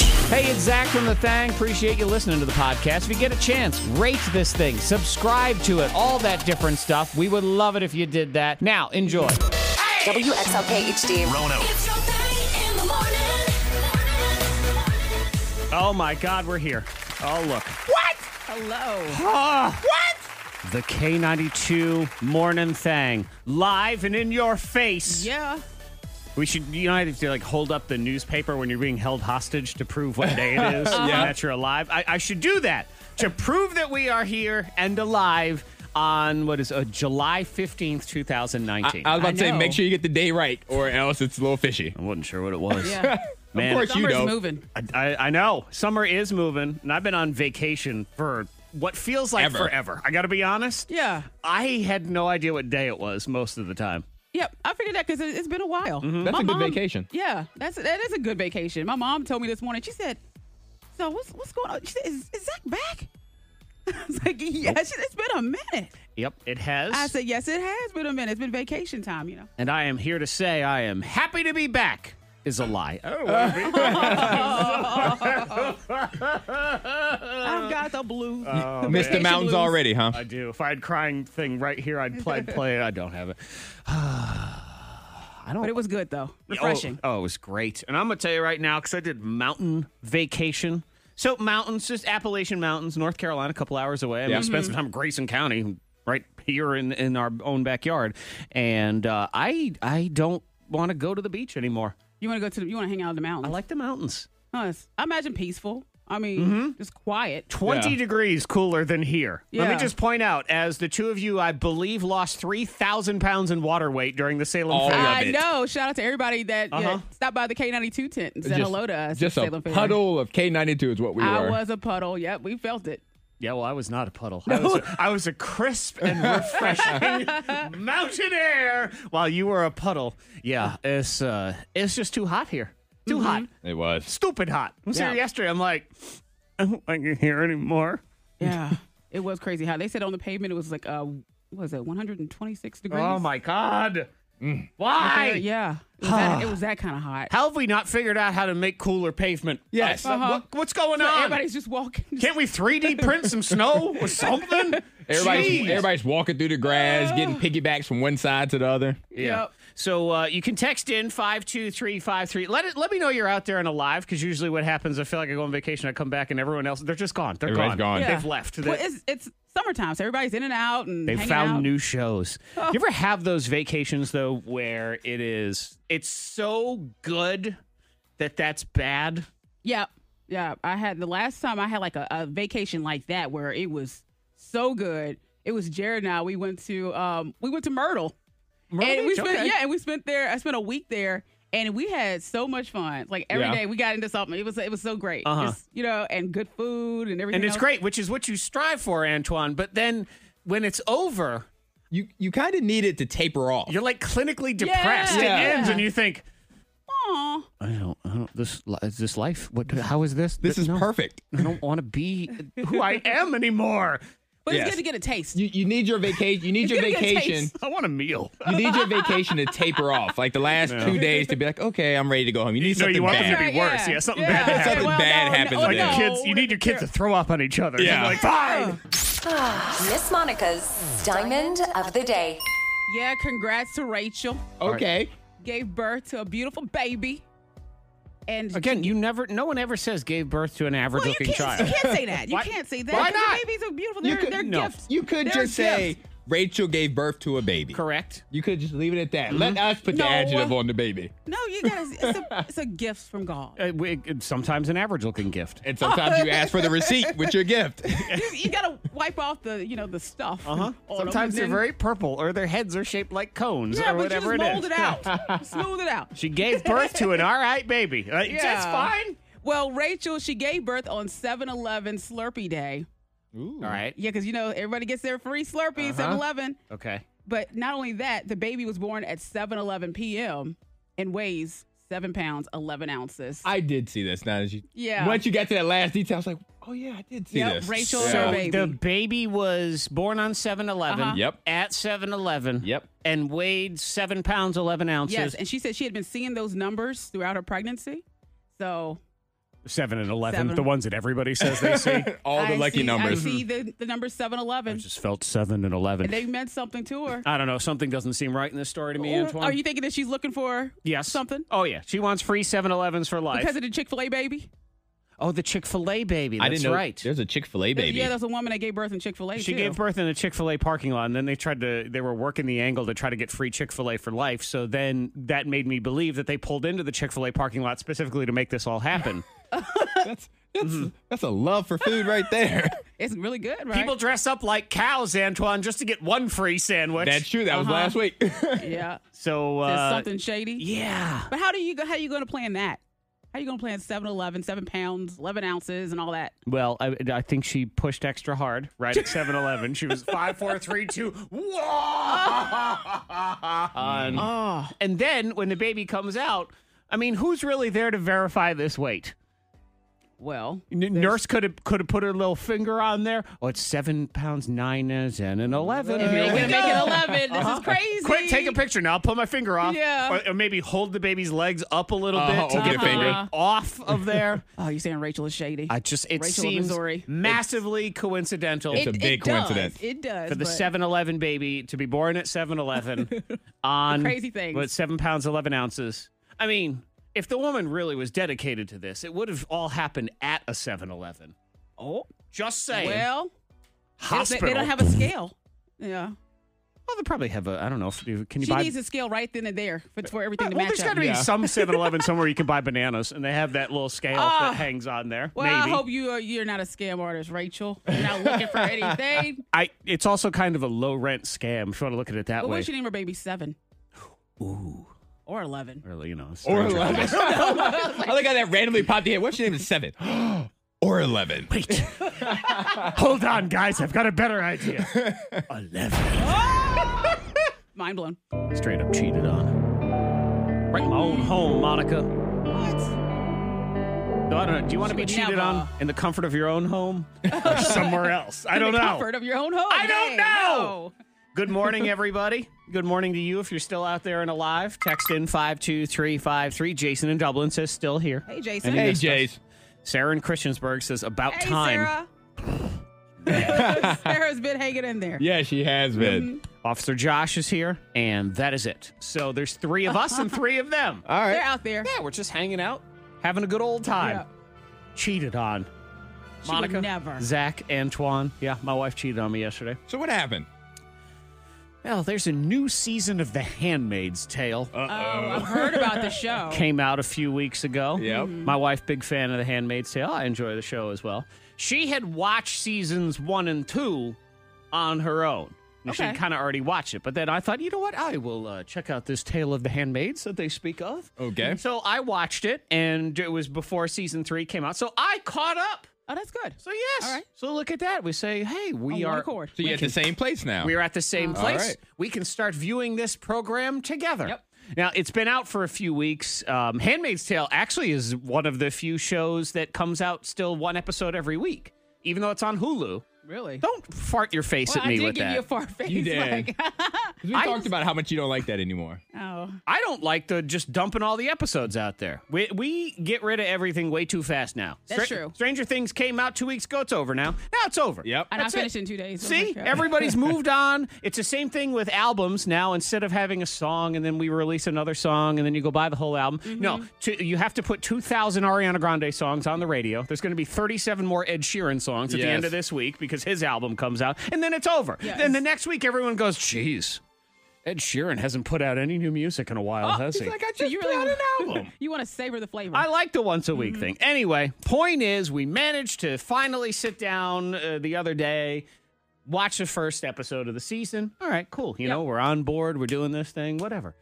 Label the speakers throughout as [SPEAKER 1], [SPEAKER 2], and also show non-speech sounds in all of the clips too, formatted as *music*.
[SPEAKER 1] Hey, it's Zach from The Thang. Appreciate you listening to the podcast. If you get a chance, rate this thing, subscribe to it, all that different stuff. We would love it if you did that. Now, enjoy.
[SPEAKER 2] WXLK HD.
[SPEAKER 3] Rono.
[SPEAKER 4] It's your thing in the morning.
[SPEAKER 1] Oh my God, we're here. Oh, look. Ah.
[SPEAKER 5] Hello.
[SPEAKER 1] The K92 Morning Thang, live and in your face.
[SPEAKER 5] Yeah.
[SPEAKER 1] We should, you know, I have to like hold up the newspaper when you're being held hostage to prove what day it is and that you're alive. I, I should do that to prove that we are here and alive on what is uh, July 15th, 2019.
[SPEAKER 6] I was about to say,
[SPEAKER 5] know.
[SPEAKER 6] make sure you get the day right, or else it's a little fishy.
[SPEAKER 1] I wasn't sure what it was.
[SPEAKER 5] Yeah.
[SPEAKER 6] *laughs*
[SPEAKER 1] Man,
[SPEAKER 6] of course you
[SPEAKER 5] Summer's
[SPEAKER 6] don't.
[SPEAKER 5] moving.
[SPEAKER 1] I, I, I know. Summer is moving, and I've been on vacation for what feels like
[SPEAKER 6] Ever.
[SPEAKER 1] forever. I got to be honest.
[SPEAKER 5] Yeah.
[SPEAKER 1] I had no idea what day it was most of the time.
[SPEAKER 5] Yep. I figured that because it, it's been a while.
[SPEAKER 6] That's
[SPEAKER 5] My
[SPEAKER 6] a good
[SPEAKER 5] mom-
[SPEAKER 6] vacation.
[SPEAKER 5] Yeah. That's that is a good vacation. My mom told me this morning. She said, "So what's what's going on?" She said, "Is, is Zach back?" *laughs* I was like, "Yeah." She said, it's been a minute.
[SPEAKER 1] Yep, it has.
[SPEAKER 5] I said, "Yes, it has been a minute. It's been vacation time, you know."
[SPEAKER 1] and I am here to say I am happy to be back. Is a lie. Oh,
[SPEAKER 5] I've got the blues.
[SPEAKER 6] Missed the
[SPEAKER 5] Vacation
[SPEAKER 6] mountains
[SPEAKER 5] blues.
[SPEAKER 6] already, huh?
[SPEAKER 1] I do. If I had crying thing right here, I'd
[SPEAKER 5] *laughs*
[SPEAKER 1] play. I'd play it. I don't have it. *sighs* I don't.
[SPEAKER 5] but it was good though. Refreshing.
[SPEAKER 1] Oh, oh, it was great. And I'm gonna tell you right now because I did mountain vacation. So mountains, just Appalachian Mountains, North Carolina, a couple hours away. I mean,
[SPEAKER 6] Yeah.
[SPEAKER 1] we spent
[SPEAKER 5] Mm-hmm.
[SPEAKER 1] some time in Grayson County, right here in in our own backyard. And uh, I I don't want to go to the beach anymore.
[SPEAKER 5] You want to go to the? You want to hang out in the
[SPEAKER 1] I
[SPEAKER 5] mountains?
[SPEAKER 1] like the mountains.
[SPEAKER 5] Huh, it's- I imagine peaceful. I mean, just quiet.
[SPEAKER 1] 20
[SPEAKER 6] Yeah.
[SPEAKER 1] degrees cooler than here. Let me
[SPEAKER 5] Yeah.
[SPEAKER 1] just point out, as the two of you, I believe, lost 3,000 pounds in water weight during the Salem
[SPEAKER 6] Oh,
[SPEAKER 1] Fair.
[SPEAKER 6] yeah.
[SPEAKER 5] I
[SPEAKER 6] it.
[SPEAKER 5] know. Shout out to everybody that yeah,
[SPEAKER 1] Uh-huh.
[SPEAKER 5] stopped by the K92 tent and said
[SPEAKER 6] Just-
[SPEAKER 5] hello to us.
[SPEAKER 6] Just
[SPEAKER 5] at
[SPEAKER 6] a
[SPEAKER 5] Salem Fair.
[SPEAKER 6] puddle of K92 is what we
[SPEAKER 5] I
[SPEAKER 6] were.
[SPEAKER 5] was a puddle. Yep, we felt it.
[SPEAKER 1] Yeah, well, I was not a puddle. I, was a, I was a crisp and refreshing mountain air while you were a puddle. Yeah, it's uh, it's just too hot here. Too hot.
[SPEAKER 6] It was.
[SPEAKER 1] Stupid hot. I was
[SPEAKER 5] Yeah.
[SPEAKER 1] here yesterday. I'm like, I don't like it here anymore.
[SPEAKER 5] Yeah, *laughs* it was crazy how they said on the pavement it was like uh, what was it 126 degrees?
[SPEAKER 1] Oh, my God. Mm. Why?
[SPEAKER 5] Yeah, it was that, it was that kind of hot.
[SPEAKER 1] How have we not figured out how to make cooler pavement?
[SPEAKER 6] Yes.
[SPEAKER 1] Like, what- what's going
[SPEAKER 5] So
[SPEAKER 1] on?
[SPEAKER 5] everybody's just walking. Just,
[SPEAKER 1] Can't we 3D print some snow or something?
[SPEAKER 6] Everybody's,
[SPEAKER 1] Jeez.
[SPEAKER 6] everybody's walking through the grass, getting piggybacks from one side to the other.
[SPEAKER 1] Yeah.
[SPEAKER 5] Yep.
[SPEAKER 1] So uh, you can text in five two three five three. Let it. Let me know you're out there and alive. Because usually what happens, I feel like I go on vacation, I come back, and everyone else they're just gone. They're
[SPEAKER 6] Everybody's
[SPEAKER 1] gone.
[SPEAKER 6] gone.
[SPEAKER 5] Yeah.
[SPEAKER 1] They've left.
[SPEAKER 5] Well, it's, it's summertime, so everybody's in and out and
[SPEAKER 1] They
[SPEAKER 5] hanging
[SPEAKER 1] found
[SPEAKER 5] out. Oh.
[SPEAKER 1] new shows. You ever have those vacations though, where it is it's so good that that's bad.
[SPEAKER 5] Yep, yeah. I had the last time I had like a, a vacation like that where it was so good. It was Jared and I. We went to um, we went to Myrtle. and we
[SPEAKER 1] Mermaids?
[SPEAKER 5] spent
[SPEAKER 1] Okay.
[SPEAKER 5] yeah, and we spent there. I spent a week there, and we had so much fun. Like every day
[SPEAKER 6] Yeah.
[SPEAKER 5] we got into something. It was it was so great.
[SPEAKER 1] Uh-huh.
[SPEAKER 5] Just, you know, and good food and everything.
[SPEAKER 1] and it's
[SPEAKER 5] else.
[SPEAKER 1] great, which is what you strive for, Antoine. But then when it's over,
[SPEAKER 6] You you kind of need it to taper off.
[SPEAKER 1] you're like clinically depressed.
[SPEAKER 5] Yeah.
[SPEAKER 1] It ends,
[SPEAKER 5] Yeah.
[SPEAKER 1] and you think.
[SPEAKER 5] Aw.
[SPEAKER 1] I don't, I don't, this, li- is this life? What, how is this?
[SPEAKER 6] This is
[SPEAKER 1] no,
[SPEAKER 6] perfect.
[SPEAKER 1] I don't want to be who I am anymore.
[SPEAKER 5] But
[SPEAKER 6] Yes.
[SPEAKER 5] it's good to get a taste.
[SPEAKER 6] You, you need your vacation. You need your
[SPEAKER 5] gotta get taste.
[SPEAKER 6] vacation.
[SPEAKER 1] I want a meal.
[SPEAKER 6] You need your vacation to taper off. Like the
[SPEAKER 1] *laughs*
[SPEAKER 6] last two days to be like, okay, I'm ready to go home. You need
[SPEAKER 1] no,
[SPEAKER 6] something
[SPEAKER 1] you want
[SPEAKER 6] bad.
[SPEAKER 1] it to be worse. Yeah, something bad
[SPEAKER 5] Okay,
[SPEAKER 1] happens.
[SPEAKER 6] Something bad happens
[SPEAKER 5] oh,
[SPEAKER 1] Like
[SPEAKER 6] no.
[SPEAKER 1] your kids, you need your kids to throw up on each other.
[SPEAKER 6] Yeah.
[SPEAKER 1] You're like, fine.
[SPEAKER 2] Ah, Miss Monica's Diamond of the Day.
[SPEAKER 5] Yeah, congrats to Rachel.
[SPEAKER 6] okay.
[SPEAKER 5] Gave birth to a beautiful baby. And
[SPEAKER 1] Again, you never, no one ever says gave birth to an average
[SPEAKER 5] well, you
[SPEAKER 1] looking
[SPEAKER 5] can't,
[SPEAKER 1] child.
[SPEAKER 5] you can't say that. You
[SPEAKER 1] Why-
[SPEAKER 5] can't say that.
[SPEAKER 1] why
[SPEAKER 5] 'cause
[SPEAKER 1] not?
[SPEAKER 5] The babies are beautiful.
[SPEAKER 6] You
[SPEAKER 5] They're,
[SPEAKER 6] could-
[SPEAKER 5] they're
[SPEAKER 1] no.
[SPEAKER 5] gifts.
[SPEAKER 6] You could
[SPEAKER 5] They're
[SPEAKER 6] just say
[SPEAKER 5] gifts.
[SPEAKER 6] Rachel gave birth to a
[SPEAKER 1] *laughs*
[SPEAKER 6] baby.
[SPEAKER 1] Correct.
[SPEAKER 6] You could just leave it at that. Let us put
[SPEAKER 5] Mm-hmm. No.
[SPEAKER 6] the adjective on the baby.
[SPEAKER 5] No, you gotta. It's a, it's a gift from God.
[SPEAKER 1] Uh, we- sometimes an average looking gift. Uh,
[SPEAKER 6] And sometimes you ask for
[SPEAKER 5] *laughs*
[SPEAKER 6] the receipt with your gift.
[SPEAKER 5] you, you gotta wipe off the you know the stuff.
[SPEAKER 1] Uh-huh.
[SPEAKER 5] on 'em,
[SPEAKER 1] Sometimes
[SPEAKER 5] and
[SPEAKER 1] they're
[SPEAKER 5] then-
[SPEAKER 1] very purple or their heads are shaped like cones
[SPEAKER 5] yeah,
[SPEAKER 1] or
[SPEAKER 5] but you just
[SPEAKER 1] whatever it
[SPEAKER 5] mold
[SPEAKER 1] is.
[SPEAKER 5] it
[SPEAKER 1] *laughs*
[SPEAKER 5] out, smooth it out.
[SPEAKER 1] She gave birth
[SPEAKER 5] *laughs*
[SPEAKER 1] to an all right baby. Like, That's
[SPEAKER 5] Yeah.
[SPEAKER 1] fine.
[SPEAKER 5] Well, Rachel, she gave birth on 7-Eleven Slurpee Day.
[SPEAKER 1] All right.
[SPEAKER 5] Yeah, because you know everybody gets their free Slurpee
[SPEAKER 1] Uh-huh.
[SPEAKER 5] 7-Eleven.
[SPEAKER 1] Okay.
[SPEAKER 5] But not only that, the baby was born at 7-Eleven p.m. and weighs seven pounds eleven ounces.
[SPEAKER 6] I did see this. Now that you,
[SPEAKER 5] Yeah.
[SPEAKER 6] Once you got to that last detail, I was like, oh yeah, I did see
[SPEAKER 5] Yep,
[SPEAKER 6] this.
[SPEAKER 5] Rachel
[SPEAKER 6] yeah.
[SPEAKER 5] is our
[SPEAKER 1] So
[SPEAKER 5] baby.
[SPEAKER 1] the baby was born on 7
[SPEAKER 5] Uh-huh.
[SPEAKER 6] Yep.
[SPEAKER 1] At 7 Eleven.
[SPEAKER 6] Yep.
[SPEAKER 1] And weighed 7 pounds, 11 ounces.
[SPEAKER 5] yes, and she said she had been seeing those numbers throughout her pregnancy. So
[SPEAKER 1] seven and eleven,
[SPEAKER 5] Seven.
[SPEAKER 1] the ones that everybody says they
[SPEAKER 5] *laughs*
[SPEAKER 1] see.
[SPEAKER 6] All the
[SPEAKER 5] I
[SPEAKER 6] lucky
[SPEAKER 5] see-
[SPEAKER 6] numbers.
[SPEAKER 5] I see the, the number 7
[SPEAKER 1] I
[SPEAKER 5] Eleven.
[SPEAKER 1] Hmm. just felt seven and eleven.
[SPEAKER 5] They meant something to her.
[SPEAKER 1] I don't know. Something doesn't seem right in this story to *laughs* me,
[SPEAKER 5] Or-
[SPEAKER 1] Antoine.
[SPEAKER 5] Are you thinking that she's looking for
[SPEAKER 1] yes.
[SPEAKER 5] something?
[SPEAKER 1] Oh yeah, she wants free 7-Elevens for life.
[SPEAKER 5] Because of the Chick fil A baby?
[SPEAKER 1] oh, the Chick Fil A baby. That's
[SPEAKER 6] I didn't know
[SPEAKER 1] right.
[SPEAKER 6] there's a Chick Fil A baby.
[SPEAKER 5] Yeah, there's a woman that gave birth in Chick fil A.
[SPEAKER 1] She gave birth in a Chick Fil A parking lot, and then they tried to. They were working the angle to try to get free Chick Fil A for life. So then that made me believe that they pulled into the Chick Fil A parking lot specifically to make this all happen.
[SPEAKER 6] *laughs* that's that's,
[SPEAKER 5] Mm-hmm.
[SPEAKER 6] that's a love for food right
[SPEAKER 5] *laughs*
[SPEAKER 6] there.
[SPEAKER 5] It's really good, *laughs* right?
[SPEAKER 1] People dress up like cows, Antoine, just to get one free sandwich.
[SPEAKER 6] that's true. That was
[SPEAKER 5] Uh-huh. *laughs*
[SPEAKER 6] last week.
[SPEAKER 5] yeah.
[SPEAKER 1] so
[SPEAKER 5] There's
[SPEAKER 1] uh,
[SPEAKER 5] something shady.
[SPEAKER 1] yeah.
[SPEAKER 5] But how do you go? How you going to plan that? How you going to plan 7 Eleven, 7 pounds, 11 ounces, and all that?
[SPEAKER 1] Well, I, I think she pushed extra hard right at 7-Eleven. She was five, four, three,
[SPEAKER 5] *laughs*
[SPEAKER 1] two. One.
[SPEAKER 5] Oh,
[SPEAKER 1] And then when the baby comes out, I mean, who's really there to verify this weight?
[SPEAKER 5] well.
[SPEAKER 1] N- nurse could have could have put her little finger on there. Oh, it's seven pounds nine is and an eleven.
[SPEAKER 5] If you're
[SPEAKER 1] Here we
[SPEAKER 5] going to
[SPEAKER 1] go. Uh-huh.
[SPEAKER 5] make it 11, this is crazy.
[SPEAKER 1] Quick, take a picture now. I'll pull my finger off.
[SPEAKER 5] Yeah.
[SPEAKER 1] Or, or maybe hold the baby's legs up a little
[SPEAKER 6] Uh-huh,
[SPEAKER 1] bit to
[SPEAKER 6] I'll
[SPEAKER 1] get
[SPEAKER 6] get a
[SPEAKER 1] the
[SPEAKER 6] finger.
[SPEAKER 1] weight off of
[SPEAKER 5] *laughs*
[SPEAKER 1] there.
[SPEAKER 5] Oh, you're saying Rachel is shady.
[SPEAKER 1] I just it
[SPEAKER 5] Rachel of
[SPEAKER 1] seems
[SPEAKER 5] Missouri.
[SPEAKER 1] massively coincidental
[SPEAKER 6] It's a big
[SPEAKER 5] does.
[SPEAKER 6] coincidence.
[SPEAKER 5] It does.
[SPEAKER 1] for the
[SPEAKER 5] but
[SPEAKER 1] 7-Eleven baby to be born at
[SPEAKER 5] *laughs*
[SPEAKER 1] 7-Eleven on
[SPEAKER 5] Crazy things.
[SPEAKER 1] what seven pounds eleven ounces. I mean, if the woman really was dedicated to this, it would have all happened at a 7-Eleven.
[SPEAKER 5] Oh,
[SPEAKER 1] Just saying.
[SPEAKER 5] well, they,
[SPEAKER 1] Hospital.
[SPEAKER 5] they don't have a scale. Yeah.
[SPEAKER 1] Well, they probably have a. I don't know. If, can you
[SPEAKER 5] She
[SPEAKER 1] buy?
[SPEAKER 5] needs a scale right then and there for, for everything to
[SPEAKER 1] well,
[SPEAKER 5] match
[SPEAKER 1] there's got
[SPEAKER 5] up.
[SPEAKER 1] to be
[SPEAKER 6] Yeah.
[SPEAKER 5] *laughs*
[SPEAKER 1] some 7-Eleven somewhere you can buy bananas, and they have that little scale
[SPEAKER 5] Ah.
[SPEAKER 1] that hangs on there.
[SPEAKER 5] Well,
[SPEAKER 1] Maybe.
[SPEAKER 5] I hope you are, you're not a scam artist, Rachel. You're not looking
[SPEAKER 1] *laughs*
[SPEAKER 5] for anything.
[SPEAKER 1] I- It's also kind of a low rent scam if you want to look at it that
[SPEAKER 5] But
[SPEAKER 1] way.
[SPEAKER 5] what's your name or baby? Seven.
[SPEAKER 1] Ooh,
[SPEAKER 5] Or
[SPEAKER 1] *laughs*
[SPEAKER 5] 11.
[SPEAKER 1] or you know,
[SPEAKER 6] or
[SPEAKER 1] stranger.
[SPEAKER 6] eleven.
[SPEAKER 5] *laughs*
[SPEAKER 6] *laughs* I like how that randomly popped in. What's your name? It's seven. *gasps* or eleven.
[SPEAKER 1] Wait, hold on, guys. I've got a better idea. Eleven.
[SPEAKER 5] Mind blown.
[SPEAKER 1] Straight up cheated on. Right in my own home, Monica.
[SPEAKER 5] What?
[SPEAKER 1] No, I don't know. Do you want to
[SPEAKER 5] She
[SPEAKER 1] be
[SPEAKER 5] would
[SPEAKER 1] cheated
[SPEAKER 5] never.
[SPEAKER 1] on in the comfort of your own
[SPEAKER 5] *laughs*
[SPEAKER 1] home or somewhere else? I don't
[SPEAKER 5] the
[SPEAKER 1] know.
[SPEAKER 5] comfort of your own home.
[SPEAKER 1] I don't
[SPEAKER 5] Dang,
[SPEAKER 1] know. Good
[SPEAKER 5] *laughs*
[SPEAKER 1] morning, everybody. Good morning to you if you're still out there and alive. Text in 52353. Jason in Dublin says still here.
[SPEAKER 5] Hey, Jason.
[SPEAKER 1] And he
[SPEAKER 6] Hey,
[SPEAKER 1] missed us.
[SPEAKER 6] Jays.
[SPEAKER 1] Sarah in Christiansburg says about
[SPEAKER 5] Hey,
[SPEAKER 1] time. *laughs*
[SPEAKER 5] Sarah. Sarah's been hanging in there.
[SPEAKER 6] Yeah, she has been.
[SPEAKER 1] Officer Josh is here, and that is it. So there's three of
[SPEAKER 5] *laughs*
[SPEAKER 1] us and three of them.
[SPEAKER 6] All
[SPEAKER 5] They're
[SPEAKER 6] right.
[SPEAKER 5] out there.
[SPEAKER 1] Yeah, we're just hanging out, having a good old time. Cheated on.
[SPEAKER 5] She would
[SPEAKER 1] Monica,
[SPEAKER 5] never.
[SPEAKER 1] Zach, Antoine. Yeah, my wife cheated on me yesterday.
[SPEAKER 6] So what happened?
[SPEAKER 1] Well, there's a new season of The Handmaid's Tale.
[SPEAKER 5] Oh, I've heard about the
[SPEAKER 1] *laughs*
[SPEAKER 5] show.
[SPEAKER 1] came out a few weeks ago.
[SPEAKER 6] Oh. Yep.
[SPEAKER 5] Mm-hmm.
[SPEAKER 6] Mhm.
[SPEAKER 1] My wife, big fan of The Handmaid's Tale. I enjoy the show as well. She had watched seasons one and two on her own. And
[SPEAKER 5] Okay.
[SPEAKER 1] She kind of already watched it. But then I thought, you know what? I will uh, check out this Tale of the Handmaids that they speak of.
[SPEAKER 6] Okay.
[SPEAKER 1] So I watched it, and it was before season three came out. So I caught up.
[SPEAKER 5] Oh, that's good.
[SPEAKER 1] So, yes.
[SPEAKER 5] All right.
[SPEAKER 1] So look at that. We say, hey, we
[SPEAKER 5] On
[SPEAKER 1] are.
[SPEAKER 5] one accord.
[SPEAKER 6] So you're at the same place now.
[SPEAKER 1] We're at the same
[SPEAKER 6] Uh-huh.
[SPEAKER 1] place.
[SPEAKER 6] All right.
[SPEAKER 1] We can start viewing this program together.
[SPEAKER 5] Yep.
[SPEAKER 1] Now, it's been out for a few weeks. Um, Handmaid's Tale actually is one of the few shows that comes out still one episode every week, even though it's on Hulu.
[SPEAKER 5] Really?
[SPEAKER 1] Don't fart your face
[SPEAKER 5] Well,
[SPEAKER 1] at me
[SPEAKER 5] I did
[SPEAKER 1] with
[SPEAKER 5] give
[SPEAKER 1] that.
[SPEAKER 5] you a far face.
[SPEAKER 6] You *laughs* did.
[SPEAKER 5] Like,
[SPEAKER 6] 'Cause we
[SPEAKER 1] I
[SPEAKER 6] talked
[SPEAKER 1] just-
[SPEAKER 6] about how much you don't like that anymore.
[SPEAKER 5] oh,
[SPEAKER 1] I don't like the just dumping all the episodes out there. We, we get rid of everything way too fast now.
[SPEAKER 5] That's true.
[SPEAKER 1] Stranger Things came out two weeks ago. It's over now. Now it's over.
[SPEAKER 6] Yep.
[SPEAKER 5] and I
[SPEAKER 1] That's it.
[SPEAKER 5] finished in two days. Oh my
[SPEAKER 1] See,
[SPEAKER 5] God. *laughs*
[SPEAKER 1] everybody's moved on. It's the same thing with albums now. Instead of having a song and then we release another song and then you go buy the whole album,
[SPEAKER 5] Mm-hmm.
[SPEAKER 1] no, to, you have to put 2,000 Ariana Grande songs on the radio. There's going to be 37 more Ed Sheeran songs at the
[SPEAKER 6] Yes.
[SPEAKER 1] end of this week because his album comes out, and then it's over.
[SPEAKER 5] Yes.
[SPEAKER 1] Then the next week, everyone goes, "Jeez, Ed Sheeran hasn't put out any new music in a while, has he?"
[SPEAKER 6] Oh,
[SPEAKER 1] Hmm.
[SPEAKER 6] I
[SPEAKER 5] So you really
[SPEAKER 6] *laughs* an album.
[SPEAKER 5] *laughs* you want to savor the flavor.
[SPEAKER 1] I like the once a week thing. Anyway, point is, we managed to finally sit down uh, the other day, watch the first episode of the season. All right, cool. You know, we're on board. We're doing this thing, whatever.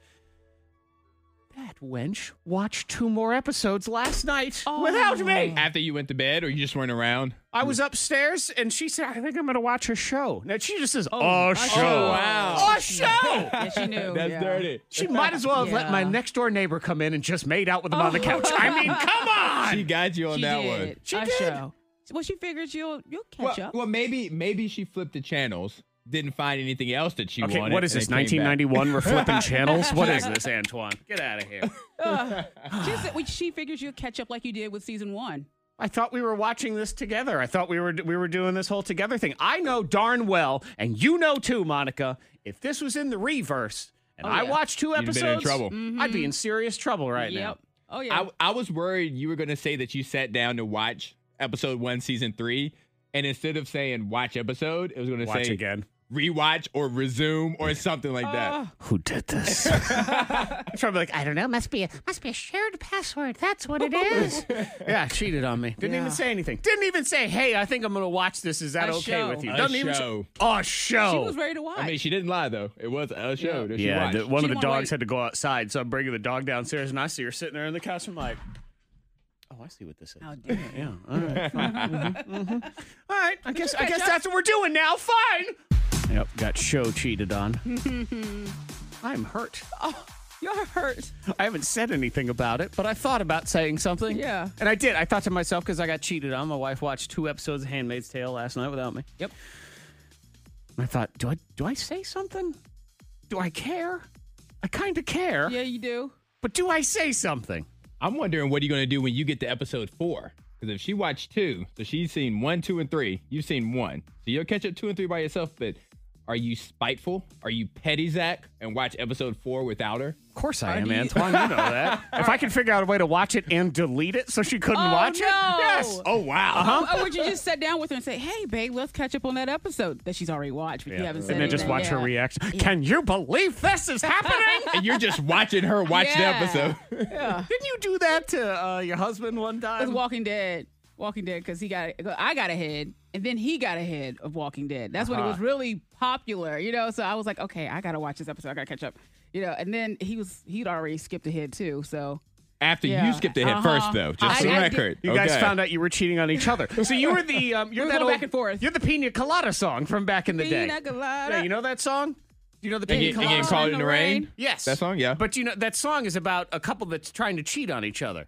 [SPEAKER 1] That wench watched two more episodes last night
[SPEAKER 5] Oh.
[SPEAKER 1] without me.
[SPEAKER 6] After you went to bed, or you just weren't around.
[SPEAKER 1] I was upstairs and she said, I think I'm going to watch a show. Now she just says, Oh,
[SPEAKER 5] a
[SPEAKER 1] show.
[SPEAKER 5] show.
[SPEAKER 6] *laughs*
[SPEAKER 1] Oh, show.
[SPEAKER 5] yeah, she knew.
[SPEAKER 6] That's
[SPEAKER 5] yeah.
[SPEAKER 6] dirty.
[SPEAKER 1] She might as well have let
[SPEAKER 5] Yeah. Oh.
[SPEAKER 1] my next door neighbor come in and just made out with him on the couch. I mean, come on.
[SPEAKER 6] She got you on
[SPEAKER 5] She
[SPEAKER 6] that
[SPEAKER 5] did.
[SPEAKER 6] one.
[SPEAKER 5] She
[SPEAKER 1] did.
[SPEAKER 5] Show. Well, she figured you'll you'll catch
[SPEAKER 6] Well,
[SPEAKER 5] up.
[SPEAKER 6] well, maybe maybe she flipped the channels didn't find anything else that she
[SPEAKER 1] Okay,
[SPEAKER 6] wanted.
[SPEAKER 1] what is
[SPEAKER 6] and
[SPEAKER 1] this?
[SPEAKER 6] it came back.
[SPEAKER 1] 1991? We're *laughs* flipping channels. What is this, Antoine? Get out of here.
[SPEAKER 5] Just *sighs* that we- she figures you'll catch up like you did with season one.
[SPEAKER 1] I thought we were watching this together. I thought we were we were doing this whole together thing. I know darn well, and you know too, Monica. If this was in the reverse and I
[SPEAKER 5] Oh, yeah. Mm-hmm.
[SPEAKER 1] watched two
[SPEAKER 6] You'd have
[SPEAKER 1] episodes,
[SPEAKER 6] been in trouble.
[SPEAKER 1] I'd be in serious trouble right now.
[SPEAKER 5] yep. Oh yeah.
[SPEAKER 6] I, I was worried you were going to say that you sat down to watch episode one, season three, and instead of saying watch episode, it was going to
[SPEAKER 1] Watch
[SPEAKER 6] say
[SPEAKER 1] again.
[SPEAKER 6] rewatch or resume or something like that.
[SPEAKER 5] Ah.
[SPEAKER 1] Who did *laughs* this? I'm trying to be like, I don't know. Must be a must be a shared password. That's what *laughs* it is. yeah, cheated on me. Didn't even say anything. Didn't even say, hey, I think I'm gonna watch this. Is that
[SPEAKER 5] A
[SPEAKER 1] okay
[SPEAKER 5] show.
[SPEAKER 1] with you?
[SPEAKER 6] A
[SPEAKER 1] Doesn't even
[SPEAKER 6] show.
[SPEAKER 1] a show.
[SPEAKER 5] she was ready to watch.
[SPEAKER 6] I mean, she didn't lie though. It was a show
[SPEAKER 5] Yeah.
[SPEAKER 6] that she
[SPEAKER 1] Yeah,
[SPEAKER 6] watched.
[SPEAKER 1] the, one of the
[SPEAKER 5] She didn't wanna
[SPEAKER 1] dogs
[SPEAKER 5] wait.
[SPEAKER 1] had to go outside, so I'm bringing the dog downstairs, and I see her sitting there on the couch. I'm like, "Oh, I see what this is."
[SPEAKER 5] *laughs* oh, damn.
[SPEAKER 1] Yeah, all right, fine. Mhm, mhm. all right. I guess I guess that's what we're doing now. Fine. Yep, got show cheated *laughs* on. I'm hurt.
[SPEAKER 5] You're hurt.
[SPEAKER 1] I haven't said anything about it, but I thought about saying something.
[SPEAKER 5] Yeah.
[SPEAKER 1] and I did. I thought to myself because I got cheated on. My wife watched two episodes of *Handmaid's Tale* last night without me.
[SPEAKER 5] Yep.
[SPEAKER 1] And I thought, do I do I say something? Do I care? I kind of care.
[SPEAKER 5] Yeah, you do.
[SPEAKER 1] But do I say something?
[SPEAKER 6] I'm wondering what are you going to do when you get to episode four? Because if she watched two, so she's seen one, two, and three. You've seen one, so you'll catch up two and three by yourself. But are you spiteful? Are you petty, Zach? And watch episode four without her?
[SPEAKER 1] Of course I
[SPEAKER 6] Are
[SPEAKER 1] am,
[SPEAKER 6] you-
[SPEAKER 1] Antoine. You know
[SPEAKER 5] *laughs*
[SPEAKER 1] that. if I could figure out a way to watch it and delete it so she couldn't
[SPEAKER 5] Oh,
[SPEAKER 1] watch
[SPEAKER 5] no.
[SPEAKER 1] it, yes. Uh-huh.
[SPEAKER 6] Oh wow!
[SPEAKER 5] Oh, or would you just sit down with her and say, "Hey, babe, let's catch up on that episode that she's already watched, but you haven't said
[SPEAKER 1] And then just
[SPEAKER 5] anything
[SPEAKER 1] watch her
[SPEAKER 5] yet."
[SPEAKER 1] reaction. Can you believe this is
[SPEAKER 5] *laughs*
[SPEAKER 1] happening?
[SPEAKER 6] And you're just watching her watch
[SPEAKER 5] Yeah.
[SPEAKER 6] the episode. *laughs*
[SPEAKER 1] Didn't you do that to uh, your husband one
[SPEAKER 5] With
[SPEAKER 1] time?
[SPEAKER 5] Walking Dead, Walking Dead, because he got I got ahead, and then he got ahead of Walking Dead. That's when it was
[SPEAKER 1] Uh-huh.
[SPEAKER 5] really popular, you know. So I was like, okay, I gotta watch this episode. I gotta catch up, you know. And then he was he'd already skipped ahead too. So
[SPEAKER 6] After
[SPEAKER 5] Yeah.
[SPEAKER 6] you skipped ahead first,
[SPEAKER 5] Uh-huh.
[SPEAKER 6] though, just
[SPEAKER 5] I-
[SPEAKER 6] for the
[SPEAKER 5] I did-
[SPEAKER 6] record.
[SPEAKER 1] You guys found out you were cheating on each other. So you were the um, you're
[SPEAKER 5] We were
[SPEAKER 1] that
[SPEAKER 5] going
[SPEAKER 1] old,
[SPEAKER 5] back and forth.
[SPEAKER 1] You're the Pina Colada song from back in the day.
[SPEAKER 5] Pina colada.
[SPEAKER 1] Yeah, you know that song? Do you know the
[SPEAKER 6] And
[SPEAKER 1] Pina
[SPEAKER 6] get, and
[SPEAKER 1] Colada?
[SPEAKER 6] get caught in the rain.
[SPEAKER 1] yes.
[SPEAKER 6] That song, yeah.
[SPEAKER 1] But you know that song is about a couple that's trying to cheat on each other.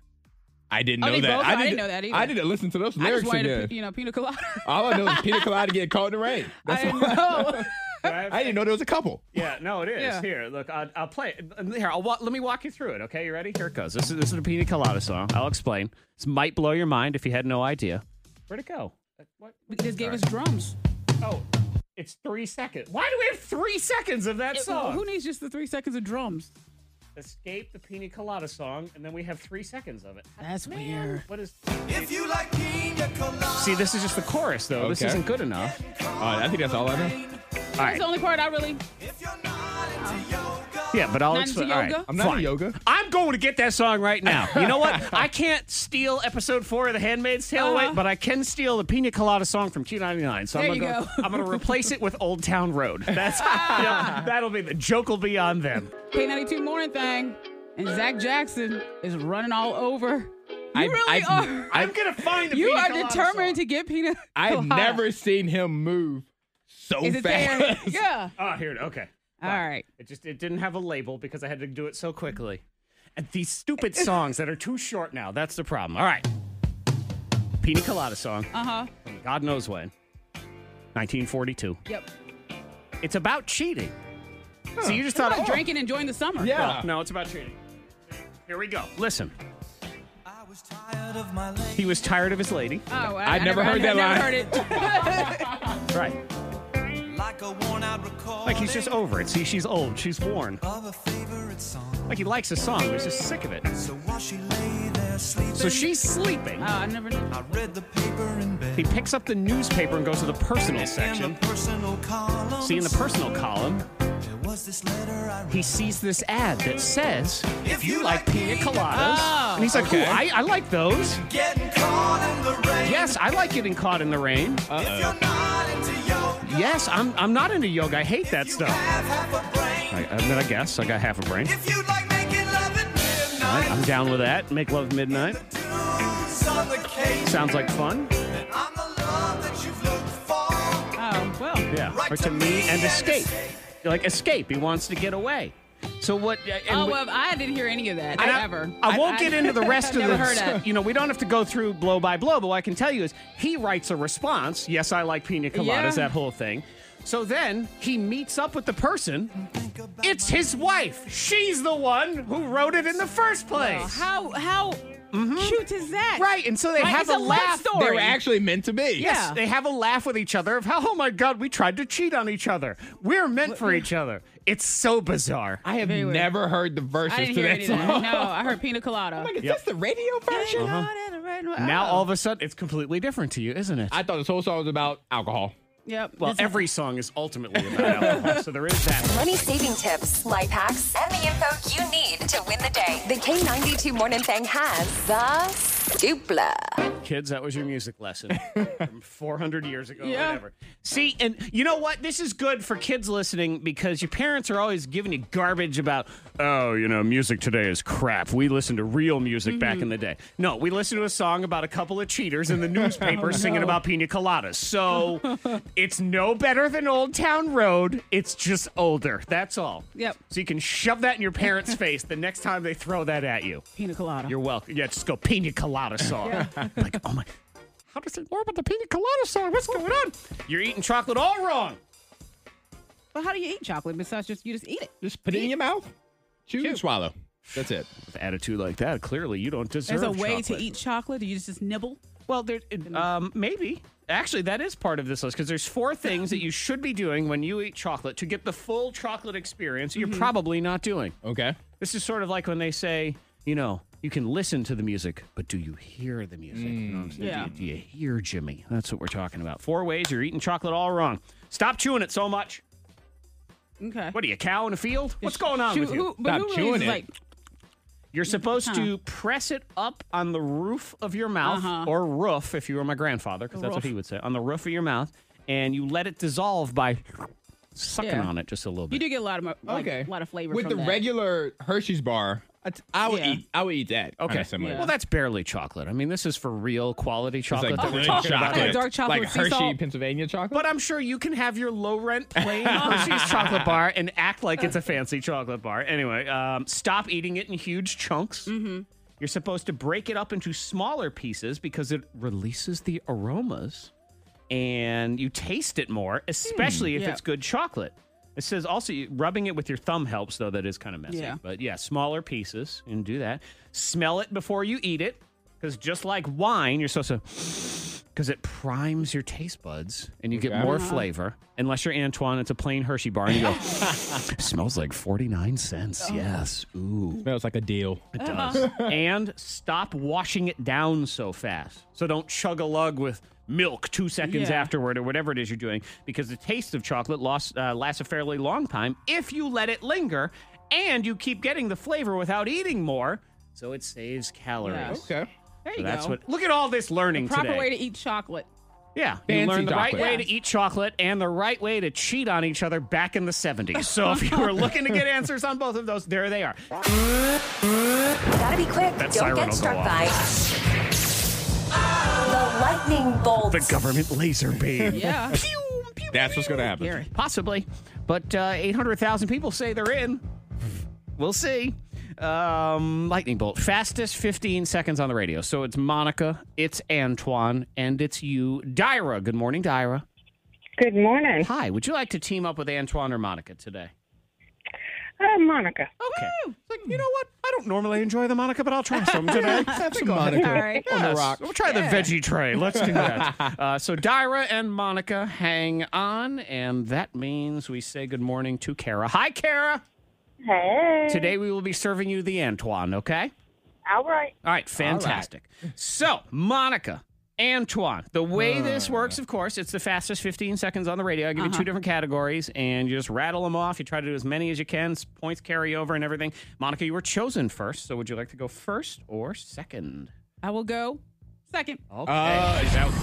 [SPEAKER 6] I didn't
[SPEAKER 5] Oh,
[SPEAKER 6] know
[SPEAKER 5] they
[SPEAKER 6] that.
[SPEAKER 5] both- I
[SPEAKER 6] need
[SPEAKER 5] didn't
[SPEAKER 6] to-
[SPEAKER 5] know that either.
[SPEAKER 6] I need to listen to those
[SPEAKER 5] I
[SPEAKER 6] lyrics
[SPEAKER 5] just wanted
[SPEAKER 6] again.
[SPEAKER 5] to, you know, pina colada.
[SPEAKER 6] All I know is Pina Colada getting caught in the *laughs* rain.
[SPEAKER 5] I didn't know.
[SPEAKER 1] *laughs*
[SPEAKER 6] I didn't know there was a couple.
[SPEAKER 1] Yeah, no, it is.
[SPEAKER 5] Yeah.
[SPEAKER 1] Here, look, I'll, I'll play. it. Um, Here, I'll wa- let me walk you through it. Okay, you ready? Here it goes. This is, this is a pina colada song. I'll explain. This might blow your mind if you had no idea. Where'd it go? Uh, What?
[SPEAKER 5] They just gave us drums.
[SPEAKER 1] Oh, it's three seconds. Why do we have three seconds of that
[SPEAKER 5] It-
[SPEAKER 1] song?
[SPEAKER 5] who needs just the three seconds of drums?
[SPEAKER 1] Escape the pina colada song, and then we have three seconds of it.
[SPEAKER 5] That's
[SPEAKER 1] Man,
[SPEAKER 5] weird.
[SPEAKER 1] What is?
[SPEAKER 3] If you like pina colada.
[SPEAKER 1] See, this is just the chorus, though. This
[SPEAKER 6] Okay.
[SPEAKER 1] isn't good enough.
[SPEAKER 6] Uh, I think that's all I know.
[SPEAKER 1] All right.
[SPEAKER 5] That's the only part I really.
[SPEAKER 3] If you're not into yoga.
[SPEAKER 1] Yeah, but I'll
[SPEAKER 5] Not into
[SPEAKER 1] explain. all
[SPEAKER 5] yoga?
[SPEAKER 1] right,
[SPEAKER 6] I'm not a
[SPEAKER 1] fine.
[SPEAKER 6] yoga.
[SPEAKER 1] I'm going to get that song right now. You know what? I can't steal episode four of The Handmaid's Tale away,
[SPEAKER 5] Uh-huh.
[SPEAKER 1] but I can steal the Pina Colada song from Q99. So
[SPEAKER 5] There
[SPEAKER 1] I'm
[SPEAKER 5] you
[SPEAKER 1] gonna
[SPEAKER 5] go.
[SPEAKER 1] I'm going to replace it with Old Town Road.
[SPEAKER 5] *laughs*
[SPEAKER 1] That's yep, that'll be the joke. Will be on them.
[SPEAKER 5] K92 morning thing, and Zach Jackson is running all over. You
[SPEAKER 6] I-
[SPEAKER 5] really
[SPEAKER 6] I-
[SPEAKER 5] are.
[SPEAKER 1] I'm
[SPEAKER 5] *laughs*
[SPEAKER 1] going to find the
[SPEAKER 5] you
[SPEAKER 1] Pina
[SPEAKER 5] are
[SPEAKER 1] Colada song.
[SPEAKER 5] determined to get *laughs* peanut.
[SPEAKER 6] I've
[SPEAKER 5] Colada.
[SPEAKER 6] never seen him move so
[SPEAKER 5] Is it there?
[SPEAKER 6] fast. *laughs*
[SPEAKER 5] yeah.
[SPEAKER 1] Oh, here it. Okay.
[SPEAKER 5] All right.
[SPEAKER 1] It just it didn't have a label because I had to do it so quickly. And these *laughs* stupid songs that are too short now. That's the problem. All right. Pina Colada song.
[SPEAKER 5] Uh huh.
[SPEAKER 1] God knows when. 1942.
[SPEAKER 5] Yep.
[SPEAKER 1] It's about cheating. So you just thought
[SPEAKER 5] About
[SPEAKER 1] oh,
[SPEAKER 5] drinking, enjoying the summer.
[SPEAKER 6] Yeah.
[SPEAKER 1] well, no, it's about cheating. Here we go. Listen,
[SPEAKER 3] I was tired of my lady.
[SPEAKER 1] he was tired of his lady.
[SPEAKER 5] Oh, I,
[SPEAKER 6] I never heard that
[SPEAKER 5] I
[SPEAKER 6] line.
[SPEAKER 5] Never heard it. *laughs*
[SPEAKER 1] Right.
[SPEAKER 3] Like a worn out recording.
[SPEAKER 1] Like he's just over it. See, she's old. She's worn.
[SPEAKER 3] Of a favorite song.
[SPEAKER 1] Like he likes a song, but he's just sick of it.
[SPEAKER 3] So while she lay there sleeping.
[SPEAKER 1] So she's sleeping.
[SPEAKER 5] Oh, I never.
[SPEAKER 3] I read the paper in bed.
[SPEAKER 1] He picks up the newspaper and goes to the personal section.
[SPEAKER 3] In the personal column.
[SPEAKER 1] See, in the personal column,
[SPEAKER 3] There was this letter I read.
[SPEAKER 1] he sees this ad that says,
[SPEAKER 3] If you
[SPEAKER 1] like
[SPEAKER 3] like
[SPEAKER 1] pina
[SPEAKER 3] pina
[SPEAKER 1] coladas. and he's like,
[SPEAKER 6] okay.
[SPEAKER 1] ooh, I, I like those.
[SPEAKER 3] Getting caught in the rain.
[SPEAKER 1] Yes, I like getting caught in the rain.
[SPEAKER 3] If you're not into yoga.
[SPEAKER 1] Yes, I'm, I'm not into yoga. I hate
[SPEAKER 3] If
[SPEAKER 1] that
[SPEAKER 3] you
[SPEAKER 1] stuff.
[SPEAKER 3] Have half a brain.
[SPEAKER 1] I, I, mean, I guess I got half a brain.
[SPEAKER 3] If you like making love at midnight.
[SPEAKER 1] All right, I'm down with that. Make love midnight.
[SPEAKER 3] The dunes on the cake.
[SPEAKER 1] Sounds like fun.
[SPEAKER 3] I'm the love that you've looked for.
[SPEAKER 5] Oh, well.
[SPEAKER 1] Yeah. Or to me and escape. Like escape. He wants to get away. So what? And
[SPEAKER 5] Oh,
[SPEAKER 1] we-
[SPEAKER 5] well, I didn't hear any of that
[SPEAKER 1] and I-
[SPEAKER 5] ever.
[SPEAKER 1] I won't get
[SPEAKER 5] *laughs*
[SPEAKER 1] into the rest of
[SPEAKER 5] never
[SPEAKER 1] the.
[SPEAKER 5] Heard
[SPEAKER 1] *laughs*
[SPEAKER 5] that.
[SPEAKER 1] You know, we don't have to go through blow by blow, but what I can tell you is he writes a response. Yes, I like pina coladas.
[SPEAKER 5] Yeah.
[SPEAKER 1] That whole thing. So then he meets up with the person. It's his wife. She's the one who wrote it in the first place.
[SPEAKER 5] How how cute is that?
[SPEAKER 1] Mm-hmm. Right, and so they
[SPEAKER 5] Right,
[SPEAKER 1] have
[SPEAKER 5] it's
[SPEAKER 1] a
[SPEAKER 5] a love
[SPEAKER 1] laugh.
[SPEAKER 5] story.
[SPEAKER 6] They were actually meant to be.
[SPEAKER 1] Yes,
[SPEAKER 5] Yeah.
[SPEAKER 1] they have a laugh with each other of how, oh my God, we tried to cheat on each other. We're meant for each other. It's so bizarre.
[SPEAKER 6] I have
[SPEAKER 5] They were-
[SPEAKER 6] never heard the verses
[SPEAKER 5] I didn't
[SPEAKER 6] to
[SPEAKER 5] hear
[SPEAKER 6] that
[SPEAKER 5] any of
[SPEAKER 1] *laughs*
[SPEAKER 5] that.
[SPEAKER 6] song.
[SPEAKER 5] No, I heard Pina Colada.
[SPEAKER 6] *laughs*
[SPEAKER 1] Oh
[SPEAKER 6] Like, is this the radio version?
[SPEAKER 1] Uh-huh. Now all of a sudden, it's completely different to you, isn't it?
[SPEAKER 6] I thought this whole song was about alcohol.
[SPEAKER 5] Yep.
[SPEAKER 1] well,
[SPEAKER 5] this is-
[SPEAKER 1] every song is ultimately about alcohol, so there is that. *laughs*
[SPEAKER 2] Money saving tips, life hacks, and the info you need to win the day. The K92 Morning Thing has the dupla.
[SPEAKER 1] Kids, that was your music lesson
[SPEAKER 5] *laughs*
[SPEAKER 1] from 400 years ago or
[SPEAKER 5] Yeah.
[SPEAKER 1] whatever. See, and you know what? This is good for kids listening because your parents are always giving you garbage about, oh, you know, music today is crap. We listened to real music back
[SPEAKER 5] Mm-hmm.
[SPEAKER 1] in the day. No, we listened to a song about a couple of cheaters
[SPEAKER 5] *laughs*
[SPEAKER 1] in the
[SPEAKER 5] Oh,
[SPEAKER 1] newspaper singing about pina coladas. So it's no better than Old Town Road. It's just older. That's all.
[SPEAKER 5] Yep.
[SPEAKER 1] So you can shove that in your parents' face the next time they throw that at you.
[SPEAKER 5] Pina Colada.
[SPEAKER 1] You're welcome. Yeah, just go pina colada song. *laughs* Like, oh my, how does it know about the pina colada song? What's going on? You're eating chocolate all wrong.
[SPEAKER 5] But how do you eat chocolate besides just you just eat it?
[SPEAKER 6] Just put it in your mouth, chew, and swallow. That's it.
[SPEAKER 1] With attitude like that, clearly you don't deserve.
[SPEAKER 5] There's a way
[SPEAKER 1] chocolate.
[SPEAKER 5] to eat chocolate. Do you just, just nibble?
[SPEAKER 1] Well, there, it- um, maybe. Actually, that is part of this list because there's four things that you should be doing when you eat chocolate to get the full chocolate experience.
[SPEAKER 5] Mm-hmm.
[SPEAKER 1] You're probably not doing.
[SPEAKER 6] Okay.
[SPEAKER 1] This is sort of like when they say, you know, you can listen to the music, but do you hear the music? You know what I'm saying?
[SPEAKER 5] Mm, Yeah.
[SPEAKER 1] Do, you, do you hear Jimmy? That's what we're talking about. Four ways you're eating chocolate all wrong. Stop chewing it so much.
[SPEAKER 5] Okay.
[SPEAKER 1] What are you, a cow in a field? What's going on
[SPEAKER 5] Chew-
[SPEAKER 1] with you?
[SPEAKER 5] Who, but
[SPEAKER 6] Stop
[SPEAKER 5] who
[SPEAKER 6] chewing
[SPEAKER 5] is
[SPEAKER 6] it.
[SPEAKER 5] like
[SPEAKER 1] You're supposed
[SPEAKER 5] Huh.
[SPEAKER 1] to press it up on the roof of your mouth
[SPEAKER 5] Uh-huh.
[SPEAKER 1] or roof, if you were my grandfather, because that's what
[SPEAKER 5] Roof.
[SPEAKER 1] he would say, on the roof of your mouth, and you let it dissolve by sucking
[SPEAKER 5] Yeah.
[SPEAKER 1] on it just a little
[SPEAKER 5] you
[SPEAKER 1] bit.
[SPEAKER 5] do get a lot of mo- like,
[SPEAKER 6] okay.
[SPEAKER 5] a lot of flavor
[SPEAKER 6] With
[SPEAKER 5] from
[SPEAKER 6] the
[SPEAKER 5] that.
[SPEAKER 6] regular Hershey's bar, I t- I would
[SPEAKER 5] Yeah.
[SPEAKER 6] eat. I would eat that.
[SPEAKER 1] Okay.
[SPEAKER 6] Kinda similar.
[SPEAKER 5] Yeah.
[SPEAKER 1] Well, that's barely chocolate. I mean, this is for real quality chocolate that we're
[SPEAKER 6] good
[SPEAKER 1] talking about.
[SPEAKER 5] Like dark chocolate
[SPEAKER 6] like
[SPEAKER 5] with sea
[SPEAKER 6] Hershey,
[SPEAKER 5] salt?
[SPEAKER 6] Pennsylvania chocolate.
[SPEAKER 1] But I'm sure you can have your low rent *laughs* plain Hershey's chocolate bar and act like *laughs* it's a fancy chocolate bar. Anyway, um, stop eating it in huge chunks. Mm-hmm. You're supposed to break it up into smaller pieces because it releases the aromas and you taste it more, especially if
[SPEAKER 5] yeah.
[SPEAKER 1] it's good chocolate. It says also you- rubbing it with your thumb helps, though that is kind of messy.
[SPEAKER 5] Yeah.
[SPEAKER 1] But yeah, smaller pieces and do that. Smell it before you eat it because just like wine, you're supposed to *sighs* because it primes your taste buds and you get
[SPEAKER 6] Okay.
[SPEAKER 1] more flavor. Unless you're Antoine, it's a plain Hershey bar and you go, smells like 49 cents. Yes. Ooh.
[SPEAKER 6] smells like a deal.
[SPEAKER 1] It
[SPEAKER 5] *laughs*
[SPEAKER 1] does. and stop washing it down so fast. So don't chug a lug with milk two seconds
[SPEAKER 5] Yeah.
[SPEAKER 1] afterward or whatever it is you're doing because the taste of chocolate lost, uh, lasts a fairly long time if you let it linger and you keep getting the flavor without eating more. So it saves calories.
[SPEAKER 5] Yeah.
[SPEAKER 6] Okay.
[SPEAKER 5] There you
[SPEAKER 1] That's
[SPEAKER 5] go.
[SPEAKER 1] what. Look at all this learning
[SPEAKER 5] Proper
[SPEAKER 1] today.
[SPEAKER 5] way to
[SPEAKER 1] *laughs*
[SPEAKER 5] eat chocolate.
[SPEAKER 1] Yeah, you
[SPEAKER 6] Fancy
[SPEAKER 1] learned the right
[SPEAKER 6] chocolate.
[SPEAKER 1] way
[SPEAKER 5] Yeah.
[SPEAKER 1] to eat chocolate and the right way to cheat on each other back in the 70s. So if you were
[SPEAKER 5] *laughs*
[SPEAKER 1] looking to get answers on both of those, there they are.
[SPEAKER 2] Gotta be quick.
[SPEAKER 1] That
[SPEAKER 2] Don't
[SPEAKER 1] siren
[SPEAKER 2] get
[SPEAKER 1] will go
[SPEAKER 2] struck by the lightning bolt.
[SPEAKER 1] The government laser beam.
[SPEAKER 5] Yeah.
[SPEAKER 1] Pew, pew,
[SPEAKER 6] That's what's gonna happen.
[SPEAKER 5] Gary.
[SPEAKER 1] Possibly. But uh, 800,000 people say they're in. We'll see. Um, lightning bolt. Fastest 15 seconds on the radio. So it's Monica, it's Antoine, and it's you, Dyra. Good morning, Dyra.
[SPEAKER 4] Good morning.
[SPEAKER 1] Hi, would you like to team up with Antoine or Monica today?
[SPEAKER 4] Uh, Monica.
[SPEAKER 1] Okay. It's Like, you know what? I don't normally enjoy the Monica, but I'll try some today.
[SPEAKER 6] That's a Monica.
[SPEAKER 5] All right.
[SPEAKER 1] On the rock. We'll try the veggie tray. Let's do that. uh, so, Dyra and Monica, hang on. And that means we say good morning to Kara. Hi, Kara.
[SPEAKER 4] Hey.
[SPEAKER 1] Today we will be serving you the Antoine, okay?
[SPEAKER 4] All right.
[SPEAKER 1] All right, fantastic. So, Monica, Antoine, the way this works, of course, it's the fastest 15 seconds on the radio. I give you two different categories, and you just rattle them off. You try to do as many as you can. s- Points carry over and everything. Monica, you were chosen first, so would you like to go first or second?
[SPEAKER 5] I will go second.
[SPEAKER 1] Okay.
[SPEAKER 6] Uh,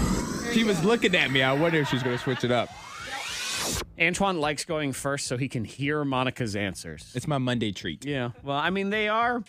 [SPEAKER 6] she was looking at me. I wonder if she's gonna switch it up.
[SPEAKER 1] Antoine likes going first so he can hear Monica's answers.
[SPEAKER 6] It's my Monday treat.
[SPEAKER 1] Yeah. Well, I mean, they are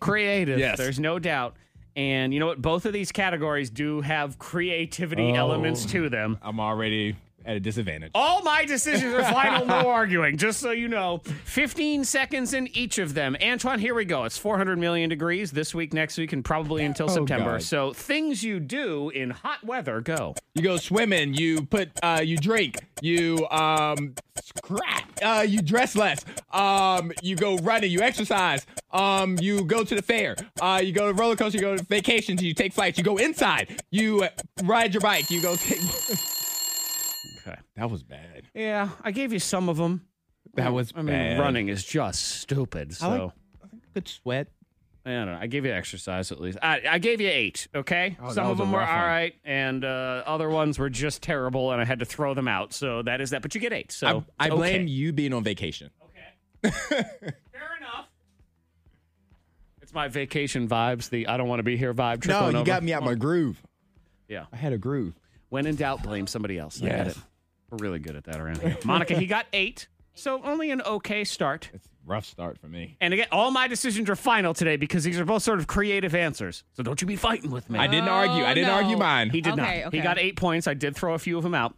[SPEAKER 1] creative.
[SPEAKER 6] Yes.
[SPEAKER 1] There's no doubt.
[SPEAKER 6] Oh.
[SPEAKER 1] And you know what? Both of these categories do have creativity elements to them.
[SPEAKER 6] I'm already at a disadvantage.
[SPEAKER 1] All my decisions are final,
[SPEAKER 6] *laughs*
[SPEAKER 1] no arguing, just so you know. 15 seconds in each of them. Antoine, here we go. It's 400 million degrees this week, next week, and probably until September.
[SPEAKER 6] Oh, God.
[SPEAKER 1] So, things you do in hot weather go.
[SPEAKER 6] You go swimming. You put. Uh, you drink. You um scrap. Uh, you dress less. Um, you go running. You exercise. Um, you go to the fair. Uh, you go to roller coaster. You go to vacations. You take flights. You go inside. You uh, ride your bike. You go. *laughs* Take-
[SPEAKER 1] Okay.
[SPEAKER 6] that was bad.
[SPEAKER 1] Yeah, I gave you some of them.
[SPEAKER 6] That was
[SPEAKER 1] I mean,
[SPEAKER 6] bad.
[SPEAKER 1] running is just stupid. So, I,
[SPEAKER 6] like- Good sweat.
[SPEAKER 1] don't know. I gave you exercise at least. I, I gave you eight, okay?
[SPEAKER 6] Oh,
[SPEAKER 1] some
[SPEAKER 6] that
[SPEAKER 1] of
[SPEAKER 6] was a
[SPEAKER 1] them were
[SPEAKER 6] rough
[SPEAKER 1] all
[SPEAKER 6] one.
[SPEAKER 1] right, and uh, other ones were just terrible, and I had to throw them out. So, that is that. But you get eight. So,
[SPEAKER 6] I, I
[SPEAKER 1] it's
[SPEAKER 6] blame
[SPEAKER 1] okay.
[SPEAKER 6] you being on vacation. *laughs*
[SPEAKER 1] Fair enough. It's my vacation vibes, the I don't want to be here vibe. Trip
[SPEAKER 6] no,
[SPEAKER 1] on
[SPEAKER 6] you
[SPEAKER 1] over.
[SPEAKER 6] got me out my groove.
[SPEAKER 1] Yeah.
[SPEAKER 6] I had a groove.
[SPEAKER 1] When in doubt, blame somebody else. I get
[SPEAKER 6] Yes.
[SPEAKER 1] it. We're really good at that around here. Monica, he got eight. So only an okay start.
[SPEAKER 6] It's a rough start for me.
[SPEAKER 1] And again, all my decisions are final today because these are both sort of creative answers. So don't you be fighting with me.
[SPEAKER 6] I didn't argue. I didn't
[SPEAKER 5] no.
[SPEAKER 6] argue mine.
[SPEAKER 1] He did
[SPEAKER 5] Okay,
[SPEAKER 1] not.
[SPEAKER 5] okay. Ah.
[SPEAKER 1] He got eight points. I did throw a few of them out.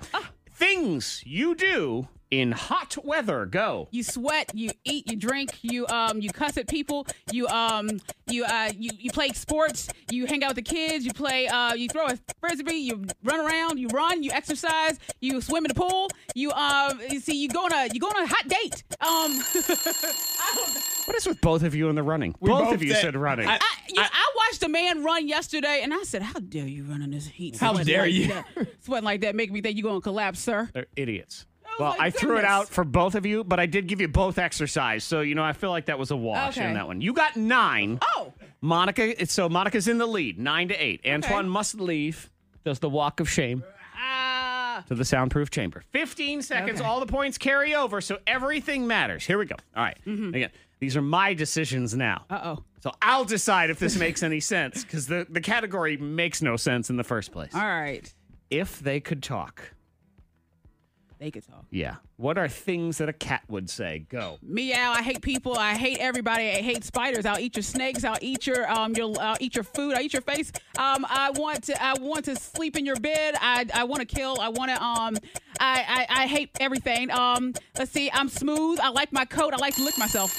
[SPEAKER 1] Things you do in hot weather. Go.
[SPEAKER 5] You sweat, you eat, you drink, you um, you cuss at people, you um, you uh, you, you play sports, you hang out with the kids, you play, uh, you throw a frisbee, you run around, you run, you exercise, you swim in the pool, you um, you see, you go on a you go on a hot date. Um, I, don't,
[SPEAKER 1] What is with both of you in the running? both,
[SPEAKER 6] both
[SPEAKER 1] of you
[SPEAKER 6] said-
[SPEAKER 1] said running.
[SPEAKER 6] I-
[SPEAKER 5] I, you, I, watched a man run yesterday, and I said, "How dare you run in this heat?
[SPEAKER 6] How
[SPEAKER 5] sweating
[SPEAKER 6] dare
[SPEAKER 5] like
[SPEAKER 6] you." *laughs*
[SPEAKER 5] that, sweating like that? Make me think you're gonna collapse, sir."
[SPEAKER 1] They're idiots.
[SPEAKER 5] Oh,
[SPEAKER 1] well,
[SPEAKER 5] my
[SPEAKER 1] I threw it
[SPEAKER 5] goodness.
[SPEAKER 1] out for both of you, but I did give you both exercise. So, you know, I feel like that was a wash
[SPEAKER 5] Okay.
[SPEAKER 1] in that one. You got nine.
[SPEAKER 5] Oh,
[SPEAKER 1] Monica, it's- so Monica's in the lead, nine to eight. Antoine
[SPEAKER 5] Okay.
[SPEAKER 1] must leave, does the walk of shame
[SPEAKER 5] ah,
[SPEAKER 1] to the soundproof chamber. 15 seconds,
[SPEAKER 5] Okay.
[SPEAKER 1] all the points carry over, so everything matters. Here we go. All right.
[SPEAKER 5] Mm-hmm.
[SPEAKER 1] Again, these are my decisions now.
[SPEAKER 5] uh oh.
[SPEAKER 1] So I'll decide if this makes any sense because the, the category makes no sense in the first place.
[SPEAKER 5] All right,
[SPEAKER 1] If they could talk.
[SPEAKER 5] they could talk.
[SPEAKER 1] Yeah. What are things that a cat would say? Go.
[SPEAKER 5] Meow! I hate people. I hate everybody. I hate spiders. I'll eat your snakes. I'll eat your um your I'll eat your food. I'll eat your face. Um, I want to I want to sleep in your bed. I I want to kill. I want to um I, I I hate everything. Um, let's see. I'm smooth. I like my coat. I like to lick myself.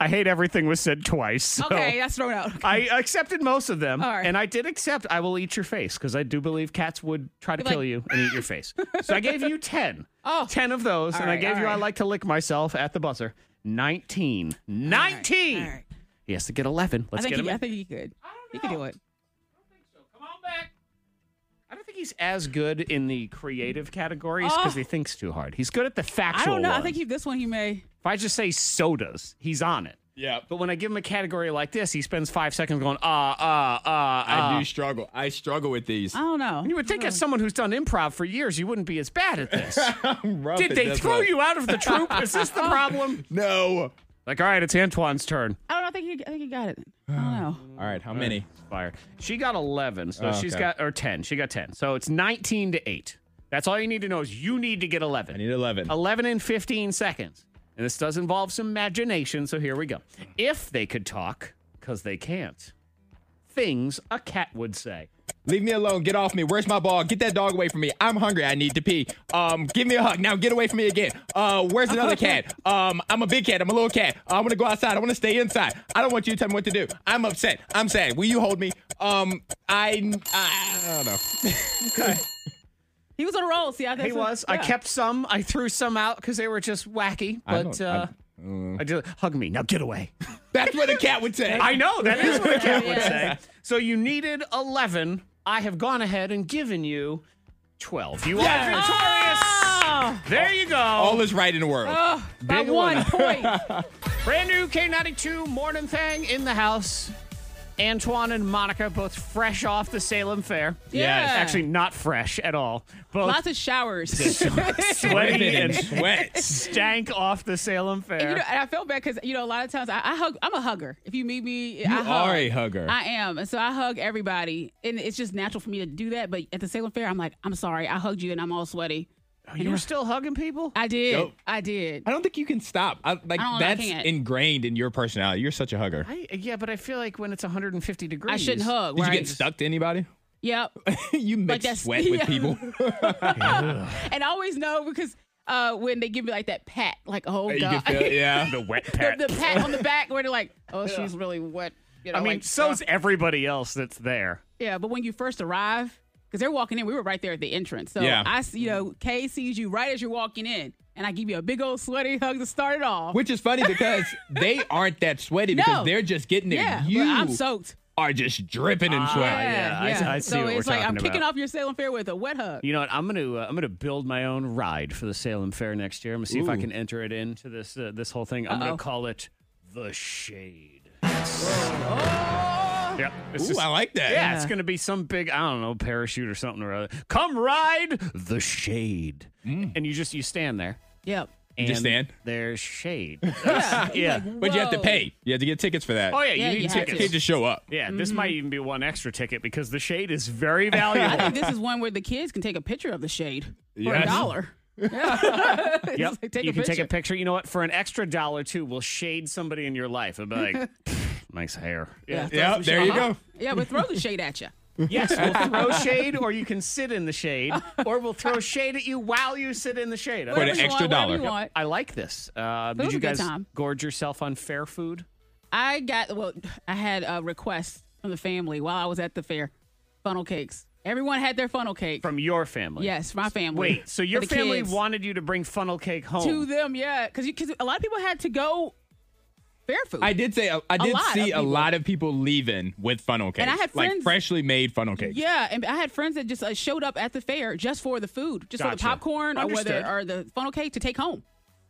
[SPEAKER 1] I hate everything was said twice. so
[SPEAKER 5] Okay, that's thrown out.
[SPEAKER 1] I accepted most of them.
[SPEAKER 5] All right.
[SPEAKER 1] And I did accept I will eat your face because I do believe cats would try to
[SPEAKER 5] Be like-
[SPEAKER 1] kill you and eat your face. So I gave you 10.
[SPEAKER 5] *laughs* Oh.
[SPEAKER 1] 10 of those.
[SPEAKER 5] All
[SPEAKER 1] and I
[SPEAKER 5] right,
[SPEAKER 1] gave
[SPEAKER 5] all
[SPEAKER 1] you I
[SPEAKER 5] right.
[SPEAKER 1] like to lick myself at the buzzer. 19. 19.
[SPEAKER 5] All right, all right.
[SPEAKER 1] He has to get 11.
[SPEAKER 5] I
[SPEAKER 1] Let's
[SPEAKER 5] think
[SPEAKER 1] get him.
[SPEAKER 5] he, I
[SPEAKER 1] in.
[SPEAKER 5] think he could. He could do it.
[SPEAKER 1] Come on back. I don't think he's as good in the creative categories because
[SPEAKER 5] Oh.
[SPEAKER 1] he thinks too hard. He's good at the factual.
[SPEAKER 5] I don't know. I
[SPEAKER 1] ones.
[SPEAKER 5] think he, this one he may.
[SPEAKER 1] If I just say sodas, he's on it.
[SPEAKER 6] Yeah.
[SPEAKER 1] But when I give him a category like this, he spends five seconds going, ah, ah, ah, ah.
[SPEAKER 6] I do struggle. I struggle with these.
[SPEAKER 5] I don't know.
[SPEAKER 1] And you would think as someone who's done improv for years, you wouldn't be as bad at
[SPEAKER 5] *laughs*
[SPEAKER 1] this.
[SPEAKER 6] I'm rough
[SPEAKER 1] Did
[SPEAKER 6] at
[SPEAKER 1] they
[SPEAKER 6] this
[SPEAKER 1] throw
[SPEAKER 6] one.
[SPEAKER 1] you out of the troop? Is this the problem?
[SPEAKER 6] No.
[SPEAKER 1] Like, all right, it's Antoine's turn.
[SPEAKER 5] I don't know. I think he, I think he got it. I don't
[SPEAKER 1] *sighs*
[SPEAKER 5] know.
[SPEAKER 6] All right, how many?
[SPEAKER 1] Fire. She got 11, so
[SPEAKER 6] Oh,
[SPEAKER 1] she's
[SPEAKER 6] okay.
[SPEAKER 1] got, or 10. She got 10. So it's 19 to 8. That's all you need to know is you need to get 11.
[SPEAKER 6] I need 11.
[SPEAKER 1] 11 in 15 seconds. And this does involve some imagination, so here we go. If they could talk, because they can't, things a cat would say.
[SPEAKER 6] Leave me alone. Get off me. Where's my ball? Get that dog away from me. I'm hungry. I need to pee. Um, give me a hug. Now get away from me again. Uh,
[SPEAKER 5] *laughs*
[SPEAKER 6] where's another cat? Um, I'm a big cat. I'm a little cat. I want to go outside. I want to stay inside. I don't want you to tell me what to do. I'm upset. I'm sad. Will you hold me? Um, I I, I don't know.
[SPEAKER 5] He was on a roll. See, I think
[SPEAKER 1] He was. I kept some. I threw some out because they were just wacky.
[SPEAKER 6] I
[SPEAKER 1] But
[SPEAKER 6] don't- I-
[SPEAKER 1] uh, I just hug me now. Get away.
[SPEAKER 6] *laughs* That's what a cat would say.
[SPEAKER 1] *laughs* I know that is what a cat would say.
[SPEAKER 5] Yes.
[SPEAKER 1] So you needed eleven. I have gone ahead and given you twelve. You are
[SPEAKER 6] Yes.
[SPEAKER 1] victorious. Ah! There you go.
[SPEAKER 6] All is right in the world.
[SPEAKER 5] Oh! By
[SPEAKER 1] Big
[SPEAKER 5] one
[SPEAKER 1] *laughs*
[SPEAKER 5] point.
[SPEAKER 1] Brand new K92 morning thing in the house. Antoine and Monica both fresh off the Salem Fair.
[SPEAKER 5] Yeah.
[SPEAKER 1] Actually, not fresh at all. Both
[SPEAKER 5] Lots of *laughs* showers.
[SPEAKER 1] *laughs* sweaty
[SPEAKER 6] and
[SPEAKER 1] and
[SPEAKER 6] sweat.
[SPEAKER 1] stank off the Salem Fair.
[SPEAKER 5] You know, and I felt bad because you know a lot of times I, I hug. I'm a hugger. If you meet me, I hug.
[SPEAKER 6] are a hugger.
[SPEAKER 5] Uh-huh. I am, and so I hug everybody, and it's just natural for me to do that. But at the Salem Fair, I'm like, I'm sorry, I hugged you, and I'm all sweaty.
[SPEAKER 1] you were still hugging people?
[SPEAKER 5] I did,
[SPEAKER 6] Nope.
[SPEAKER 5] I did.
[SPEAKER 6] I don't think you can stop. I, like
[SPEAKER 5] I don't- I
[SPEAKER 6] that's
[SPEAKER 5] can't.
[SPEAKER 6] ingrained in your personality. You're such a hugger.
[SPEAKER 1] I, yeah, but I feel like when it's 150 degrees,
[SPEAKER 5] I shouldn't hug.
[SPEAKER 6] Did you
[SPEAKER 5] right?
[SPEAKER 6] get stuck to anybody?
[SPEAKER 5] Yep.
[SPEAKER 6] *laughs* you make
[SPEAKER 5] that's- *laughs*
[SPEAKER 6] sweat
[SPEAKER 5] yeah. Oh,
[SPEAKER 6] with people.
[SPEAKER 5] and I always know because uh, when they give me like that pat, like oh
[SPEAKER 6] You can
[SPEAKER 5] god,
[SPEAKER 6] feel- yeah.
[SPEAKER 1] The wet
[SPEAKER 5] *laughs* the,
[SPEAKER 1] pet.
[SPEAKER 5] the pat
[SPEAKER 6] *laughs*
[SPEAKER 5] on the back where they're like, oh she's really wet. You know,
[SPEAKER 1] I mean,
[SPEAKER 5] like,
[SPEAKER 1] so's everybody else that's there.
[SPEAKER 5] Yeah, but when you first arrive, because they're walking in, we were right there at the entrance. So
[SPEAKER 6] Yeah.
[SPEAKER 5] I see, you know, Kay sees you right as you're walking in, and I give you a big old sweaty hug to start it off.
[SPEAKER 6] Which is funny because they aren't that sweaty because
[SPEAKER 5] No.
[SPEAKER 6] they're just getting there.
[SPEAKER 5] yeah, but
[SPEAKER 6] you Oh,
[SPEAKER 5] I'm Ah, soaked.
[SPEAKER 6] are just dripping in sweat.
[SPEAKER 1] yeah, I- I see
[SPEAKER 5] so
[SPEAKER 1] what we're
[SPEAKER 5] it's like I'm
[SPEAKER 1] talking
[SPEAKER 5] kicking
[SPEAKER 1] about.
[SPEAKER 5] off your sailing fair with a
[SPEAKER 1] *laughs*
[SPEAKER 5] wet hug.
[SPEAKER 1] You know what? I'm gonna uh, I'm gonna build my own ride for the Salem Fair next year. I'm gonna see if I
[SPEAKER 6] Ooh.
[SPEAKER 1] can enter it into this uh, this whole thing. I'm
[SPEAKER 5] Uh-oh.
[SPEAKER 1] gonna call it the Shade. Yep. It's
[SPEAKER 6] Ooh,
[SPEAKER 1] just-
[SPEAKER 6] I like that.
[SPEAKER 1] yeah, it's
[SPEAKER 5] Yeah.
[SPEAKER 1] gonna be some big I don't know parachute or something or other. Come ride the Shade, and you just you stand there.
[SPEAKER 5] Yep.
[SPEAKER 1] And
[SPEAKER 6] just stand?
[SPEAKER 1] There's shade.
[SPEAKER 5] Yeah.
[SPEAKER 1] Yeah.
[SPEAKER 6] But you have to
[SPEAKER 5] Whoa.
[SPEAKER 6] pay. You have to get tickets for that.
[SPEAKER 1] Oh yeah, you
[SPEAKER 5] Yeah,
[SPEAKER 1] need
[SPEAKER 5] you have
[SPEAKER 1] tickets.
[SPEAKER 6] You can't just show up.
[SPEAKER 1] Yeah, this might even be one extra ticket because the shade is very
[SPEAKER 5] I
[SPEAKER 1] valuable.
[SPEAKER 5] think this is one where the kids can take a picture of the shade for
[SPEAKER 6] Yes.
[SPEAKER 5] a dollar.
[SPEAKER 1] Yep.
[SPEAKER 5] It's like, take
[SPEAKER 1] you
[SPEAKER 5] a
[SPEAKER 1] can take a
[SPEAKER 5] picture.
[SPEAKER 1] picture. You know what? For an extra dollar too, we'll shade somebody in your life and be
[SPEAKER 5] *laughs*
[SPEAKER 1] like, nice hair. Yeah.
[SPEAKER 5] throw
[SPEAKER 6] Yeah,
[SPEAKER 5] some
[SPEAKER 6] there
[SPEAKER 5] shade-
[SPEAKER 6] you go.
[SPEAKER 5] Yeah, but throw the shade at you.
[SPEAKER 1] yes,
[SPEAKER 5] *laughs*
[SPEAKER 1] we'll throw shade, or you can sit in the shade, or we'll throw shade at you while you sit in the shade. I
[SPEAKER 6] For
[SPEAKER 1] like
[SPEAKER 6] an
[SPEAKER 5] Whatever
[SPEAKER 1] this.
[SPEAKER 5] you
[SPEAKER 6] extra
[SPEAKER 5] want, whatever
[SPEAKER 6] dollar.
[SPEAKER 5] you want.
[SPEAKER 1] I like this. Uh, did
[SPEAKER 5] was
[SPEAKER 1] you
[SPEAKER 5] a good
[SPEAKER 1] guys
[SPEAKER 5] time.
[SPEAKER 1] gorge yourself on fair food?
[SPEAKER 5] I got well. I had a request from the family while I was at the fair. Funnel cakes. Everyone had their funnel cake.
[SPEAKER 1] From your family?
[SPEAKER 5] yes, my family.
[SPEAKER 1] Wait, so
[SPEAKER 5] For
[SPEAKER 1] your
[SPEAKER 5] the
[SPEAKER 1] family
[SPEAKER 5] kids.
[SPEAKER 1] wanted you to bring funnel cake home?
[SPEAKER 5] to them, yeah, because because a lot of people had to go fair food.
[SPEAKER 6] I did say uh, I did
[SPEAKER 5] lot of
[SPEAKER 6] see a
[SPEAKER 5] people.
[SPEAKER 6] lot of people leaving with funnel cakes,
[SPEAKER 5] And I had
[SPEAKER 6] like
[SPEAKER 5] friends-
[SPEAKER 6] freshly made funnel cakes.
[SPEAKER 5] yeah, and I had friends that just uh, showed up at the fair just for the food, just for the
[SPEAKER 1] Gotcha.
[SPEAKER 5] popcorn or
[SPEAKER 1] Understood.
[SPEAKER 5] whether or the funnel cake to take home.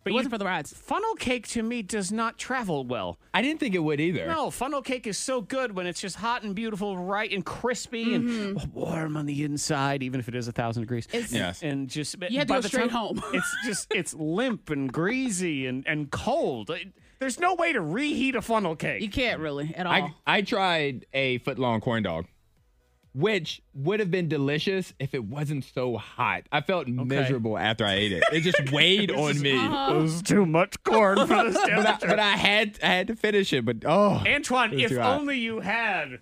[SPEAKER 5] But it
[SPEAKER 1] you-
[SPEAKER 5] wasn't for the rides.
[SPEAKER 1] Funnel cake to me does not travel well.
[SPEAKER 6] I didn't think it would either.
[SPEAKER 1] No, funnel cake is so good when it's just hot and beautiful, right and crispy and warm on the inside, even if it is a thousand degrees.
[SPEAKER 5] Mm-hmm. It's-
[SPEAKER 6] Yes.
[SPEAKER 1] And just
[SPEAKER 5] You had to
[SPEAKER 1] by
[SPEAKER 5] go
[SPEAKER 1] the
[SPEAKER 5] straight
[SPEAKER 1] time-
[SPEAKER 5] home.
[SPEAKER 1] *laughs* it's just it's limp and greasy and and cold. It- There's no way to reheat a funnel cake.
[SPEAKER 5] You can't really at all.
[SPEAKER 6] I I tried a foot long corn dog, which would have been delicious if it wasn't so hot. I felt miserable after I ate it.
[SPEAKER 5] *laughs*
[SPEAKER 6] It just weighed on me.
[SPEAKER 1] There's too much corn for this
[SPEAKER 6] *laughs* But, I,
[SPEAKER 1] temperature.
[SPEAKER 6] but I had I had to finish it. But oh,
[SPEAKER 1] Antoine,
[SPEAKER 6] It was
[SPEAKER 1] if
[SPEAKER 6] too hot.
[SPEAKER 1] only you had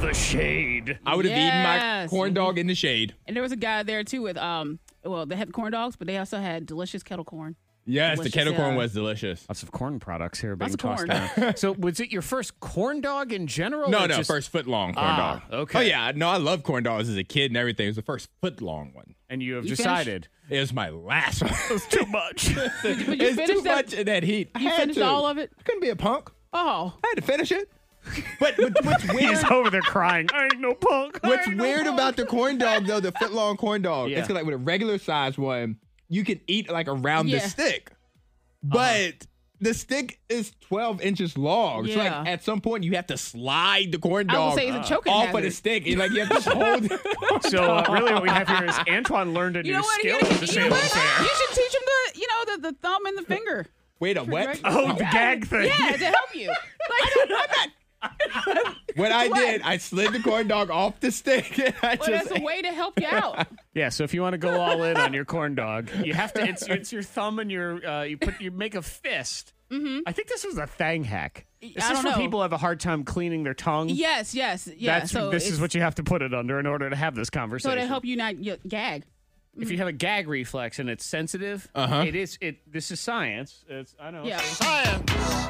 [SPEAKER 1] the shade.
[SPEAKER 6] I would have eaten my
[SPEAKER 5] Yes.
[SPEAKER 6] corn dog in the shade.
[SPEAKER 5] and there was a guy there too with um. Well, they had corn dogs, but they also had delicious kettle corn.
[SPEAKER 6] Yes,
[SPEAKER 5] Delicious,
[SPEAKER 6] the kettle corn
[SPEAKER 5] yeah.
[SPEAKER 6] was delicious.
[SPEAKER 1] Lots of corn products here being
[SPEAKER 5] of
[SPEAKER 1] tossed
[SPEAKER 5] corn.
[SPEAKER 1] around. *laughs* so, was it your first corn dog in general?
[SPEAKER 6] No,
[SPEAKER 1] or
[SPEAKER 6] no,
[SPEAKER 1] just-
[SPEAKER 6] first foot long corn
[SPEAKER 1] Ah,
[SPEAKER 6] dog.
[SPEAKER 1] okay.
[SPEAKER 6] Oh yeah, no, I love corn dogs as a kid and everything. It was the first foot long one.
[SPEAKER 1] And you have
[SPEAKER 5] You finished?
[SPEAKER 1] decided
[SPEAKER 6] It was my last one.
[SPEAKER 1] too much.
[SPEAKER 5] *laughs* But you
[SPEAKER 6] it's too
[SPEAKER 5] finished that.
[SPEAKER 6] much in that heat. I
[SPEAKER 5] you
[SPEAKER 6] had
[SPEAKER 5] finished
[SPEAKER 6] to.
[SPEAKER 5] all of it?
[SPEAKER 6] I couldn't be a punk.
[SPEAKER 5] Oh,
[SPEAKER 6] I had to finish it. But what- what's
[SPEAKER 5] *laughs*
[SPEAKER 6] weird?
[SPEAKER 1] He's over there crying. I ain't no punk. I
[SPEAKER 6] What's
[SPEAKER 1] ain't no
[SPEAKER 6] weird
[SPEAKER 1] punk."
[SPEAKER 6] about the corn dog though, the foot long corn dog,
[SPEAKER 1] Yeah.
[SPEAKER 6] it's like with a regular size one, you can eat like around
[SPEAKER 5] Yeah.
[SPEAKER 6] the stick. But the stick is 12 inches long. So
[SPEAKER 5] Yeah.
[SPEAKER 6] like at some point you have to slide the corn
[SPEAKER 5] I was
[SPEAKER 6] dog
[SPEAKER 5] gonna say it's a choking
[SPEAKER 6] off of
[SPEAKER 5] hazard.
[SPEAKER 6] the stick. And like you have to just
[SPEAKER 5] *laughs*
[SPEAKER 6] hold it.
[SPEAKER 1] So uh, really, what we have here *laughs* is Antoine learned a new
[SPEAKER 5] you know what? You,
[SPEAKER 1] skill
[SPEAKER 5] you,
[SPEAKER 1] at the
[SPEAKER 5] know
[SPEAKER 1] Salem
[SPEAKER 5] what? *laughs*
[SPEAKER 1] Fair.
[SPEAKER 5] you should teach him the you know the, the thumb and the finger.
[SPEAKER 6] Wait a what?
[SPEAKER 1] Oh, the gag thing.
[SPEAKER 5] Yeah, to
[SPEAKER 1] *laughs*
[SPEAKER 5] help you. Like,
[SPEAKER 6] Oh,
[SPEAKER 5] *laughs*
[SPEAKER 6] What I did, I slid the corn dog off the stick *laughs* and I
[SPEAKER 5] well,
[SPEAKER 6] just
[SPEAKER 5] that's a way to help you out.
[SPEAKER 1] *laughs* Yeah, So if you want to go all in on your corn dog, you have to. It's it's your thumb and your uh, you put you make a fist. Mm-hmm. I think this was a thang hack. This
[SPEAKER 5] I
[SPEAKER 1] is
[SPEAKER 5] don't
[SPEAKER 1] where
[SPEAKER 5] know.
[SPEAKER 1] people have a hard time cleaning their tongue.
[SPEAKER 5] Yes, yes, yeah.
[SPEAKER 1] That's
[SPEAKER 5] so
[SPEAKER 1] this is
[SPEAKER 5] it's-
[SPEAKER 1] what you have to put it under in order to have this
[SPEAKER 5] so
[SPEAKER 1] conversation.
[SPEAKER 5] to help you not y- gag.
[SPEAKER 1] if you have a gag reflex and it's sensitive,
[SPEAKER 6] Uh-huh.
[SPEAKER 1] it is it. This is science. It's I know.
[SPEAKER 5] Yeah.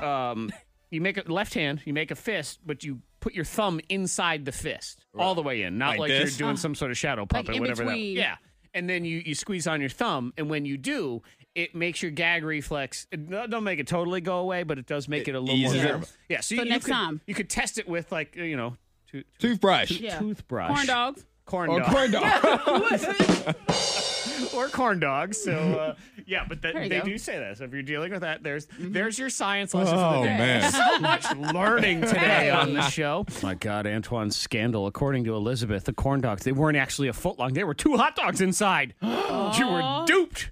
[SPEAKER 1] Um, you make a left hand, you make a fist, but you put your thumb inside the fist, all the way in, not
[SPEAKER 6] Like
[SPEAKER 1] like,
[SPEAKER 6] this?
[SPEAKER 1] you're doing some sort of shadow puppet,
[SPEAKER 5] in
[SPEAKER 1] whatever
[SPEAKER 5] between.
[SPEAKER 1] that. Yeah, and then you you squeeze on your thumb, and when you do, it makes your gag reflex. It no- don't make it totally go away, but it does make it, a little more
[SPEAKER 6] eases it.
[SPEAKER 1] bearable. Yeah. So,
[SPEAKER 5] So
[SPEAKER 1] you,
[SPEAKER 5] next
[SPEAKER 1] you could,
[SPEAKER 5] time.
[SPEAKER 1] you could test it with like you know, to,
[SPEAKER 6] toothbrush.
[SPEAKER 5] Yeah.
[SPEAKER 1] toothbrush,
[SPEAKER 5] Corn dogs.
[SPEAKER 1] corn
[SPEAKER 6] Or
[SPEAKER 1] dog,
[SPEAKER 5] *laughs*
[SPEAKER 6] corn dog.
[SPEAKER 1] or corn dogs. So uh, yeah, but that,
[SPEAKER 5] There
[SPEAKER 1] they
[SPEAKER 5] you go. Mm-hmm.
[SPEAKER 1] do say that. So if you're dealing with that, there's there's your science lesson for the
[SPEAKER 6] Oh
[SPEAKER 1] day.
[SPEAKER 6] man.
[SPEAKER 1] so much learning today on the show. My God, Antoine's scandal. According to Elizabeth, the corn dogs, they weren't actually a foot long. They were two hot dogs *gasps* inside. you were duped.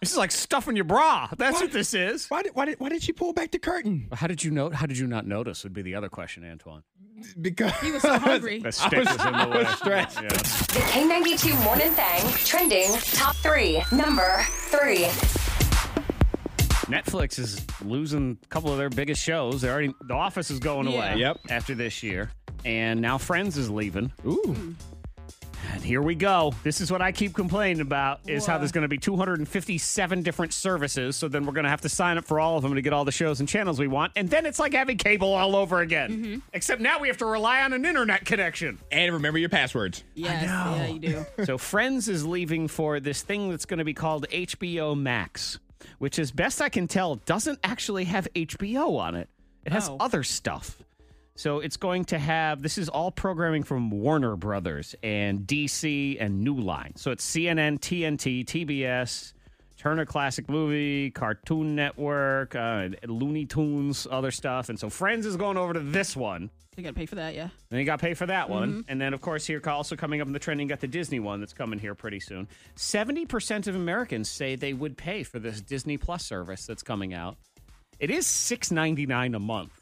[SPEAKER 1] This is like stuffing your bra. That's what this is.
[SPEAKER 6] Why did, why did why did she pull back the curtain?
[SPEAKER 1] How did you know? How did you not notice? Would be the other question, Antoine.
[SPEAKER 6] Because
[SPEAKER 1] *laughs*
[SPEAKER 5] He was so hungry.
[SPEAKER 1] That stick was in the way.
[SPEAKER 6] stressed.
[SPEAKER 2] The K92 Morning Thing trending top three. Number three.
[SPEAKER 1] Netflix is losing a couple of their biggest shows. They already The Office is going
[SPEAKER 5] Yeah.
[SPEAKER 1] away.
[SPEAKER 6] Yep.
[SPEAKER 1] After this year, and now Friends is leaving.
[SPEAKER 5] Hmm.
[SPEAKER 6] Ooh.
[SPEAKER 1] And here we go. This is what I keep complaining about is how
[SPEAKER 5] What?
[SPEAKER 1] there's going to be 257 different services. So then we're going to have to sign up for all of them to get all the shows and channels we want. And then it's like having cable all over again. Except now we have to rely on an internet connection.
[SPEAKER 6] And remember your passwords.
[SPEAKER 5] Yes, yeah, you do.
[SPEAKER 1] so Friends is leaving for this thing that's going to be called HBO Max, which as best I can tell doesn't actually have HBO on it. It has
[SPEAKER 5] Oh.
[SPEAKER 1] other stuff. So it's going to have this is all programming from Warner Brothers and DC and New Line. So it's CNN, TNT, TBS, Turner Classic Movie, Cartoon Network, uh, Looney Tunes, other stuff. And so Friends is going over to this one.
[SPEAKER 5] You gotta pay for that, yeah.
[SPEAKER 1] Then you got to pay for that one. And then, of course, here also coming up in the trending, you got the Disney one that's coming here pretty soon. 70% of Americans say they would pay for this Disney Plus service that's coming out. It is $6.99 a month.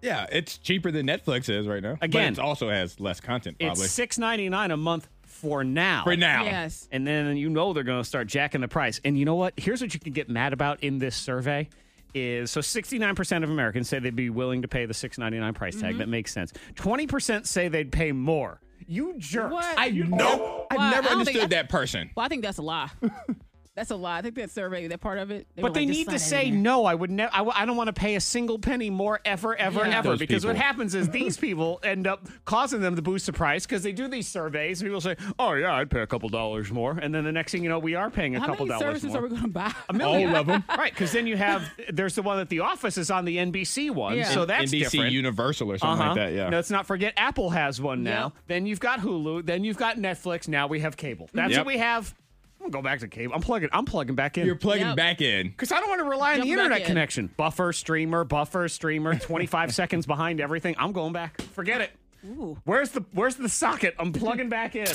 [SPEAKER 6] Yeah, it's cheaper than Netflix is right now.
[SPEAKER 1] Again.
[SPEAKER 6] But it also has less content, probably.
[SPEAKER 1] It's $6.99 a month for now.
[SPEAKER 6] For now.
[SPEAKER 5] Yes.
[SPEAKER 1] And then you know they're going to start jacking the price. And you know what? Here's what you can get mad about in this survey is so 69% of Americans say they'd be willing to pay the 6.99 price tag. That makes sense. 20% say they'd pay more. You jerks.
[SPEAKER 5] What?
[SPEAKER 6] I know. I've
[SPEAKER 5] Why? I
[SPEAKER 6] never
[SPEAKER 5] don't think
[SPEAKER 6] understood
[SPEAKER 5] that's-
[SPEAKER 6] that person.
[SPEAKER 5] Well, I think that's a lie. that's a lie. I think that survey, that part of it.
[SPEAKER 1] But they need to say no. I would never. I, w- I don't want to pay a single penny more ever, ever,
[SPEAKER 5] Yeah.
[SPEAKER 1] ever.
[SPEAKER 6] Those
[SPEAKER 1] because what
[SPEAKER 6] people.
[SPEAKER 1] happens is
[SPEAKER 6] *laughs*
[SPEAKER 1] these people end up causing them to boost the price because they do these surveys. And people say, "Oh yeah, I'd pay a couple dollars more," and then the next thing you know, we are paying a
[SPEAKER 5] How
[SPEAKER 1] couple
[SPEAKER 5] many
[SPEAKER 1] dollars
[SPEAKER 5] services
[SPEAKER 1] more.
[SPEAKER 5] are we gonna buy?
[SPEAKER 6] All of them.
[SPEAKER 1] right? Because then you have there's the one that The Office is on the NBC one,
[SPEAKER 5] Yeah.
[SPEAKER 1] so that's
[SPEAKER 6] NBC
[SPEAKER 1] different.
[SPEAKER 6] Universal or something
[SPEAKER 1] Uh-huh.
[SPEAKER 6] like that. Yeah.
[SPEAKER 1] Let's not forget Apple has one
[SPEAKER 5] Yeah.
[SPEAKER 1] now. Then you've got Hulu. Then you've got Netflix. Now we have cable. That's
[SPEAKER 6] Yep.
[SPEAKER 1] what we have. I'm gonna go back to cable. I'm plugging. I'm plugging back in.
[SPEAKER 6] You're plugging
[SPEAKER 5] Yep. Mm-hmm.
[SPEAKER 6] back in.
[SPEAKER 1] Because I don't want to rely on the
[SPEAKER 5] Jump back
[SPEAKER 1] internet
[SPEAKER 5] in.
[SPEAKER 1] connection. Buffer, streamer, buffer, streamer, 25 *laughs* seconds behind everything. I'm going back. Forget it.
[SPEAKER 5] Ooh.
[SPEAKER 1] Where's the where's the socket? I'm
[SPEAKER 5] *laughs*
[SPEAKER 1] plugging back in.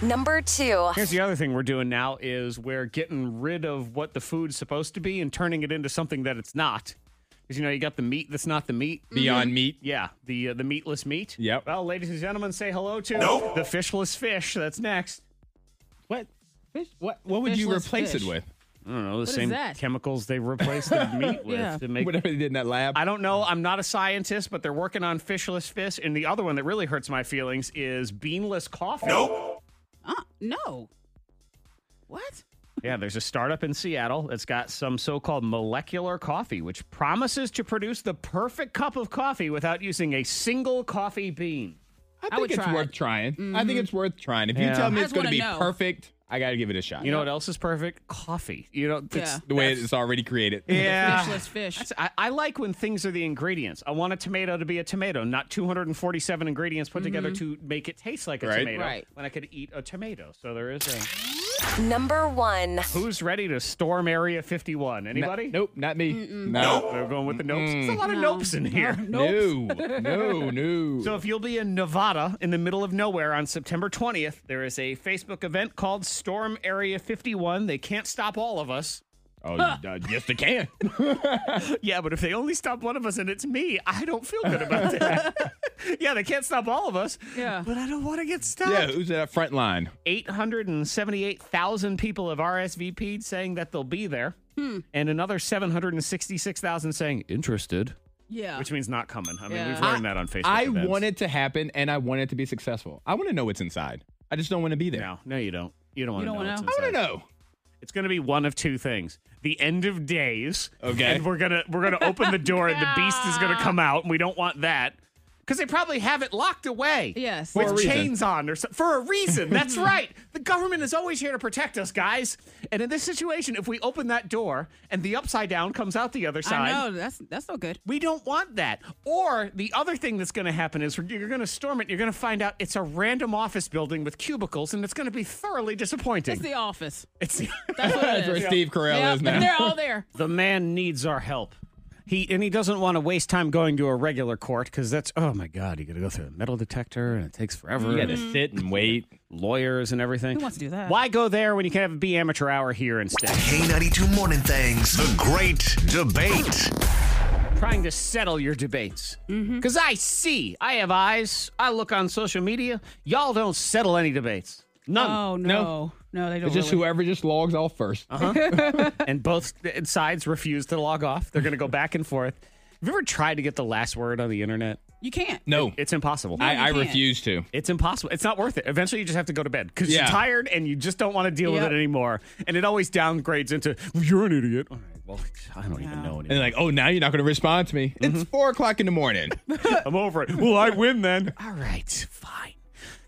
[SPEAKER 2] Number two.
[SPEAKER 1] Here's the other thing we're doing now is we're getting rid of what the food's supposed to be and turning it into something that it's not. Because you know you got the meat that's not the meat.
[SPEAKER 6] Beyond Meat.
[SPEAKER 1] Yeah, the uh, the meatless meat.
[SPEAKER 6] Yep.
[SPEAKER 1] Well, ladies and gentlemen, say hello to
[SPEAKER 3] Nope.
[SPEAKER 1] the fishless fish. That's next.
[SPEAKER 6] What? Fish? What? What would you
[SPEAKER 5] Fishless
[SPEAKER 6] replace
[SPEAKER 5] fish.
[SPEAKER 6] it with? *laughs*
[SPEAKER 1] I don't know the
[SPEAKER 5] is
[SPEAKER 1] same
[SPEAKER 5] that?
[SPEAKER 1] chemicals they replaced
[SPEAKER 5] *laughs*
[SPEAKER 1] the meat with
[SPEAKER 5] Yeah.
[SPEAKER 1] to make
[SPEAKER 6] Whatever they did in that lab.
[SPEAKER 1] I don't know. I'm not a scientist, but they're working on fishless fish. And the other one that really hurts my feelings is beanless coffee.
[SPEAKER 5] Uh, no. What?
[SPEAKER 1] Yeah, there's a startup in Seattle that's got some so called molecular coffee, which promises to produce the perfect cup of coffee without using a single coffee bean.
[SPEAKER 6] I think
[SPEAKER 5] would
[SPEAKER 6] it's
[SPEAKER 5] try
[SPEAKER 6] worth
[SPEAKER 5] it. Mm-hmm.
[SPEAKER 6] trying. I think it's worth trying. If
[SPEAKER 1] Yeah.
[SPEAKER 6] you tell
[SPEAKER 5] I
[SPEAKER 6] me it's
[SPEAKER 5] just
[SPEAKER 6] going to
[SPEAKER 5] wanna know.
[SPEAKER 6] be perfect, I got to give it a shot.
[SPEAKER 1] You know what else is perfect? Coffee. You know,
[SPEAKER 5] Yeah.
[SPEAKER 6] The way it's already created.
[SPEAKER 1] Yeah.
[SPEAKER 5] Fishless fish.
[SPEAKER 1] That's- I, I like when things are the ingredients. I want a tomato to be a tomato, not 247 ingredients put together to make it taste like a
[SPEAKER 6] Right.
[SPEAKER 1] tomato.
[SPEAKER 5] Mm-hmm. Right.
[SPEAKER 1] When I could eat a tomato. So there is a.
[SPEAKER 2] Number one.
[SPEAKER 1] Who's ready to storm Area 51?
[SPEAKER 6] N-
[SPEAKER 1] Anybody?
[SPEAKER 6] *laughs* nope, Mm. not me. No.
[SPEAKER 1] They're going with the nopes. There's a lot of nopes in here.
[SPEAKER 6] No, no,
[SPEAKER 5] *laughs*
[SPEAKER 6] no.
[SPEAKER 1] So if you'll be in Nevada in the middle of nowhere on September 20th, there is a Facebook event called Storm Area 51. They can't stop all of us.
[SPEAKER 6] oh, you- uh, yes, they can.
[SPEAKER 1] Yeah, but if they only stop one of us and it's me, I don't feel good
[SPEAKER 6] *laughs*
[SPEAKER 1] about that. *laughs* yeah, they can't stop all of us.
[SPEAKER 5] Yeah.
[SPEAKER 1] But I don't want to get stopped.
[SPEAKER 6] *laughs* yeah, who's that front line?
[SPEAKER 1] 878,000 people have RSVP'd saying that they'll be there. And another 766,000 saying interested,
[SPEAKER 5] Yeah.
[SPEAKER 1] which means not coming. I mean,
[SPEAKER 5] Yeah.
[SPEAKER 1] we've learned that on Facebook.
[SPEAKER 6] I
[SPEAKER 1] events.
[SPEAKER 6] want it to happen, and I want it to be successful. I want to know what's inside. I just don't want to be there.
[SPEAKER 1] No, no, you don't. You don't want to
[SPEAKER 5] don't
[SPEAKER 1] know.
[SPEAKER 5] wanna
[SPEAKER 1] what's
[SPEAKER 5] know?
[SPEAKER 6] I
[SPEAKER 1] inside.
[SPEAKER 6] want to know.
[SPEAKER 1] It's going to be one of two things: the end of days,
[SPEAKER 6] Okay.
[SPEAKER 1] and we're gonna we're gonna open the door and the beast is gonna come out, and we don't want that because they probably have it locked away.
[SPEAKER 5] Yes. For
[SPEAKER 1] with
[SPEAKER 6] a reason.
[SPEAKER 1] chains on or so, for a
[SPEAKER 6] *laughs*
[SPEAKER 1] reason. That's right. The government is always here to protect us, guys. And in this situation, if we open that door and the upside down comes out the other side,
[SPEAKER 5] I know. That's that's no good.
[SPEAKER 1] we don't want that. Or the other thing that's going to happen is you're going to storm it. You're going to find out it's a random office building with cubicles, and it's going to be thoroughly disappointing.
[SPEAKER 5] It's the
[SPEAKER 1] *laughs*
[SPEAKER 5] office.
[SPEAKER 1] It's the,
[SPEAKER 5] That's what
[SPEAKER 6] That's
[SPEAKER 5] it
[SPEAKER 6] where
[SPEAKER 5] is.
[SPEAKER 6] Steve Carell
[SPEAKER 5] Yeah,
[SPEAKER 6] is now.
[SPEAKER 5] They're all there.
[SPEAKER 1] man needs our help. He and he doesn't want to waste time going to a regular court because that's oh my god, you got to go through a metal detector and it takes forever.
[SPEAKER 6] You got
[SPEAKER 1] and
[SPEAKER 5] Mm-hmm.
[SPEAKER 6] to sit and wait.
[SPEAKER 1] lawyers and everything.
[SPEAKER 5] Who wants to do that?
[SPEAKER 1] Why go there when you can have a B amateur hour here instead?
[SPEAKER 7] K92 Morning Things. The Great Debate.
[SPEAKER 1] Trying to settle your debates.
[SPEAKER 5] Mm-hmm.
[SPEAKER 1] Because I see, I have eyes, I look on social media. Y'all don't settle any debates. None.
[SPEAKER 5] Oh no.
[SPEAKER 6] No.
[SPEAKER 5] No, they don't.
[SPEAKER 6] It's just
[SPEAKER 5] really.
[SPEAKER 6] whoever just logs off 1st
[SPEAKER 1] and both sides refuse to log off. They're going to go back and forth. Have you ever tried to get the last word on the internet?
[SPEAKER 5] You can't.
[SPEAKER 6] No,
[SPEAKER 1] It's impossible.
[SPEAKER 6] I,
[SPEAKER 5] you
[SPEAKER 6] I
[SPEAKER 5] can't.
[SPEAKER 6] refuse to.
[SPEAKER 1] It's impossible. It's not worth it. Eventually, you just have to go to bed because
[SPEAKER 6] Yeah.
[SPEAKER 1] you're tired and you just don't want to deal
[SPEAKER 5] Yep.
[SPEAKER 1] with it anymore. And it always downgrades into "you're an idiot." All right, well, I don't even know
[SPEAKER 6] And
[SPEAKER 1] anymore.
[SPEAKER 6] like, oh, now you're not going to respond to me. It's four o'clock in the morning.
[SPEAKER 1] I'm over it. Well, I win then. *laughs* All right, fine.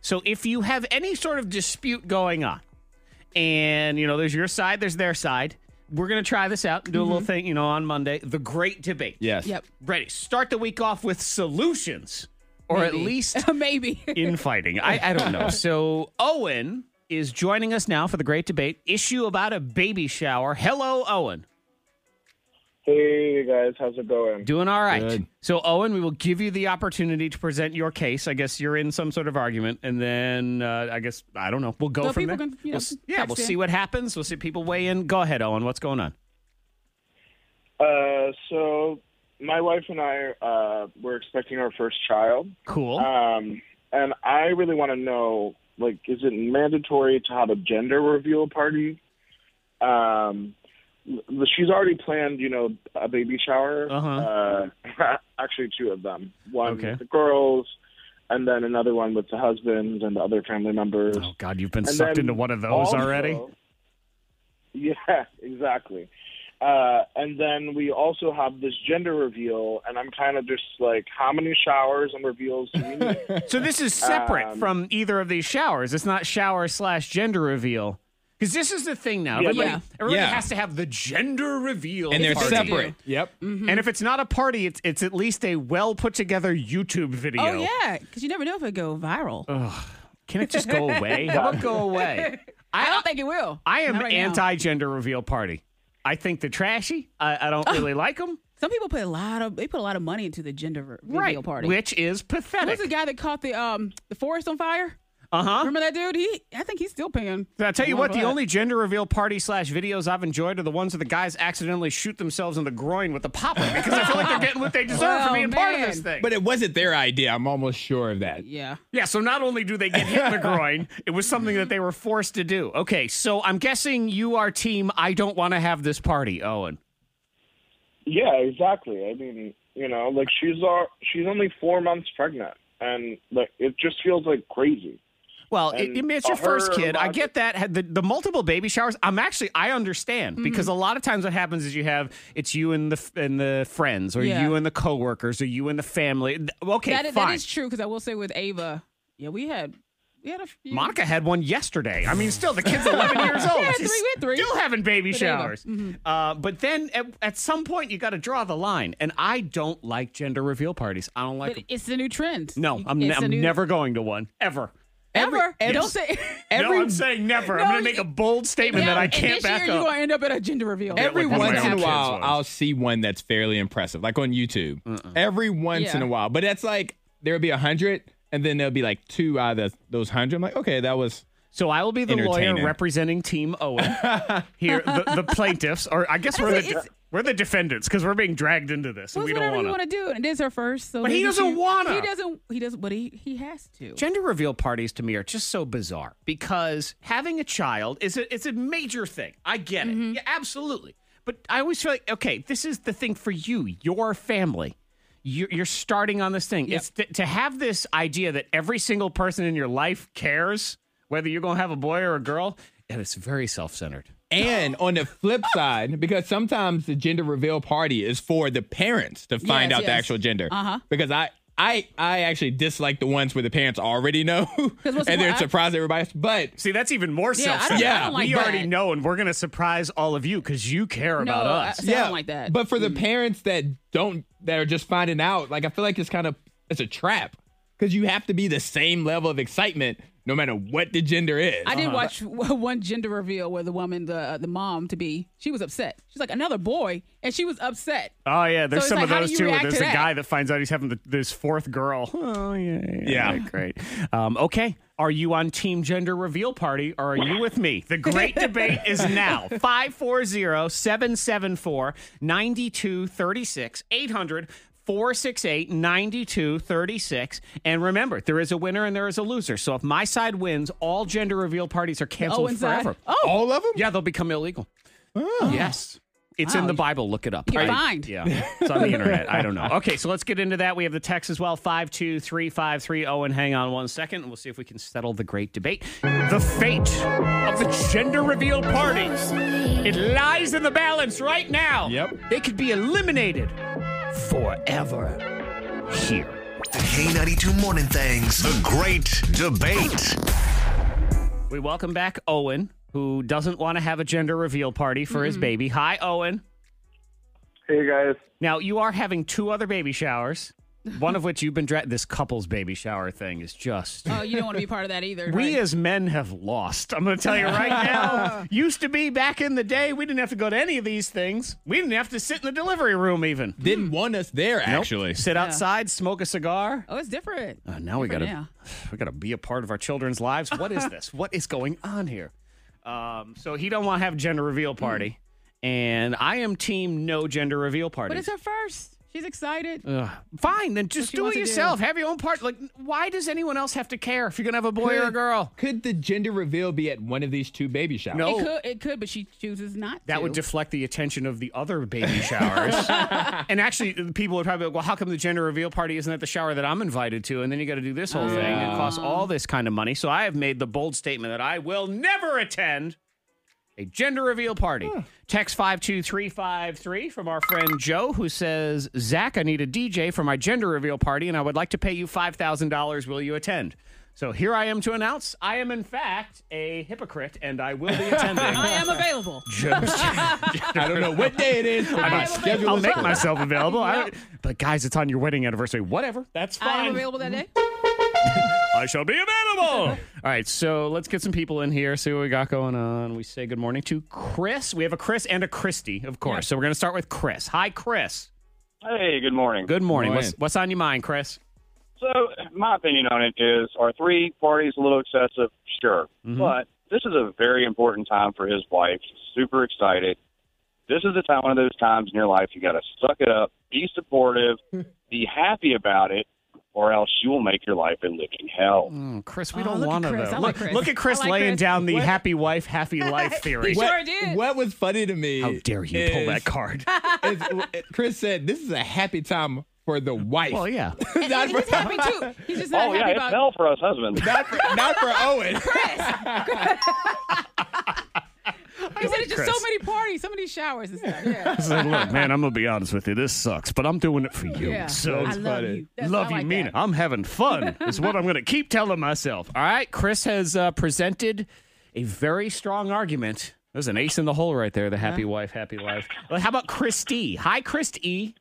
[SPEAKER 1] So if you have any sort of dispute going on, and you know, there's your side, there's their side. We're gonna try this out and do a little thing, you know, on Monday. The great debate.
[SPEAKER 6] *laughs* yes.
[SPEAKER 5] Yep.
[SPEAKER 1] Ready? Start the week off with solutions, or at
[SPEAKER 5] Maybe. *laughs*
[SPEAKER 1] least *laughs*
[SPEAKER 5] maybe.
[SPEAKER 1] infighting. I, I don't know. So Owen is joining us now for the great debate issue about a baby shower. Hello, Owen.
[SPEAKER 8] Hey guys, how's it going?
[SPEAKER 1] Doing all right.
[SPEAKER 6] Good.
[SPEAKER 1] So Owen, we will give you the opportunity to present your case. I guess you're in some sort of argument, and then uh, I guess I don't know. We'll go
[SPEAKER 5] So
[SPEAKER 1] from
[SPEAKER 5] people
[SPEAKER 1] there.
[SPEAKER 5] can, you know,
[SPEAKER 1] We'll s- yeah,
[SPEAKER 5] text
[SPEAKER 1] we'll
[SPEAKER 5] in.
[SPEAKER 1] see what happens. We'll see people weigh in. Go ahead, Owen. What's going on?
[SPEAKER 8] Uh, so my wife and I uh, were expecting our first child,
[SPEAKER 1] Cool.
[SPEAKER 8] um, and I really want to know, like, is it mandatory to have a gender reveal party? Um, l- she's already planned, you know, a baby shower.
[SPEAKER 1] Uh-huh.
[SPEAKER 8] Uh, *laughs* actually, two of them. One
[SPEAKER 1] Okay.
[SPEAKER 8] with the girls, and then another one with the husbands and the other family members.
[SPEAKER 1] oh God, you've been
[SPEAKER 8] And
[SPEAKER 1] sucked
[SPEAKER 8] then
[SPEAKER 1] into one of those
[SPEAKER 8] also-
[SPEAKER 1] already.
[SPEAKER 8] *laughs* Yeah, exactly. Uh, and then we also have this gender reveal, and I'm kind of just like, how many showers and reveals do we
[SPEAKER 1] *laughs*
[SPEAKER 8] need?
[SPEAKER 1] So this is separate
[SPEAKER 5] Um,
[SPEAKER 1] from either of these showers. It's not shower slash gender reveal. Because this is the thing now. Everybody,
[SPEAKER 5] Yeah.
[SPEAKER 1] everybody
[SPEAKER 6] Yeah.
[SPEAKER 1] has to have the gender reveal.
[SPEAKER 6] And they're
[SPEAKER 1] party.
[SPEAKER 5] Party.
[SPEAKER 6] separate. Yep.
[SPEAKER 5] Mm-hmm.
[SPEAKER 1] And if it's not a party, it's it's at least a well put together YouTube video. Uh-huh.
[SPEAKER 5] Oh yeah, because you never know if it go viral.
[SPEAKER 1] Can it just
[SPEAKER 5] *laughs*
[SPEAKER 1] go away? How about go away?
[SPEAKER 5] I don't think it will.
[SPEAKER 1] I am
[SPEAKER 5] Not right now.
[SPEAKER 1] anti gender reveal party. I think they're trashy. I, I don't really like them.
[SPEAKER 5] Some people put a lot of they put a lot of money into the gender re- reveal party.
[SPEAKER 1] Which is pathetic.
[SPEAKER 5] Who's the guy that caught the um the forest on fire?
[SPEAKER 1] Uh huh.
[SPEAKER 5] Remember that dude? He I think he's still paying.
[SPEAKER 1] I tell you
[SPEAKER 5] Well,
[SPEAKER 1] what, the
[SPEAKER 5] but-
[SPEAKER 1] only gender reveal party slash videos I've enjoyed are the ones where the guys accidentally shoot themselves in the groin with the popper because I feel like they're getting what they
[SPEAKER 5] *laughs*
[SPEAKER 1] deserve for
[SPEAKER 5] Oh,
[SPEAKER 1] being part of
[SPEAKER 5] man.
[SPEAKER 1] this thing.
[SPEAKER 6] But it wasn't their idea. I'm almost sure of that.
[SPEAKER 5] Yeah.
[SPEAKER 1] Yeah, so not only do they get hit in the
[SPEAKER 5] *laughs*
[SPEAKER 1] groin, it was something that they were forced to do. Okay, so I'm guessing you are team I don't want to have this party, Owen.
[SPEAKER 8] yeah, exactly. I mean, you know, like she's all, she's only four months pregnant, and like it just feels like crazy.
[SPEAKER 1] Well, it,
[SPEAKER 8] And
[SPEAKER 1] I mean, it's your
[SPEAKER 8] her
[SPEAKER 1] first kid. I
[SPEAKER 8] logic-
[SPEAKER 1] get that. Had The, the multiple baby showers, I'm actually, I understand
[SPEAKER 5] Mm-hmm.
[SPEAKER 1] because a lot of times what happens is you have, it's you and the f- and the friends or
[SPEAKER 5] Yeah.
[SPEAKER 1] you and the coworkers or you and the family. Th- Okay,
[SPEAKER 5] That is
[SPEAKER 1] fine.
[SPEAKER 5] that is true because I will say with Ava, yeah, we had we had a few
[SPEAKER 1] Monica had one yesterday. I mean, still, the kid's
[SPEAKER 5] *laughs*
[SPEAKER 1] 11 years old.
[SPEAKER 5] had
[SPEAKER 1] She's
[SPEAKER 5] three, we had three. Mm-hmm.
[SPEAKER 1] Still having baby
[SPEAKER 5] there you go.
[SPEAKER 1] showers. Uh, but then at, at some point, you got to draw the line. And I don't like gender reveal parties. I don't like
[SPEAKER 5] But
[SPEAKER 1] them.
[SPEAKER 5] it's the new trend.
[SPEAKER 1] No,
[SPEAKER 5] You-
[SPEAKER 1] I'm,
[SPEAKER 5] it's
[SPEAKER 1] ne-
[SPEAKER 5] the
[SPEAKER 1] I'm
[SPEAKER 5] new-
[SPEAKER 1] never going to one, ever.
[SPEAKER 5] ever.
[SPEAKER 1] every-
[SPEAKER 5] Don't say
[SPEAKER 1] no, I'm saying never.
[SPEAKER 5] No,
[SPEAKER 1] I'm going to make
[SPEAKER 5] you-
[SPEAKER 1] a bold statement
[SPEAKER 5] Yeah,
[SPEAKER 1] that I
[SPEAKER 5] and
[SPEAKER 1] can't
[SPEAKER 5] this
[SPEAKER 1] back
[SPEAKER 5] year
[SPEAKER 1] up.
[SPEAKER 5] You're gonna end up at a gender reveal.
[SPEAKER 6] Every
[SPEAKER 1] That's
[SPEAKER 6] once
[SPEAKER 1] my
[SPEAKER 6] in a
[SPEAKER 1] own
[SPEAKER 6] while,
[SPEAKER 1] kids' ones.
[SPEAKER 6] I'll see one that's fairly impressive, like on YouTube. Every once
[SPEAKER 5] Yeah.
[SPEAKER 6] in a while, but that's like there'll be a hundred, and then there'll be like two out of those hundred. I'm like, okay, that
[SPEAKER 5] *gasps*
[SPEAKER 6] was
[SPEAKER 1] So I will be the lawyer
[SPEAKER 6] Entertaining.
[SPEAKER 1] representing Team
[SPEAKER 5] *laughs*
[SPEAKER 1] Owen here, the, the plaintiffs, or I guess we're
[SPEAKER 5] It's-
[SPEAKER 1] the
[SPEAKER 5] it's-
[SPEAKER 1] we're the defendants because we're being dragged into this, and
[SPEAKER 5] Well,
[SPEAKER 1] we
[SPEAKER 5] it's
[SPEAKER 1] don't
[SPEAKER 5] whatever you
[SPEAKER 1] want
[SPEAKER 5] want
[SPEAKER 1] to.
[SPEAKER 5] to do, and it is her first. So
[SPEAKER 1] But he
[SPEAKER 5] maybe
[SPEAKER 1] doesn't
[SPEAKER 5] she-
[SPEAKER 1] wanna.
[SPEAKER 5] He doesn't. He doesn't. But he he has to.
[SPEAKER 1] Gender reveal parties to me are just so bizarre because having a child is a, it's a major thing. I get
[SPEAKER 5] Mm-hmm.
[SPEAKER 1] it, yeah, absolutely. But I always feel like okay, this is the thing for you, your family. You're, you're starting on this thing. It's th- to have this idea that every single person in your life cares whether you're going to have a boy or a girl. And it's very self centered.
[SPEAKER 6] And on the flip side, because sometimes the gender reveal party is for the parents to find
[SPEAKER 5] Yes,
[SPEAKER 6] out the
[SPEAKER 5] yes.
[SPEAKER 6] actual gender.
[SPEAKER 5] Uh-huh.
[SPEAKER 6] Because I, I, I actually dislike the ones where the parents already
[SPEAKER 5] *laughs*
[SPEAKER 6] know, *laughs* and
[SPEAKER 5] what's the
[SPEAKER 6] they're
[SPEAKER 5] point?
[SPEAKER 6] surprised everybody. else. But
[SPEAKER 1] See, that's even more
[SPEAKER 5] Yeah, I
[SPEAKER 1] self
[SPEAKER 5] don't,
[SPEAKER 1] centered.
[SPEAKER 6] Yeah,
[SPEAKER 5] I don't like
[SPEAKER 1] we
[SPEAKER 5] that.
[SPEAKER 1] already know, and we're going to surprise all of you because you care
[SPEAKER 5] No,
[SPEAKER 1] about
[SPEAKER 5] I-
[SPEAKER 1] us.
[SPEAKER 5] see, I don't like that. Mm.
[SPEAKER 6] But for the parents that don't, that are just finding out, like I feel like it's kind of it's a trap because you have to be the same level of excitement no matter what the gender is.
[SPEAKER 5] I
[SPEAKER 1] uh-huh.
[SPEAKER 5] did watch *laughs* w- one gender reveal where the woman, the uh, the mom to be, she was upset. She's like another boy, and she was upset.
[SPEAKER 1] Oh yeah, there's
[SPEAKER 5] it's
[SPEAKER 1] some
[SPEAKER 5] like,
[SPEAKER 1] of
[SPEAKER 5] how do
[SPEAKER 1] those
[SPEAKER 5] you
[SPEAKER 1] too. Where
[SPEAKER 5] react
[SPEAKER 1] there's
[SPEAKER 5] to
[SPEAKER 1] a
[SPEAKER 5] that?
[SPEAKER 1] guy that finds out he's having the, this fourth girl. *laughs* Oh yeah, yeah,
[SPEAKER 6] Yeah.
[SPEAKER 1] right, great. Um, okay, are you on Team Gender Reveal Party or are you with me? The
[SPEAKER 5] *laughs*
[SPEAKER 1] great debate is now 540-774-9236, 800 468 9236. And remember, there is a winner and there is a loser. So if my side wins, all
[SPEAKER 5] Oh,
[SPEAKER 1] gender reveal parties are canceled
[SPEAKER 5] Owen's side.
[SPEAKER 1] forever.
[SPEAKER 5] Oh,
[SPEAKER 6] all of them.
[SPEAKER 1] Yeah, they'll become illegal. Yes. It's in
[SPEAKER 5] Wow.
[SPEAKER 1] the Bible. Look it up.
[SPEAKER 5] You're
[SPEAKER 1] I-
[SPEAKER 5] blind.
[SPEAKER 1] Yeah. It's on the internet. I don't know. Okay, so let's get into that. We have the text as well 52353. Owen, oh, hang on one second. and We'll see if we can settle the great debate. The fate of the gender reveal party. It lies in the balance right now.
[SPEAKER 6] Yep.
[SPEAKER 1] They could be eliminated forever here.
[SPEAKER 7] The K92 Morning Things. The Great Debate.
[SPEAKER 1] We welcome back Owen, who doesn't want to have a gender reveal party for his baby. Hi, Owen.
[SPEAKER 8] Hey guys,
[SPEAKER 1] Now you are having two other baby showers. One of which you've been dra- this couple's baby shower thing is just
[SPEAKER 5] Oh, you don't want to be part of that either.
[SPEAKER 1] *laughs* we
[SPEAKER 5] right?
[SPEAKER 1] as men have lost. I'm going to tell you
[SPEAKER 5] *laughs*
[SPEAKER 1] right now. Used to be back in the day, we didn't have to go to any of these things. We didn't have to sit in the delivery room even.
[SPEAKER 5] Hmm.
[SPEAKER 6] Didn't want us there, actually.
[SPEAKER 1] Sit outside, smoke a cigar.
[SPEAKER 5] oh, it's different.
[SPEAKER 1] Uh, now we got
[SPEAKER 5] Different
[SPEAKER 1] to we got to be a part of our children's lives. What is this? what is going on here? Um, so he don't want to have gender reveal party, and I am team no gender reveal party.
[SPEAKER 5] But it's her first. She's excited.
[SPEAKER 1] Ugh. Fine, then just
[SPEAKER 5] she
[SPEAKER 1] do it
[SPEAKER 5] wants to do.
[SPEAKER 1] yourself. Have your own part. Like, why does anyone else have to care if you're gonna have a boy or a girl?
[SPEAKER 6] Could the gender reveal be at one of these two baby showers?
[SPEAKER 1] No.
[SPEAKER 5] It could, it could, but she chooses not
[SPEAKER 1] oh. That
[SPEAKER 5] to.
[SPEAKER 1] would deflect the attention of the other baby showers. and actually, the people would probably be like, well, how come the gender reveal party isn't at the shower that I'm invited to? And then you got to do this whole thing. It costs all this kind of money. So I have made the bold statement that I will never attend a gender reveal party. Text 52353 from our friend Joe, who says, Zach, I need a DJ for my gender reveal party, and I would like to pay you $5,000. Will you attend? So here I am to announce I am, in fact, a hypocrite, and I will be
[SPEAKER 5] *laughs*
[SPEAKER 1] attending. *laughs*
[SPEAKER 5] I am available.
[SPEAKER 6] I don't know what day it is.
[SPEAKER 1] *laughs*
[SPEAKER 6] but my schedule
[SPEAKER 1] I'll
[SPEAKER 6] is
[SPEAKER 1] make
[SPEAKER 6] full.
[SPEAKER 1] myself *laughs* available. I don't- but guys, it's on your wedding anniversary. Whatever, that's
[SPEAKER 5] I am
[SPEAKER 1] fine. *laughs*
[SPEAKER 5] available that day.
[SPEAKER 1] I shall be *laughs* available. All right, so let's get some people in here. See what we got going on. We say good morning to Chris. We have a Chris and a Christy, of course. So we're going to start with Chris. Hi, Chris.
[SPEAKER 9] Hey, good morning.
[SPEAKER 1] Good morning.
[SPEAKER 6] Morning.
[SPEAKER 1] What's, what's on your mind, Chris?
[SPEAKER 9] So, my opinion on it is are three parties a little excessive? Sure. But this is a very important time for his wife. Super excited. This is the time, one of those times in your life you got to suck it up, be
[SPEAKER 5] *laughs*
[SPEAKER 9] supportive, be happy about it, or else you will make your life a living hell.
[SPEAKER 1] Mm, Chris, we
[SPEAKER 5] Oh,
[SPEAKER 1] don't
[SPEAKER 5] look at
[SPEAKER 1] want to.
[SPEAKER 5] Chris. I
[SPEAKER 1] Look,
[SPEAKER 5] like Chris.
[SPEAKER 1] look at Chris
[SPEAKER 5] I like
[SPEAKER 1] laying
[SPEAKER 5] Chris.
[SPEAKER 1] down the
[SPEAKER 5] What?
[SPEAKER 1] happy wife,
[SPEAKER 5] *laughs*
[SPEAKER 1] happy life theory.
[SPEAKER 5] What? Sure did.
[SPEAKER 6] What was funny to me?
[SPEAKER 1] How dare you pull
[SPEAKER 6] is-
[SPEAKER 1] that card?
[SPEAKER 6] is- Chris said, "This is a happy time for the wife,
[SPEAKER 1] well, *laughs* yeah.
[SPEAKER 5] And, and he's happy too. He's just not
[SPEAKER 9] oh, yeah,
[SPEAKER 5] happy
[SPEAKER 9] it's
[SPEAKER 5] about
[SPEAKER 9] hell for us husbands.
[SPEAKER 6] not, for, not
[SPEAKER 1] *laughs*
[SPEAKER 6] for Owen."
[SPEAKER 5] *laughs* He said it's just
[SPEAKER 1] Chris.
[SPEAKER 5] so many parties, so many showers and stuff. Yeah.
[SPEAKER 1] It's like, *laughs* look, man, I'm gonna be honest with you. This sucks, but I'm doing it for you.
[SPEAKER 5] yeah.
[SPEAKER 1] So
[SPEAKER 5] I
[SPEAKER 6] it's
[SPEAKER 5] love
[SPEAKER 6] funny.
[SPEAKER 5] you. That's-
[SPEAKER 1] Love
[SPEAKER 5] I
[SPEAKER 1] you,
[SPEAKER 5] like
[SPEAKER 1] mean
[SPEAKER 5] that.
[SPEAKER 1] it. I'm having *laughs* fun, is what I'm going to keep telling myself. All right. Chris has uh, presented a very strong argument. There's an ace in the hole right there, the happy wife, happy life. Well, how about Christy? Hi, E. Christy.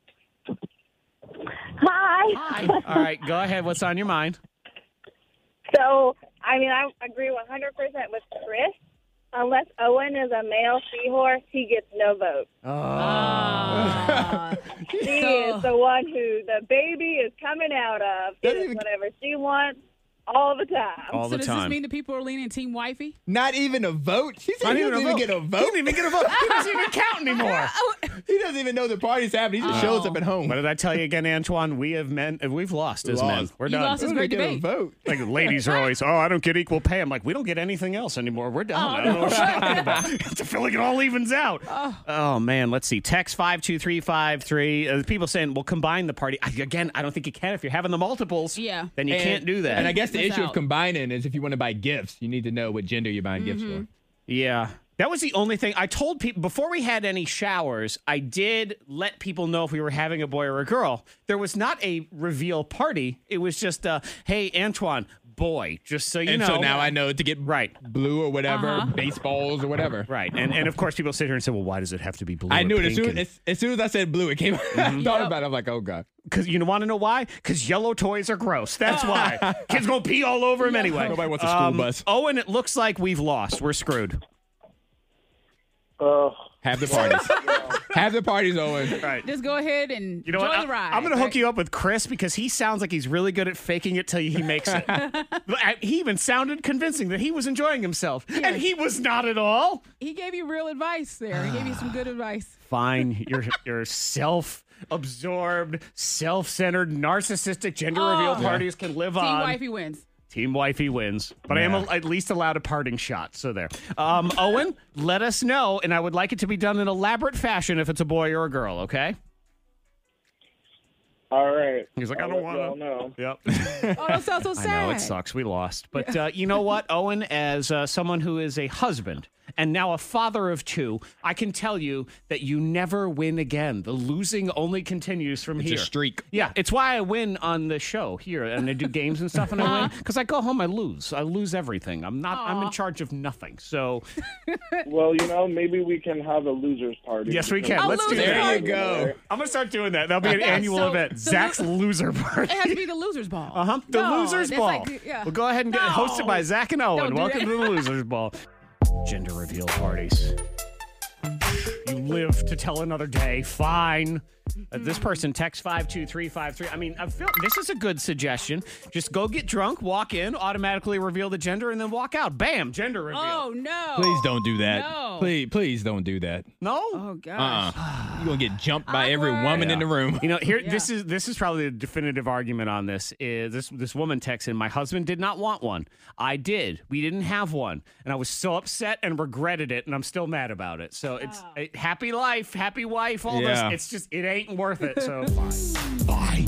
[SPEAKER 4] Hi.
[SPEAKER 1] Hi. All right. Go ahead. What's on your mind?
[SPEAKER 4] So, I mean, I agree 100% with Chris. Unless Owen is a male seahorse, he gets no vote.
[SPEAKER 5] Ah.
[SPEAKER 4] She
[SPEAKER 5] So-
[SPEAKER 4] is the one who the baby is coming out of. She
[SPEAKER 6] Doesn't
[SPEAKER 4] does
[SPEAKER 6] even-
[SPEAKER 4] whatever she wants all the
[SPEAKER 1] *laughs*
[SPEAKER 4] time.
[SPEAKER 1] All
[SPEAKER 5] so
[SPEAKER 1] the
[SPEAKER 5] does
[SPEAKER 1] time.
[SPEAKER 5] this mean the people are leaning team wifey?
[SPEAKER 6] Not even a vote. He said
[SPEAKER 1] Not
[SPEAKER 6] he doesn't even
[SPEAKER 1] vote.
[SPEAKER 6] get a
[SPEAKER 1] He
[SPEAKER 6] vote.
[SPEAKER 1] didn't even get a vote. He doesn't even count
[SPEAKER 5] *laughs*
[SPEAKER 1] anymore.
[SPEAKER 5] Oh.
[SPEAKER 6] He doesn't even know the party's happening. He just shows up at home.
[SPEAKER 1] What did I tell you again, Antoine? We have men. We've lost as men.
[SPEAKER 6] Lost.
[SPEAKER 1] We're
[SPEAKER 5] You
[SPEAKER 1] done.
[SPEAKER 5] lost as
[SPEAKER 6] Doesn't
[SPEAKER 5] Great
[SPEAKER 6] even get a
[SPEAKER 5] debate.
[SPEAKER 6] vote.
[SPEAKER 1] Like ladies are always, oh, I don't get equal pay. I'm like, we don't get anything else anymore. We're done.
[SPEAKER 6] Oh,
[SPEAKER 1] I don't know what you're talking about. *laughs* I feel like it all evens out. Oh, man, let's see. Text five two three five three. Uh, people saying, well, combine the party I, again. I don't think you can if you're having the multiples.
[SPEAKER 5] Yeah.
[SPEAKER 1] then you
[SPEAKER 6] And-
[SPEAKER 1] can't do that.
[SPEAKER 6] And I guess the
[SPEAKER 5] Miss
[SPEAKER 6] issue of
[SPEAKER 5] out.
[SPEAKER 6] combining is if you want to buy gifts, you need to know what gender you're buying
[SPEAKER 5] Mm-hmm.
[SPEAKER 6] gifts
[SPEAKER 1] yeah. That was the only thing I told people before we had any showers. I did let people know if we were having a boy or a girl. There was not a reveal party. It was just, uh, hey, Antoine, boy, just so you
[SPEAKER 6] for. And
[SPEAKER 1] know.
[SPEAKER 6] so now I know to get
[SPEAKER 1] Right.
[SPEAKER 6] blue or whatever,
[SPEAKER 5] Uh-huh.
[SPEAKER 6] baseballs or whatever.
[SPEAKER 1] Right. And and of course people sit here and say, Well, why does it have to be blue?
[SPEAKER 6] I
[SPEAKER 1] or
[SPEAKER 6] knew it as
[SPEAKER 1] pink
[SPEAKER 6] soon
[SPEAKER 1] and- Mm-hmm.
[SPEAKER 6] as, as soon as I said blue, it came. *laughs* I thought about it. I'm like, oh god.
[SPEAKER 1] Cause you want to know why? Because yellow toys are gross. *laughs* That's why. Kids gonna pee all over them anyway.
[SPEAKER 6] Nobody wants a school bus.
[SPEAKER 1] Oh, and it looks like we've lost. We're screwed.
[SPEAKER 8] uh,
[SPEAKER 6] Have
[SPEAKER 5] *laughs*
[SPEAKER 6] the parties. Have the parties, Owen.
[SPEAKER 1] Right.
[SPEAKER 5] Just go ahead and
[SPEAKER 1] You know
[SPEAKER 5] enjoy
[SPEAKER 1] what?
[SPEAKER 5] the
[SPEAKER 1] I,
[SPEAKER 5] ride.
[SPEAKER 1] am gonna hook you up with Chris because he sounds like he's really good at faking it till he makes
[SPEAKER 5] *laughs*
[SPEAKER 1] it. But I- he even sounded convincing that he was enjoying himself, and he was not at all.
[SPEAKER 5] He gave you real advice there. He gave you some
[SPEAKER 1] *sighs*
[SPEAKER 5] good advice.
[SPEAKER 1] Fine, you're you're
[SPEAKER 5] Ah.
[SPEAKER 1] self-absorbed, self-centered, narcissistic gender reveal parties can live
[SPEAKER 5] Team
[SPEAKER 1] on.
[SPEAKER 5] wifey wins.
[SPEAKER 1] Team Wifey wins, but I am
[SPEAKER 6] Yeah.
[SPEAKER 1] a, at least allowed a parting shot. So there. Um, Owen, let us know, and I would like it to be done in elaborate fashion if it's a boy or a girl, okay?
[SPEAKER 8] All right.
[SPEAKER 1] He's like, I
[SPEAKER 8] I'll
[SPEAKER 1] don't
[SPEAKER 8] let
[SPEAKER 1] want
[SPEAKER 8] y'all know.
[SPEAKER 1] to. Yep.
[SPEAKER 5] Oh, that sounds
[SPEAKER 1] *laughs*
[SPEAKER 5] so
[SPEAKER 1] I
[SPEAKER 5] sad.
[SPEAKER 1] know it sucks. We lost, but uh, you know what, Owen, as uh, someone who is a husband and now a father of two, I can tell you that you never win again. The losing only continues from
[SPEAKER 6] It's
[SPEAKER 1] here.
[SPEAKER 6] a streak.
[SPEAKER 1] Yeah, it's why I win on the show here, and I do games and stuff, and I win because I go home, I lose, I lose everything. I'm not, I'm in charge of nothing. So
[SPEAKER 8] Well, you know, maybe we can have a losers party.
[SPEAKER 1] Yes, we can.
[SPEAKER 5] A
[SPEAKER 1] Let's do
[SPEAKER 5] loser
[SPEAKER 1] that.
[SPEAKER 6] There you
[SPEAKER 5] party.
[SPEAKER 6] go.
[SPEAKER 1] I'm gonna start doing that. That'll be an
[SPEAKER 5] Yeah,
[SPEAKER 1] annual
[SPEAKER 5] so-
[SPEAKER 1] event.
[SPEAKER 5] so
[SPEAKER 1] Zach's
[SPEAKER 5] the-
[SPEAKER 1] loser party.
[SPEAKER 5] It
[SPEAKER 1] *laughs*
[SPEAKER 5] has to be the loser's ball.
[SPEAKER 1] Uh huh. The
[SPEAKER 5] No,
[SPEAKER 1] Losers
[SPEAKER 5] that's
[SPEAKER 1] Ball.
[SPEAKER 5] like- yeah.
[SPEAKER 1] We'll go ahead and get it
[SPEAKER 5] No.
[SPEAKER 1] hosted by Zach and Owen.
[SPEAKER 5] Don't do
[SPEAKER 1] Welcome
[SPEAKER 5] that. *laughs*
[SPEAKER 1] to the Losers Ball. Gender reveal parties. You live to tell another day. Fine. Uh, this
[SPEAKER 5] Mm-hmm.
[SPEAKER 1] person texts 52353. I mean, I feel this is a good suggestion. Just go get drunk, walk in, automatically reveal the gender, and then walk out. Bam, gender reveal.
[SPEAKER 5] Oh no!
[SPEAKER 6] Please don't do that.
[SPEAKER 5] No.
[SPEAKER 6] Please, please don't do that.
[SPEAKER 1] No?
[SPEAKER 5] Oh gosh. *sighs*
[SPEAKER 6] Uh-uh. You're gonna get jumped by every
[SPEAKER 5] Awkward.
[SPEAKER 6] woman in the room.
[SPEAKER 1] *laughs* You know, here
[SPEAKER 5] Yeah.
[SPEAKER 1] this is this is probably the definitive argument on this. Is this this woman texts in, my husband did not want one. I did. We didn't have one, and I was so upset and regretted it, and I'm still mad about it. So it's it, happy life, happy wife, all
[SPEAKER 6] Yeah.
[SPEAKER 1] this. It's just it ain't worth it.
[SPEAKER 5] *laughs*
[SPEAKER 1] So fine.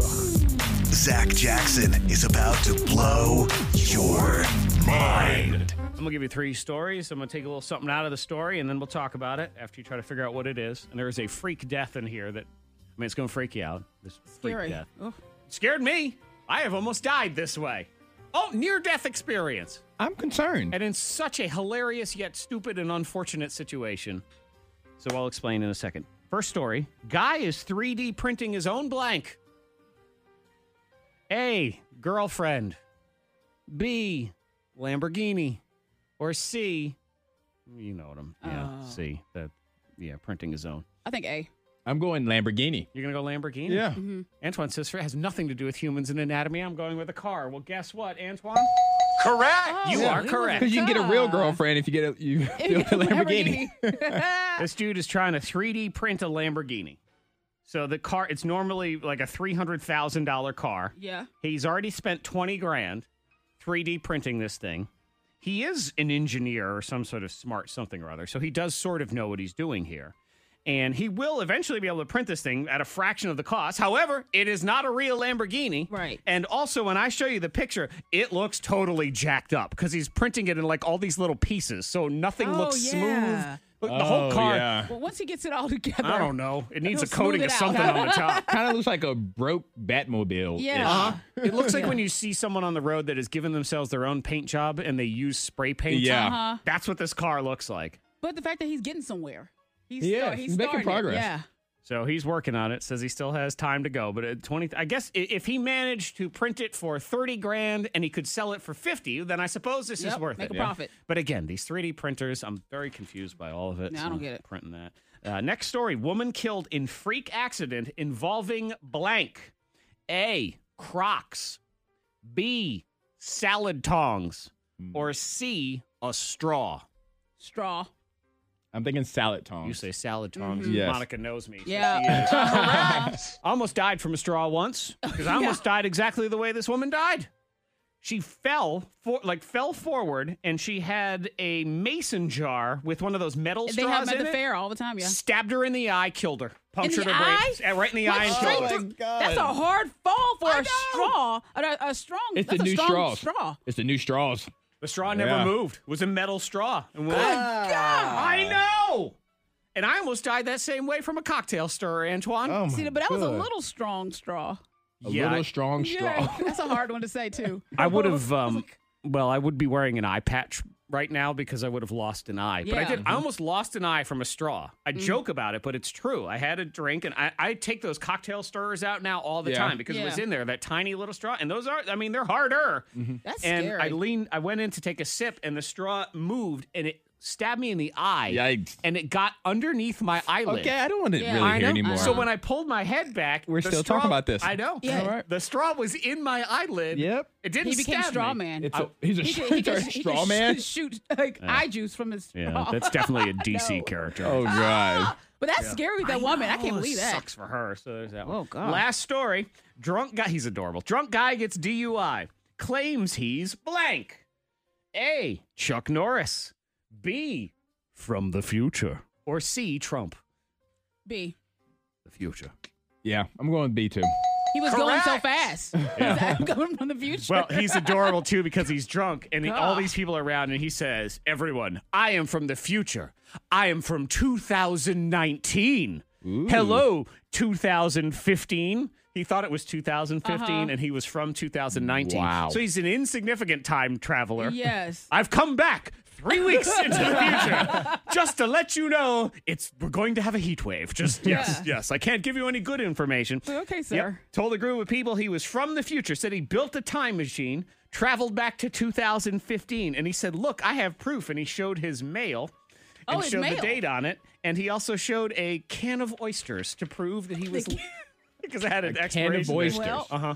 [SPEAKER 7] Zach Jackson is about to blow your mind.
[SPEAKER 1] I'm gonna give you three stories. I'm gonna take a little something out of the story, and then we'll talk about it after you try to figure out what it is. And there is a freak death in here that I mean, it's gonna freak you out. This freak
[SPEAKER 5] Scary.
[SPEAKER 1] death.
[SPEAKER 5] Ugh.
[SPEAKER 1] scared me. I have almost died this way. Oh, near death experience.
[SPEAKER 6] I'm concerned.
[SPEAKER 1] And in such a hilarious yet stupid and unfortunate situation. So I'll explain in a second. First story Guy is 3D printing his own blank. A. Girlfriend. B. Lamborghini. Or C. You know what I'm. Yeah.
[SPEAKER 5] Oh.
[SPEAKER 1] C. That. Yeah, printing his own.
[SPEAKER 5] I think A.
[SPEAKER 6] I'm going Lamborghini.
[SPEAKER 1] You're gonna go Lamborghini.
[SPEAKER 6] Yeah.
[SPEAKER 1] Antoine says it has nothing to do with humans and anatomy. I'm going with a car. Well, guess what, Antoine?
[SPEAKER 7] Correct.
[SPEAKER 5] Oh,
[SPEAKER 1] You
[SPEAKER 6] Yeah.
[SPEAKER 1] are
[SPEAKER 6] *laughs*
[SPEAKER 1] correct.
[SPEAKER 6] Because you can get a real
[SPEAKER 5] Duh.
[SPEAKER 6] girlfriend if you get
[SPEAKER 5] *laughs*
[SPEAKER 6] a you
[SPEAKER 1] *laughs*
[SPEAKER 6] build a *laughs* Lamborghini.
[SPEAKER 5] Lamborghini.
[SPEAKER 1] This dude is trying to 3D print a Lamborghini. So the car, it's normally like a three hundred thousand dollar car.
[SPEAKER 5] yeah.
[SPEAKER 1] He's already spent twenty grand 3D printing this thing. He is an engineer or some sort of smart something or other, so he does sort of know what he's doing here. And he will eventually be able to print this thing at a fraction of the cost. However, it is not a real Lamborghini.
[SPEAKER 5] Right.
[SPEAKER 1] And also, when I show you the picture, it looks totally jacked up because he's printing it in like all these little pieces. So nothing
[SPEAKER 5] Oh,
[SPEAKER 1] looks
[SPEAKER 5] yeah.
[SPEAKER 1] smooth. Look, the
[SPEAKER 6] Oh,
[SPEAKER 1] whole car.
[SPEAKER 5] Well, once he gets it all together.
[SPEAKER 1] I don't know. It needs a
[SPEAKER 5] It'll smooth
[SPEAKER 1] coating
[SPEAKER 5] it
[SPEAKER 1] of
[SPEAKER 5] out.
[SPEAKER 1] something on the
[SPEAKER 5] *laughs*
[SPEAKER 1] top.
[SPEAKER 6] Kind of looks like a broke Batmobile.
[SPEAKER 5] Yeah.
[SPEAKER 1] It looks like when you see someone on the road that has given themselves their own paint job and they use spray paint.
[SPEAKER 6] Yeah.
[SPEAKER 5] Uh-huh.
[SPEAKER 1] That's what this car looks like.
[SPEAKER 5] But the fact that he's getting somewhere. He's
[SPEAKER 6] He
[SPEAKER 5] start-
[SPEAKER 6] is.
[SPEAKER 5] he's
[SPEAKER 6] He's making
[SPEAKER 5] starting it.
[SPEAKER 6] progress.
[SPEAKER 5] Yeah.
[SPEAKER 1] So he's working on it. Says he still has time to go, but at 20 I guess i- if he managed to print it for 30 grand and he could sell it for 50, then I suppose this is
[SPEAKER 5] Yep,
[SPEAKER 1] worth
[SPEAKER 5] make
[SPEAKER 1] it.
[SPEAKER 5] a profit.
[SPEAKER 1] But again, these 3D printers, I'm very confused by all of it.
[SPEAKER 5] No, I
[SPEAKER 1] so
[SPEAKER 5] don't
[SPEAKER 1] I'm
[SPEAKER 5] get it.
[SPEAKER 1] Printing that. Uh, next story woman killed in freak accident involving blank. A. Crocs. B. Salad tongs. Or C. A straw.
[SPEAKER 5] Straw.
[SPEAKER 6] I'm thinking salad tongs.
[SPEAKER 1] You say salad tongs.
[SPEAKER 6] Mhm. Yes.
[SPEAKER 1] Mm-hmm. Monica knows me. so
[SPEAKER 5] Yeah.
[SPEAKER 1] she
[SPEAKER 5] *laughs*
[SPEAKER 1] is.
[SPEAKER 5] Uh-huh.
[SPEAKER 1] I *laughs* almost died from a straw once because
[SPEAKER 5] *laughs*
[SPEAKER 1] I almost died exactly the way this woman died. She fell for like fell forward and she had a mason jar with one of those metal
[SPEAKER 5] they have
[SPEAKER 1] straws
[SPEAKER 5] them at
[SPEAKER 1] in
[SPEAKER 5] the
[SPEAKER 1] it.
[SPEAKER 5] fair all the time. Yeah.
[SPEAKER 1] Stabbed her in the eye, killed her, punctured
[SPEAKER 5] the
[SPEAKER 1] her
[SPEAKER 5] eye?
[SPEAKER 1] brain, right in the
[SPEAKER 5] Went
[SPEAKER 1] eye, and
[SPEAKER 5] straight
[SPEAKER 1] killed her.
[SPEAKER 5] through- That's a hard fall for a straw. A, a strong.
[SPEAKER 6] It's the
[SPEAKER 5] that's a
[SPEAKER 6] new
[SPEAKER 5] strong
[SPEAKER 6] straws.
[SPEAKER 5] straw.
[SPEAKER 6] It's the new straws.
[SPEAKER 1] The straw never
[SPEAKER 6] Yeah.
[SPEAKER 1] moved. It was a metal straw. And
[SPEAKER 5] Oh,
[SPEAKER 1] when I know. And I almost died that same way from a cocktail stirrer, Antoine.
[SPEAKER 6] Oh my
[SPEAKER 5] See, but that was a
[SPEAKER 6] God.
[SPEAKER 5] little strong straw.
[SPEAKER 6] A
[SPEAKER 1] Yeah, I-
[SPEAKER 6] little strong straw.
[SPEAKER 5] *laughs* Yeah, that's a hard one to
[SPEAKER 1] *laughs*
[SPEAKER 5] say too.
[SPEAKER 1] I would have. Um, well, I would be wearing an eye patch right now because I would have lost an eye. But I
[SPEAKER 5] Yeah.
[SPEAKER 6] Mm-hmm.
[SPEAKER 1] did. I almost lost an eye from a straw. I
[SPEAKER 6] Mm.
[SPEAKER 1] joke about it, but it's true. I had a drink, and I, I take those cocktail stirrers out now all the
[SPEAKER 6] Yeah. Mm-hmm.
[SPEAKER 1] time because it was
[SPEAKER 5] Yeah.
[SPEAKER 1] in there that tiny little straw, and those are. I mean, they're harder.
[SPEAKER 5] That's
[SPEAKER 1] and
[SPEAKER 5] scary.
[SPEAKER 1] I leaned. I went in to take a sip, and the straw moved, and it stabbed me in the eye,
[SPEAKER 6] Yikes.
[SPEAKER 1] and it got underneath my eyelid.
[SPEAKER 6] Okay, I don't want to
[SPEAKER 5] Yeah.
[SPEAKER 6] really
[SPEAKER 5] I
[SPEAKER 6] hear
[SPEAKER 5] know.
[SPEAKER 6] anymore.
[SPEAKER 1] So when I pulled my head back,
[SPEAKER 6] We're
[SPEAKER 1] the
[SPEAKER 6] still
[SPEAKER 1] straw-
[SPEAKER 6] talking about this.
[SPEAKER 1] I know.
[SPEAKER 5] Yeah. All right.
[SPEAKER 1] The straw was in my eyelid.
[SPEAKER 6] Yep.
[SPEAKER 1] It didn't.
[SPEAKER 5] He became
[SPEAKER 1] stab
[SPEAKER 5] straw
[SPEAKER 1] me.
[SPEAKER 5] man.
[SPEAKER 6] it's a, he's a,
[SPEAKER 5] He could, he could, he
[SPEAKER 6] straw
[SPEAKER 5] could
[SPEAKER 6] man.
[SPEAKER 5] sh- shoot like eye juice from his
[SPEAKER 1] *laughs*
[SPEAKER 5] straw.
[SPEAKER 1] Yeah,
[SPEAKER 5] *laughs*
[SPEAKER 1] that's definitely a DC
[SPEAKER 5] No.
[SPEAKER 1] character.
[SPEAKER 6] oh god.
[SPEAKER 5] But that's scary with that woman. I can't
[SPEAKER 1] know,
[SPEAKER 5] believe
[SPEAKER 1] Oh, it
[SPEAKER 5] that.
[SPEAKER 1] Sucks for her. So there's that.
[SPEAKER 5] Oh,
[SPEAKER 1] one.
[SPEAKER 5] God.
[SPEAKER 1] Last story. Drunk guy. He's adorable. Drunk guy gets DUI. Claims he's blank. A. Chuck Norris. B. From the future. Or C. Trump.
[SPEAKER 5] B.
[SPEAKER 1] The future.
[SPEAKER 6] Yeah, I'm going B two.
[SPEAKER 5] He was going so
[SPEAKER 1] Correct. *laughs*
[SPEAKER 5] fast. *laughs* I'm coming from the future.
[SPEAKER 1] Well, he's adorable too because he's drunk and he- all these people are around and he says, "Everyone, I am from the future. I am from 2019. Hello 2015." He thought it was 2015 and he was from 2019.
[SPEAKER 6] Wow.
[SPEAKER 1] So he's an insignificant time traveler.
[SPEAKER 5] yes.
[SPEAKER 1] I've come back 3 weeks into the
[SPEAKER 5] *laughs*
[SPEAKER 1] future just to let you know it's we're going to have a heat wave. Just yes, yes. I can't give you any good information.
[SPEAKER 5] Okay, sir.
[SPEAKER 1] Yep. Told a group of people he was from the future, said he built a time machine, traveled back to 2015, and he said, Look, I have proof. And he showed his mail and
[SPEAKER 5] Oh, his
[SPEAKER 1] showed the
[SPEAKER 5] mail.
[SPEAKER 1] date on it. And he also showed a can of oysters to prove that he was. *laughs* Because I had an
[SPEAKER 6] Can of
[SPEAKER 1] expiration. date.
[SPEAKER 6] oysters.
[SPEAKER 5] Well-
[SPEAKER 1] Uh-huh.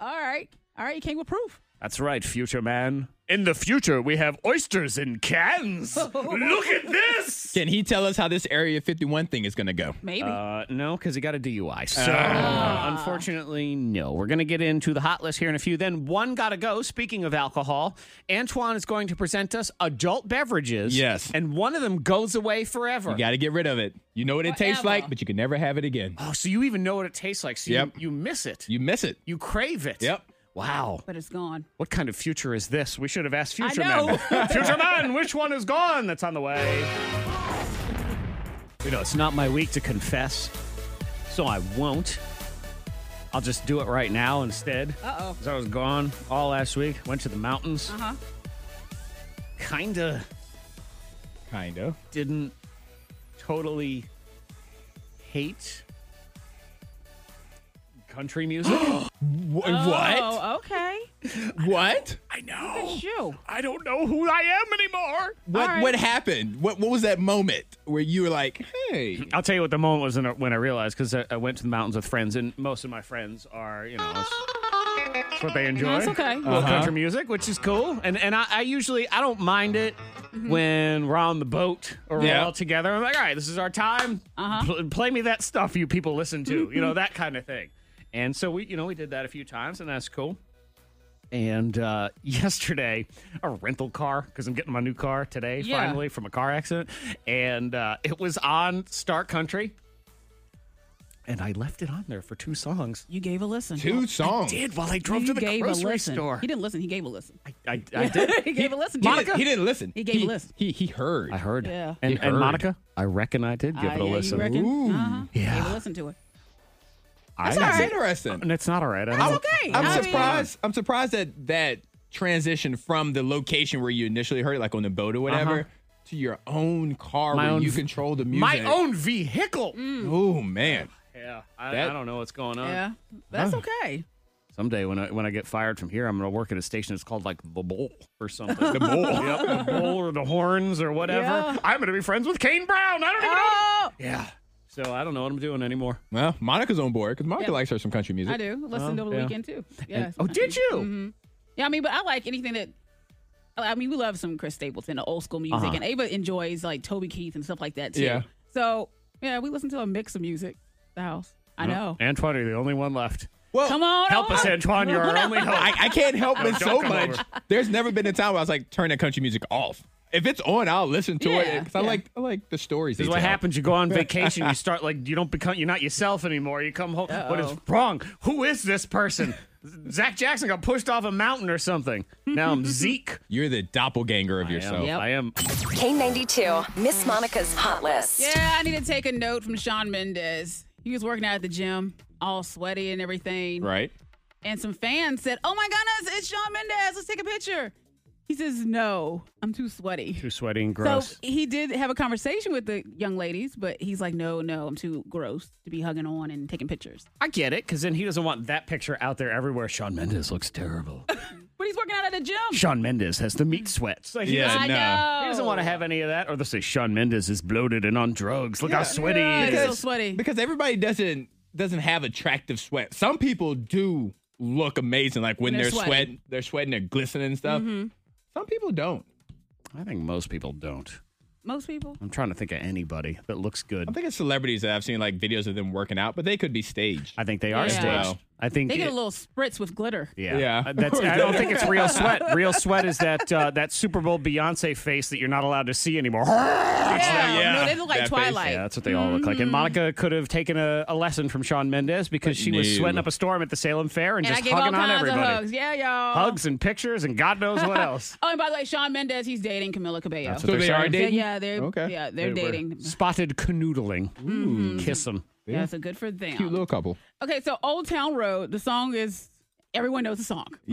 [SPEAKER 5] All right. All right. You came with proof.
[SPEAKER 1] That's right, future man. In the future, we have oysters in cans. Look at this.
[SPEAKER 6] Can he tell us how this Area 51 thing is going to go?
[SPEAKER 5] Maybe.
[SPEAKER 1] Uh, no, because he got a DUI. So, unfortunately, no. We're going to get into the hot list here in a few. Then, one got to go. Speaking of alcohol, Antoine is going to present us adult beverages.
[SPEAKER 6] Yes.
[SPEAKER 1] And one of them goes away forever.
[SPEAKER 6] You got to get rid of it. You know what it tastes
[SPEAKER 5] Whatever.
[SPEAKER 6] like, but you can never have it again.
[SPEAKER 1] oh, so you even know what it tastes like. So,
[SPEAKER 6] Yep.
[SPEAKER 1] you, you miss it. You,
[SPEAKER 6] You miss it.
[SPEAKER 1] crave it.
[SPEAKER 6] Yep.
[SPEAKER 1] Wow.
[SPEAKER 5] but it's gone.
[SPEAKER 1] What kind of future is this? We should have asked Future
[SPEAKER 5] know.
[SPEAKER 1] Man. future Man, which one is gone that's on the way? You know, it's not my week to confess, so I won't. I'll just do it right now instead.
[SPEAKER 5] Uh oh.
[SPEAKER 1] Because I was gone all last week, went to the mountains.
[SPEAKER 5] Uh huh.
[SPEAKER 1] Kinda
[SPEAKER 6] Kind of.
[SPEAKER 1] didn't totally hate country music. *gasps*
[SPEAKER 5] Oh, okay.
[SPEAKER 6] what? What?
[SPEAKER 1] I know.
[SPEAKER 5] Shoo.
[SPEAKER 1] I don't know who I am anymore.
[SPEAKER 6] What,
[SPEAKER 5] right.
[SPEAKER 6] what happened? What what was that moment where you were like,
[SPEAKER 5] *laughs*
[SPEAKER 6] hey,
[SPEAKER 1] I'll tell you what the moment was in- when I realized because I, I went to the mountains with friends, and most of my friends are, you know, it's- it's what they enjoy.
[SPEAKER 5] That's okay.
[SPEAKER 1] Little country music, which is cool, and and I, I usually I don't mind it
[SPEAKER 5] Mm-hmm.
[SPEAKER 1] when we're on the boat or we're
[SPEAKER 6] Yeah.
[SPEAKER 1] all together. I'm like, all right, this is our time.
[SPEAKER 5] Uh-huh.
[SPEAKER 1] Pl- play me that stuff you people listen to,
[SPEAKER 5] *laughs*
[SPEAKER 1] you know, that kind of thing. And so we, you know, we did that a few times, and that's cool. And uh, *laughs* yesterday, a rental car because I'm getting my new car today
[SPEAKER 5] Yeah.
[SPEAKER 1] finally from a car accident, and uh, it was on Stark Country, and I left it on there for two songs.
[SPEAKER 5] You gave a listen.
[SPEAKER 6] two songs?
[SPEAKER 1] Did while I drove
[SPEAKER 5] You
[SPEAKER 1] to the
[SPEAKER 5] gave a
[SPEAKER 1] grocery
[SPEAKER 5] listen.
[SPEAKER 1] store.
[SPEAKER 5] He didn't listen. He gave a listen.
[SPEAKER 1] I, I did.
[SPEAKER 5] *laughs* he gave a listen.
[SPEAKER 6] He,
[SPEAKER 5] Monica.
[SPEAKER 6] didn't, he didn't listen.
[SPEAKER 5] He gave a listen.
[SPEAKER 6] He, he heard.
[SPEAKER 1] I heard.
[SPEAKER 5] Yeah.
[SPEAKER 1] And,
[SPEAKER 6] You
[SPEAKER 1] and
[SPEAKER 6] heard.
[SPEAKER 1] Monica, I reckon I did give
[SPEAKER 5] Ah,
[SPEAKER 1] it a
[SPEAKER 5] yeah,
[SPEAKER 1] listen.
[SPEAKER 5] You reckon?
[SPEAKER 6] Ooh.
[SPEAKER 5] Uh-huh.
[SPEAKER 1] Yeah.
[SPEAKER 5] Gave a listen to it.
[SPEAKER 1] I
[SPEAKER 6] That's
[SPEAKER 1] didn't-
[SPEAKER 6] interesting.
[SPEAKER 1] And it's not all right. I
[SPEAKER 5] That's
[SPEAKER 1] don't-
[SPEAKER 5] okay.
[SPEAKER 6] I'm
[SPEAKER 5] I mean-
[SPEAKER 6] surprised. I'm surprised that that transition from the location where you initially heard it, like on the boat or whatever,
[SPEAKER 1] Uh-huh.
[SPEAKER 6] to your own car
[SPEAKER 1] My
[SPEAKER 6] where
[SPEAKER 1] own
[SPEAKER 6] you
[SPEAKER 1] v-
[SPEAKER 6] control the music.
[SPEAKER 1] My own vehicle.
[SPEAKER 5] Mm.
[SPEAKER 6] Oh man.
[SPEAKER 1] Yeah. I,
[SPEAKER 6] That-
[SPEAKER 1] I don't know what's going on.
[SPEAKER 5] Yeah. That's
[SPEAKER 1] uh.
[SPEAKER 5] okay.
[SPEAKER 1] Someday when I when I get fired from here, I'm gonna work at a station that's called like the Bull or something. the *laughs*
[SPEAKER 6] Bull.
[SPEAKER 1] yep, the Bull or the Horns or whatever.
[SPEAKER 5] Yeah.
[SPEAKER 1] I'm gonna be friends with Kane Brown. I don't even
[SPEAKER 5] Oh,
[SPEAKER 1] know. Yeah. So I don't know what I'm doing anymore.
[SPEAKER 6] Well, Monica's on board because Monica
[SPEAKER 5] Yeah.
[SPEAKER 6] likes her some country music.
[SPEAKER 5] I do. Listened over the
[SPEAKER 1] yeah.
[SPEAKER 5] weekend too. Yeah. Mm-hmm.
[SPEAKER 1] And- oh, did you?
[SPEAKER 5] Yeah, I mean, but I like anything that. I mean, we love some Chris Stapleton, the old school music,
[SPEAKER 1] Uh-huh.
[SPEAKER 5] and Ava enjoys like Toby Keith and stuff like that too.
[SPEAKER 6] Yeah.
[SPEAKER 5] So yeah, we listen to a mix of music. at The house. I know.
[SPEAKER 1] Antoine, you're the only one left.
[SPEAKER 6] Well,
[SPEAKER 5] Come on.
[SPEAKER 1] Help us,
[SPEAKER 5] over.
[SPEAKER 1] Antoine.
[SPEAKER 5] *laughs*
[SPEAKER 1] You're our only hope.
[SPEAKER 6] I, I can't help it so
[SPEAKER 1] don't come
[SPEAKER 6] much.
[SPEAKER 1] over.
[SPEAKER 6] There's never been a time where I was like, turn that country music off. If it's on, I'll listen to it
[SPEAKER 5] Yeah,
[SPEAKER 6] 'cause I
[SPEAKER 5] yeah.
[SPEAKER 6] like I like the stories.
[SPEAKER 1] This is
[SPEAKER 6] they
[SPEAKER 1] what
[SPEAKER 6] tell.
[SPEAKER 1] happens. You go
[SPEAKER 5] *laughs*
[SPEAKER 1] on vacation. You start like you don't become. You're not yourself anymore. You come home. What is wrong? Who is this person? *laughs* Zach Jackson got pushed off a mountain or something. Now
[SPEAKER 5] *laughs*
[SPEAKER 1] I'm Zeke.
[SPEAKER 6] You're the doppelganger of
[SPEAKER 1] I am.
[SPEAKER 6] yourself.
[SPEAKER 5] Yep.
[SPEAKER 1] I am.
[SPEAKER 2] K92, Miss Monica's Hot List.
[SPEAKER 5] Yeah, I need to take a note from Sean Mendez. He was working out at the gym, all sweaty and everything.
[SPEAKER 6] Right?
[SPEAKER 5] And some fans said, "Oh my goodness, it's Sean Mendez. Let's take a picture." He says, "No, I'm too sweaty."
[SPEAKER 1] Too sweaty and gross.
[SPEAKER 5] So he did have a conversation with the young ladies, but he's like, "No, no, I'm too gross to be hugging on and taking pictures." *laughs*
[SPEAKER 1] I get it, because then he doesn't want that picture out there everywhere. Sean Mendes looks terrible.
[SPEAKER 5] But But he's working out at a gym.
[SPEAKER 1] Sean Mendes has the meat sweats. Like, he
[SPEAKER 6] Yeah,
[SPEAKER 1] doesn't-
[SPEAKER 5] I
[SPEAKER 6] no.
[SPEAKER 5] know.
[SPEAKER 1] He doesn't want to have any of that. Or they'll say, Sean Mendes is bloated and on drugs. Look how sweaty
[SPEAKER 5] Yeah,
[SPEAKER 1] he
[SPEAKER 5] he's
[SPEAKER 1] is.
[SPEAKER 5] so sweaty.
[SPEAKER 6] because everybody doesn't doesn't have attractive sweat. Some people do look amazing, like when,
[SPEAKER 5] When they're
[SPEAKER 6] they're, sweating,
[SPEAKER 5] sweating. Mm-hmm.
[SPEAKER 6] they're sweating, they're glistening and stuff. Some people don't.
[SPEAKER 1] I think most people don't.
[SPEAKER 5] Most people.
[SPEAKER 1] I'm trying to think of anybody that looks good.
[SPEAKER 6] I'm thinking celebrities that I've seen like videos of them working out, but they could be staged.
[SPEAKER 1] I think they are
[SPEAKER 5] Yeah.
[SPEAKER 1] staged. I think
[SPEAKER 5] They get
[SPEAKER 1] it-
[SPEAKER 5] a little spritz with glitter.
[SPEAKER 1] Yeah,
[SPEAKER 6] Yeah.
[SPEAKER 1] Uh, That's, I don't think it's real sweat. Real sweat is that uh, that Super Bowl Beyonce face that you're not allowed to see anymore. Oh, yeah,
[SPEAKER 5] Yeah.
[SPEAKER 6] yeah.
[SPEAKER 5] No, they look like
[SPEAKER 6] That face,
[SPEAKER 5] Twilight.
[SPEAKER 1] that's what they all look like. And Monica could have taken a, a lesson from Sean Mendes because she was
[SPEAKER 6] No.
[SPEAKER 1] sweating up a storm at the Salem Fair and,
[SPEAKER 5] And I
[SPEAKER 1] just
[SPEAKER 5] gave all
[SPEAKER 1] hugging on
[SPEAKER 5] kinds
[SPEAKER 1] everybody.
[SPEAKER 5] of hugs. Oh. Yeah, y'all.
[SPEAKER 1] Hugs and pictures and God knows what
[SPEAKER 5] *laughs*
[SPEAKER 1] else.
[SPEAKER 5] Oh, and by the way, Sean Mendez, he's dating Camila Cabello.
[SPEAKER 1] That's
[SPEAKER 6] So
[SPEAKER 1] what
[SPEAKER 6] they
[SPEAKER 1] they're
[SPEAKER 6] are
[SPEAKER 1] saying.
[SPEAKER 5] yeah,
[SPEAKER 6] dating.
[SPEAKER 5] yeah, they're
[SPEAKER 6] Okay.
[SPEAKER 5] yeah, they're
[SPEAKER 6] They were.
[SPEAKER 5] dating.
[SPEAKER 1] Spotted canoodling.
[SPEAKER 5] Mm-hmm.
[SPEAKER 1] Kiss them.
[SPEAKER 5] Yeah, so good for them.
[SPEAKER 6] Cute little couple.
[SPEAKER 5] Okay, so Old Town Road, the song is everyone knows the song.
[SPEAKER 1] Mm-hmm.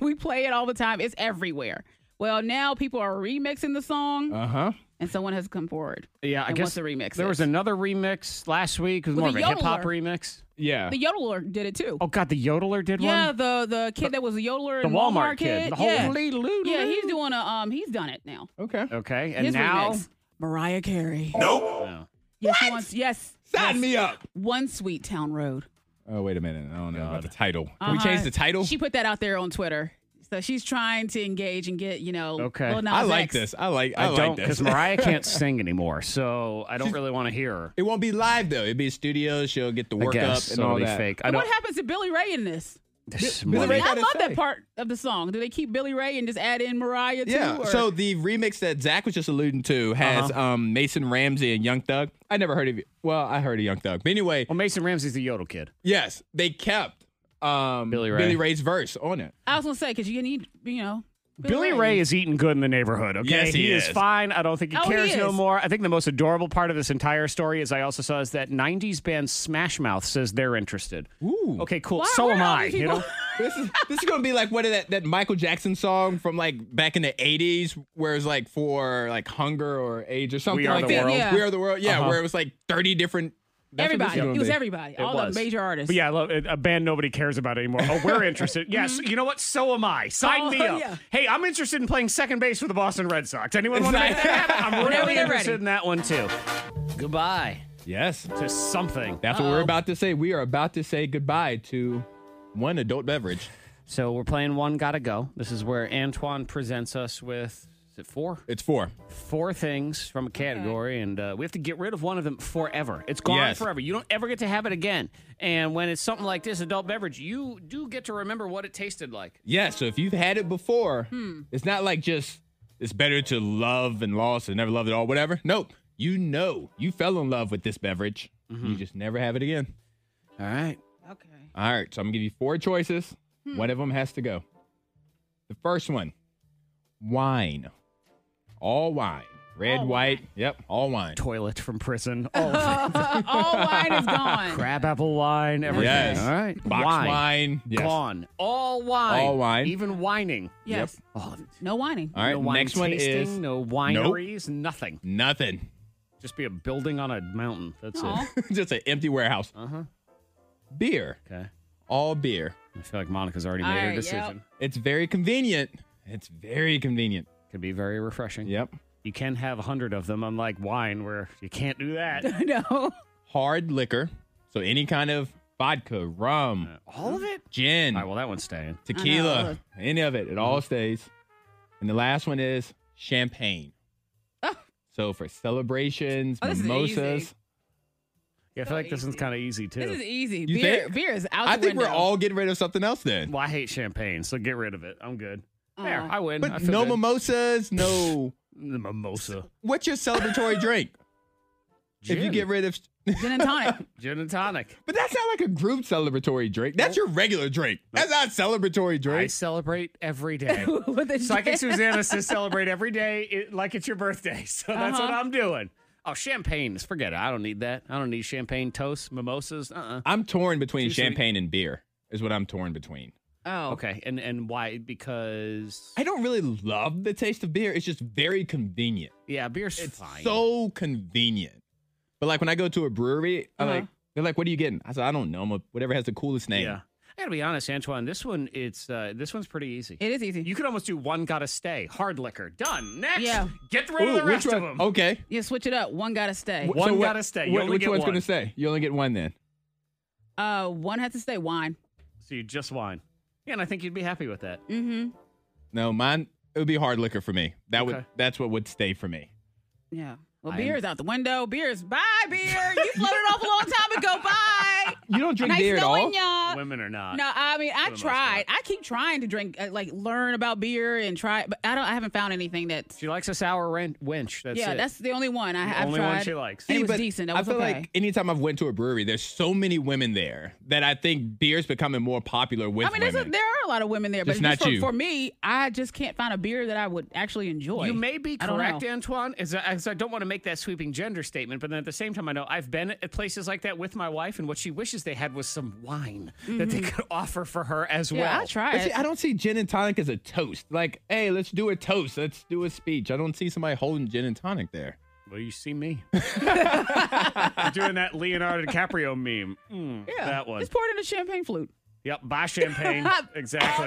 [SPEAKER 5] *laughs* we play it all the time. It's everywhere. Well, now people are remixing the song,
[SPEAKER 6] Uh huh.
[SPEAKER 5] and someone has come forward.
[SPEAKER 1] Uh-huh. Yeah, I
[SPEAKER 5] and
[SPEAKER 1] guess
[SPEAKER 5] wants to remix
[SPEAKER 1] There
[SPEAKER 5] it.
[SPEAKER 1] was another remix last week. It was
[SPEAKER 5] With
[SPEAKER 1] more
[SPEAKER 5] a
[SPEAKER 1] of a hip hop
[SPEAKER 5] yodeler.
[SPEAKER 1] remix.
[SPEAKER 6] Yeah.
[SPEAKER 5] The yodeler did it too.
[SPEAKER 1] Oh God, the yodeler did
[SPEAKER 5] yeah,
[SPEAKER 1] one.
[SPEAKER 5] the the kid that was a yodeler,
[SPEAKER 1] The
[SPEAKER 5] in
[SPEAKER 1] Walmart kid. The whole
[SPEAKER 5] yeah.
[SPEAKER 1] leedeloo.
[SPEAKER 5] yeah, he's doing a um, he's done it now.
[SPEAKER 6] Okay.
[SPEAKER 1] Okay, and
[SPEAKER 5] His
[SPEAKER 1] now
[SPEAKER 5] remix. Mariah Carey.
[SPEAKER 1] Oh.
[SPEAKER 5] Yes, he wants- yes,
[SPEAKER 6] Sign me up.
[SPEAKER 5] one sweet town road.
[SPEAKER 6] Oh wait a minute. I don't know about the title. Can we
[SPEAKER 5] Uh-huh.
[SPEAKER 6] change the title?
[SPEAKER 5] She put that out there on Twitter. So she's trying to engage and get, you know,
[SPEAKER 1] Okay.
[SPEAKER 5] Lil Nas
[SPEAKER 6] I like
[SPEAKER 5] X.
[SPEAKER 6] this. I like. I,
[SPEAKER 1] I, don't
[SPEAKER 6] like this.
[SPEAKER 1] because Mariah can't sing anymore, so I don't really want to hear her.
[SPEAKER 6] *laughs* It won't be live though. It'd be studio. She'll get the
[SPEAKER 1] I
[SPEAKER 6] work
[SPEAKER 1] guess
[SPEAKER 6] up and
[SPEAKER 1] so it'll
[SPEAKER 6] all
[SPEAKER 1] be
[SPEAKER 6] that.
[SPEAKER 1] fake. I
[SPEAKER 5] And
[SPEAKER 1] don't.
[SPEAKER 5] what happens to Billy Ray in this?
[SPEAKER 1] This
[SPEAKER 6] Billy
[SPEAKER 1] morning-
[SPEAKER 6] Ray
[SPEAKER 5] I
[SPEAKER 6] gotta
[SPEAKER 5] love
[SPEAKER 6] say.
[SPEAKER 5] that part of the song. Do they keep Billy Ray and just add in Mariah too?
[SPEAKER 6] Yeah.
[SPEAKER 5] or-
[SPEAKER 6] So the remix that Zach was just alluding to has
[SPEAKER 1] Uh-huh.
[SPEAKER 6] um, Mason Ramsey and Young Thug. I never heard of. Well, I heard of Young Thug. But anyway,
[SPEAKER 1] well, Mason Ramsey's the yodel kid.
[SPEAKER 6] yes, they kept um,
[SPEAKER 1] Billy Ray.
[SPEAKER 6] Ray's verse on it.
[SPEAKER 5] I was gonna say because you need, you know,
[SPEAKER 1] Billy Ray is eating good in the neighborhood. Okay,
[SPEAKER 6] Yes, he
[SPEAKER 1] is.
[SPEAKER 6] is.
[SPEAKER 1] fine. I don't think he
[SPEAKER 5] Oh, he
[SPEAKER 1] cares no
[SPEAKER 5] is.
[SPEAKER 1] more. I think the most adorable part of this entire story, as I also saw, is that '90s band Smash Mouth says they're interested.
[SPEAKER 6] Ooh.
[SPEAKER 1] Okay, cool.
[SPEAKER 5] Why-
[SPEAKER 1] so
[SPEAKER 5] where
[SPEAKER 1] am
[SPEAKER 5] are all
[SPEAKER 1] I.
[SPEAKER 5] these
[SPEAKER 1] You
[SPEAKER 5] people? *laughs*
[SPEAKER 1] know,
[SPEAKER 6] this is this is gonna be like what is that that Michael Jackson song from like back in the eighties, where it's like for like hunger or age or something
[SPEAKER 1] Are
[SPEAKER 6] like
[SPEAKER 1] the
[SPEAKER 6] that.
[SPEAKER 1] World.
[SPEAKER 5] Yeah.
[SPEAKER 6] We are the world. Yeah,
[SPEAKER 1] Uh-huh.
[SPEAKER 6] where it was like thirty different. that's what this is
[SPEAKER 5] everybody.
[SPEAKER 6] gonna
[SPEAKER 5] It was
[SPEAKER 6] be.
[SPEAKER 5] everybody.
[SPEAKER 1] It
[SPEAKER 5] all
[SPEAKER 1] was.
[SPEAKER 5] the major artists.
[SPEAKER 1] but yeah, I love it. a band nobody cares about anymore. Oh,
[SPEAKER 5] *laughs*
[SPEAKER 1] we're interested. Yes, you know what? So am I. Sign
[SPEAKER 5] Oh, *laughs*
[SPEAKER 1] me up.
[SPEAKER 5] yeah.
[SPEAKER 1] Hey, I'm interested in playing second base for the Boston Red Sox. Anyone want to make that
[SPEAKER 6] Exactly.
[SPEAKER 1] happen? *laughs* I'm
[SPEAKER 5] Whenever
[SPEAKER 1] really
[SPEAKER 5] they're
[SPEAKER 1] interested
[SPEAKER 5] ready.
[SPEAKER 1] in that one too. Goodbye.
[SPEAKER 6] Yes,
[SPEAKER 1] to something.
[SPEAKER 6] that's what we're about to say. We are about to say goodbye to one adult beverage.
[SPEAKER 1] So we're playing one gotta go. This is where Antoine presents us with is it four
[SPEAKER 6] It's four.
[SPEAKER 1] four things from a category, and uh, we have to get rid of one of them forever. It's gone
[SPEAKER 6] Yes.
[SPEAKER 1] forever. You don't ever get to have it again. And when it's something like this, adult beverage, you do get to remember what it tasted like.
[SPEAKER 6] Yeah, so if you've had it before, it's not like just it's better to love and loss and never love at all, whatever. Nope. You know you fell in love with this beverage. You just never have it again.
[SPEAKER 1] All right.
[SPEAKER 5] Okay.
[SPEAKER 6] All right, so I'm gonna give you four choices. One of them has to go. The first one, wine, all wine, red, white, yep, all wine.
[SPEAKER 1] Toilet from
[SPEAKER 5] *laughs*
[SPEAKER 1] prison. Oh,
[SPEAKER 5] Uh, all wine is gone.
[SPEAKER 1] crab apple wine. Everything.
[SPEAKER 6] Yes.
[SPEAKER 1] All right.
[SPEAKER 6] Box wine, yes.
[SPEAKER 1] Gone. All wine.
[SPEAKER 6] All wine.
[SPEAKER 1] Even whining.
[SPEAKER 5] Yes.
[SPEAKER 1] Oh,
[SPEAKER 5] No whining.
[SPEAKER 6] All right,
[SPEAKER 1] no wine
[SPEAKER 6] next one
[SPEAKER 1] tasting,
[SPEAKER 6] is
[SPEAKER 1] no wineries, nothing.
[SPEAKER 6] nothing, *laughs*
[SPEAKER 1] Just be a building on a mountain. That's
[SPEAKER 5] Aw.
[SPEAKER 1] it.
[SPEAKER 6] just an empty warehouse. Uh
[SPEAKER 1] Uh-huh.
[SPEAKER 6] huh. Beer,
[SPEAKER 1] Okay.
[SPEAKER 6] all beer.
[SPEAKER 1] I feel like Monica's already made
[SPEAKER 5] All
[SPEAKER 1] her
[SPEAKER 5] right,
[SPEAKER 1] decision.
[SPEAKER 6] It's very convenient. It's very convenient.
[SPEAKER 1] Could be very refreshing.
[SPEAKER 6] Yep.
[SPEAKER 1] You can have a hundred of them, unlike wine, where you can't do
[SPEAKER 5] *laughs*
[SPEAKER 1] that.
[SPEAKER 5] *laughs* no.
[SPEAKER 6] Hard liquor, so any kind of vodka, rum,
[SPEAKER 1] Uh, All of
[SPEAKER 6] Mm.
[SPEAKER 1] it?
[SPEAKER 6] gin,
[SPEAKER 1] All right, well, that one's staying.
[SPEAKER 5] I know.
[SPEAKER 6] tequila, any of it, it
[SPEAKER 1] Mm-hmm.
[SPEAKER 6] all stays. And the last one is champagne.
[SPEAKER 5] Oh.
[SPEAKER 6] So for celebrations,
[SPEAKER 5] Oh, this is
[SPEAKER 6] mimosas,
[SPEAKER 5] easy.
[SPEAKER 1] Yeah, I feel like this one's
[SPEAKER 5] easy.
[SPEAKER 1] kind of easy, too.
[SPEAKER 5] This is e easy.
[SPEAKER 6] You
[SPEAKER 5] beer,
[SPEAKER 6] think?
[SPEAKER 5] beer is out.
[SPEAKER 6] I
[SPEAKER 5] the
[SPEAKER 6] think we're
[SPEAKER 5] window.
[SPEAKER 6] all getting rid of something else then.
[SPEAKER 1] Well, I hate champagne, so get rid of it. I'm good. There,
[SPEAKER 5] Aw.
[SPEAKER 1] I win. I
[SPEAKER 6] But
[SPEAKER 1] feel
[SPEAKER 6] no
[SPEAKER 1] good. *laughs*
[SPEAKER 6] mimosas, no.
[SPEAKER 1] The mimosa.
[SPEAKER 6] What's your celebratory drink? If you
[SPEAKER 1] Gin.
[SPEAKER 6] get rid of,
[SPEAKER 5] gin and
[SPEAKER 6] *laughs*
[SPEAKER 5] tonic.
[SPEAKER 1] Gin and tonic.
[SPEAKER 6] but that's not like a group celebratory drink. That's your regular drink. That's not celebratory
[SPEAKER 1] I
[SPEAKER 6] drink.
[SPEAKER 1] celebrate every
[SPEAKER 6] *laughs*
[SPEAKER 1] day.
[SPEAKER 5] *laughs* With a
[SPEAKER 1] Psychic
[SPEAKER 5] gin.
[SPEAKER 1] Susanna says celebrate every day it, like it's your birthday. *laughs* So that's what
[SPEAKER 6] Uh-huh.
[SPEAKER 1] I'm doing. Oh, champagne. Forget it. I don't need that. I don't need champagne, toast, mimosas. Uh-uh.
[SPEAKER 6] I'm torn between
[SPEAKER 1] Too sweet.
[SPEAKER 6] champagne and beer. Is what I'm torn between.
[SPEAKER 5] Oh,
[SPEAKER 1] Okay. And and why? Because
[SPEAKER 6] I don't really love the taste of beer. It's just very convenient.
[SPEAKER 1] yeah, beer's
[SPEAKER 6] It's
[SPEAKER 1] fine.
[SPEAKER 6] so convenient. But like when I go to a brewery, I
[SPEAKER 5] Uh-huh.
[SPEAKER 6] like they're like, "What are you getting?" I said, "I don't know. I'm a- whatever has the coolest name."
[SPEAKER 1] Yeah. I gotta be honest, Antoine. This one, it's uh, this one's pretty easy.
[SPEAKER 5] It is easy.
[SPEAKER 1] You could almost do one. Gotta stay. Hard liquor. Done. Next.
[SPEAKER 5] Yeah.
[SPEAKER 1] Get rid of the
[SPEAKER 6] Ooh,
[SPEAKER 1] rest
[SPEAKER 6] which
[SPEAKER 1] of
[SPEAKER 6] one? Oh.
[SPEAKER 1] them.
[SPEAKER 6] Okay.
[SPEAKER 5] You switch it up. One gotta stay.
[SPEAKER 1] One
[SPEAKER 6] what-
[SPEAKER 1] gotta stay. You
[SPEAKER 6] what-
[SPEAKER 1] only
[SPEAKER 6] which
[SPEAKER 1] get
[SPEAKER 6] one's
[SPEAKER 1] one.
[SPEAKER 6] gonna stay? You only get one then.
[SPEAKER 5] Uh, one has to stay. Wine.
[SPEAKER 1] So you just wine. Yeah, and I think you'd be happy with that.
[SPEAKER 5] Mm-hmm.
[SPEAKER 6] No, mine. It would be hard liquor for me. That would.
[SPEAKER 1] Okay.
[SPEAKER 6] That's what would stay for me.
[SPEAKER 5] Yeah. Well,
[SPEAKER 6] I am-
[SPEAKER 5] beer's out the window. Beer's bye, beer.
[SPEAKER 6] *laughs*
[SPEAKER 5] You floated off a long time ago. Bye.
[SPEAKER 6] You don't drink
[SPEAKER 5] nice
[SPEAKER 6] beer at all.
[SPEAKER 5] knowing
[SPEAKER 6] Uh,
[SPEAKER 5] ya.
[SPEAKER 1] Women are not.
[SPEAKER 5] No, I mean I
[SPEAKER 1] the most
[SPEAKER 5] tried. I keep trying to drink, uh, like learn about beer and try, but I don't. I haven't found anything that's.
[SPEAKER 1] She likes a sour ren- wench. That's
[SPEAKER 5] yeah,
[SPEAKER 1] it.
[SPEAKER 5] that's the only one I,
[SPEAKER 1] the
[SPEAKER 5] I've
[SPEAKER 1] only
[SPEAKER 5] tried.
[SPEAKER 1] one she likes.
[SPEAKER 5] It
[SPEAKER 6] See,
[SPEAKER 5] was
[SPEAKER 6] but
[SPEAKER 5] decent. It
[SPEAKER 6] I
[SPEAKER 5] was
[SPEAKER 6] feel
[SPEAKER 5] okay.
[SPEAKER 6] like anytime I've went to a brewery, there's so many women there that I think beer's becoming more popular with
[SPEAKER 5] I mean, there's a,
[SPEAKER 6] women.
[SPEAKER 5] there are a lot of women there,
[SPEAKER 6] Just
[SPEAKER 5] but
[SPEAKER 6] not
[SPEAKER 5] for,
[SPEAKER 6] you.
[SPEAKER 5] for me, I just can't find a beer that I would actually enjoy.
[SPEAKER 1] You may be
[SPEAKER 5] I don't
[SPEAKER 1] correct,
[SPEAKER 5] know.
[SPEAKER 1] Antoine. As I, as I don't want to make that sweeping gender statement, but then at the same time, I know I've been at places like that with my wife, and what she wishes they had was some wine that they could *laughs* offer for her as
[SPEAKER 5] Mm-hmm. Yeah,
[SPEAKER 1] well.
[SPEAKER 5] I try
[SPEAKER 6] But see,
[SPEAKER 5] it.
[SPEAKER 6] I don't see gin and tonic as a toast. Like, hey, let's do a toast. Let's do a speech. I don't see somebody holding gin and tonic there.
[SPEAKER 1] Well, you see
[SPEAKER 5] *laughs*
[SPEAKER 1] me doing that Leonardo DiCaprio meme. Mm,
[SPEAKER 5] yeah,
[SPEAKER 1] that one.
[SPEAKER 5] Just pour it in a champagne flute.
[SPEAKER 1] Yep. Buy
[SPEAKER 5] *laughs*
[SPEAKER 1] champagne. exactly.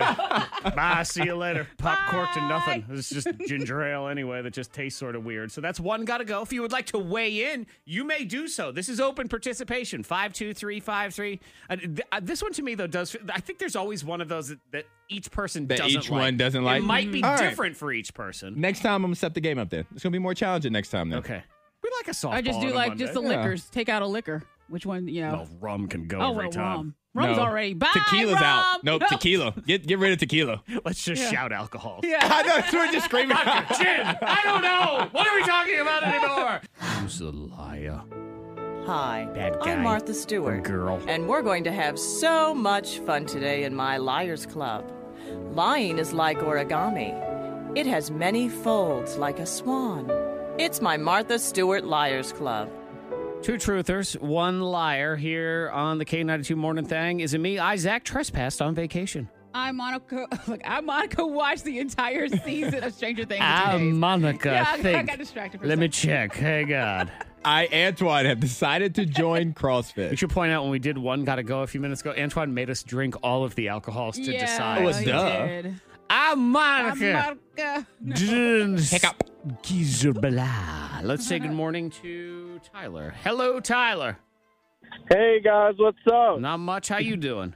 [SPEAKER 1] Bye. See you later. Pop cork to nothing. It's just ginger ale anyway that just tastes sort of weird. So that's one got to go. If you would like to weigh in, you may do so. This is open participation. Five two three five three. Uh, th- uh, this one to me though does. I think there's always one of those that, that each person
[SPEAKER 6] That
[SPEAKER 1] doesn't
[SPEAKER 6] each
[SPEAKER 1] like.
[SPEAKER 6] one doesn't like? Mm-hmm.
[SPEAKER 1] It might be
[SPEAKER 6] All right.
[SPEAKER 1] different for each person.
[SPEAKER 6] Next time, I'm gonna step the game up. Then it's gonna be more challenging next time. Then
[SPEAKER 1] Okay. We like a softball.
[SPEAKER 5] I just do
[SPEAKER 1] on a
[SPEAKER 5] like
[SPEAKER 1] Monday.
[SPEAKER 5] just the
[SPEAKER 6] Yeah.
[SPEAKER 5] liquors. Take out a liquor. Which one? You know.
[SPEAKER 1] Well, rum can go
[SPEAKER 5] oh
[SPEAKER 1] every
[SPEAKER 5] well,
[SPEAKER 1] time.
[SPEAKER 5] rum. Rum's
[SPEAKER 6] No.
[SPEAKER 5] already. Bye.
[SPEAKER 6] Tequila's
[SPEAKER 5] rum.
[SPEAKER 6] out. Nope,
[SPEAKER 5] No. *laughs*
[SPEAKER 6] tequila. Get get rid of tequila.
[SPEAKER 1] *laughs* Let's just shout alcohol.
[SPEAKER 5] Yeah.
[SPEAKER 6] I know. We're just screaming.
[SPEAKER 5] *laughs*
[SPEAKER 1] Gin. I don't know. What are we talking about anymore? Who's the liar?
[SPEAKER 10] Hi,
[SPEAKER 1] Bad guy.
[SPEAKER 10] I'm Martha Stewart.
[SPEAKER 1] Girl.
[SPEAKER 10] And we're going to have so much fun today in my Liars Club. Lying is like origami, it has many folds like a swan. It's my Martha Stewart Liars Club.
[SPEAKER 1] Two truthers, one liar here on the K92 Morning Thing. Is it me? Isaac trespassed on vacation.
[SPEAKER 5] I Monica. *laughs* Look, I Monica watched the entire season of Stranger Things. in
[SPEAKER 1] Ah,
[SPEAKER 5] two days.
[SPEAKER 1] Monica.
[SPEAKER 5] Yeah, I- I
[SPEAKER 1] think.
[SPEAKER 5] got distracted for a
[SPEAKER 1] Let me
[SPEAKER 5] second.
[SPEAKER 1] check. Hey,
[SPEAKER 5] *laughs*
[SPEAKER 1] God.
[SPEAKER 6] I, Antoine, have decided to join
[SPEAKER 1] we
[SPEAKER 6] CrossFit.
[SPEAKER 1] should point out when we did one Gotta Go a few minutes ago, Antoine made us drink all of the alcohols to
[SPEAKER 5] yeah,
[SPEAKER 1] decide.
[SPEAKER 6] Oh, it's
[SPEAKER 5] you
[SPEAKER 6] duh.
[SPEAKER 5] did.
[SPEAKER 1] Ah,
[SPEAKER 5] I'm
[SPEAKER 1] Monica.
[SPEAKER 5] Monica.
[SPEAKER 6] *laughs*
[SPEAKER 1] Hiccup. Let's say good morning to Tyler. Hello, Tyler.
[SPEAKER 8] Hey guys, what's up?
[SPEAKER 1] Not much. How you doing?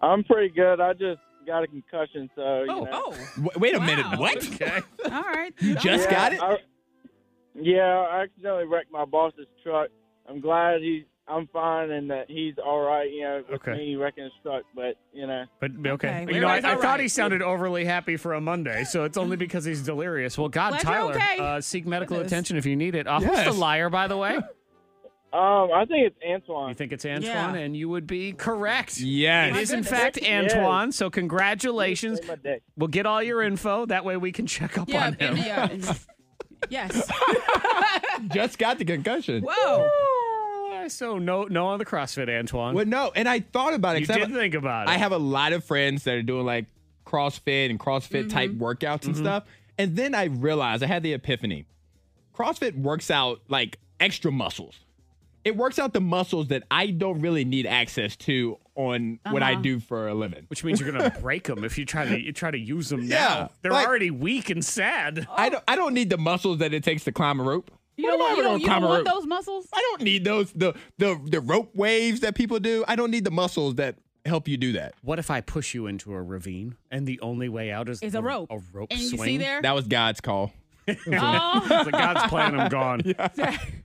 [SPEAKER 8] I'm pretty good. I just got a concussion, so you
[SPEAKER 1] Oh,
[SPEAKER 8] know.
[SPEAKER 5] Oh,
[SPEAKER 6] W- Wait a
[SPEAKER 5] Wow. *laughs*
[SPEAKER 6] minute. What?
[SPEAKER 1] Okay.
[SPEAKER 5] all right.
[SPEAKER 6] You *laughs* just
[SPEAKER 5] oh,
[SPEAKER 8] yeah,
[SPEAKER 6] got it?
[SPEAKER 8] I, yeah, I accidentally wrecked my boss's truck. I'm glad he, I'm fine, and that he's all right. You know, with
[SPEAKER 1] Okay.
[SPEAKER 8] me wrecking his truck, but you know,
[SPEAKER 1] But okay,
[SPEAKER 5] Okay,
[SPEAKER 1] you know, I,
[SPEAKER 5] everybody's
[SPEAKER 1] I
[SPEAKER 5] all
[SPEAKER 1] thought
[SPEAKER 5] right.
[SPEAKER 1] he sounded overly happy for a Monday, so it's only because he's delirious. Well, God,
[SPEAKER 5] Glad
[SPEAKER 1] Tyler,
[SPEAKER 5] you're okay.
[SPEAKER 1] uh, seek medical
[SPEAKER 5] Goodness.
[SPEAKER 1] attention if you need it. Uh,
[SPEAKER 6] Yes.
[SPEAKER 1] Who's the liar, by the
[SPEAKER 6] *laughs*
[SPEAKER 1] way?
[SPEAKER 8] um, I think it's Antoine.
[SPEAKER 1] you think it's Antoine, and you would be correct. It
[SPEAKER 6] Yes.
[SPEAKER 1] is, in fact, Antoine. So, congratulations.
[SPEAKER 8] Say my dick.
[SPEAKER 1] We'll get all your info. That way, we can check up
[SPEAKER 5] Yeah.
[SPEAKER 1] on him.
[SPEAKER 5] yeah, yeah.
[SPEAKER 6] *laughs*
[SPEAKER 5] yes.
[SPEAKER 6] Just got the concussion.
[SPEAKER 5] Whoa.
[SPEAKER 1] Uh, So, no, no on the CrossFit, Antoine.
[SPEAKER 6] Well, no. And I thought about it.
[SPEAKER 1] you
[SPEAKER 6] 'cause I have
[SPEAKER 1] did
[SPEAKER 6] a-
[SPEAKER 1] think about it.
[SPEAKER 6] I have a lot of friends that are doing like CrossFit and
[SPEAKER 5] Mm-hmm.
[SPEAKER 6] CrossFit type workouts
[SPEAKER 1] Mm-hmm.
[SPEAKER 6] and stuff. And then I realized I had the epiphany. CrossFit works out like extra muscles. It works out the muscles that I don't really need access to on what
[SPEAKER 5] Uh-huh.
[SPEAKER 6] I do for a living.
[SPEAKER 1] which means you're gonna *laughs* break them if you try to you try to use them
[SPEAKER 6] Yeah,
[SPEAKER 1] now. They're
[SPEAKER 6] like-
[SPEAKER 1] already weak and sad.
[SPEAKER 6] I don't I don't need the muscles that it takes to climb a rope.
[SPEAKER 5] You
[SPEAKER 6] What
[SPEAKER 5] don't
[SPEAKER 6] am I
[SPEAKER 5] want, you
[SPEAKER 6] gonna
[SPEAKER 5] don't, you
[SPEAKER 6] climb
[SPEAKER 5] don't
[SPEAKER 6] a
[SPEAKER 5] want
[SPEAKER 6] rope?
[SPEAKER 5] those muscles?
[SPEAKER 6] I don't need those the the the rope waves that people do. I don't need the muscles that help you do that.
[SPEAKER 1] What if I push you into a ravine and the only way out is,
[SPEAKER 5] Is a rope.
[SPEAKER 1] A rope
[SPEAKER 5] And you
[SPEAKER 1] swing?
[SPEAKER 5] see there?
[SPEAKER 6] That was God's call.
[SPEAKER 5] Oh.
[SPEAKER 1] It's like God's plan. I'm
[SPEAKER 6] *laughs*
[SPEAKER 1] gone.
[SPEAKER 5] *laughs*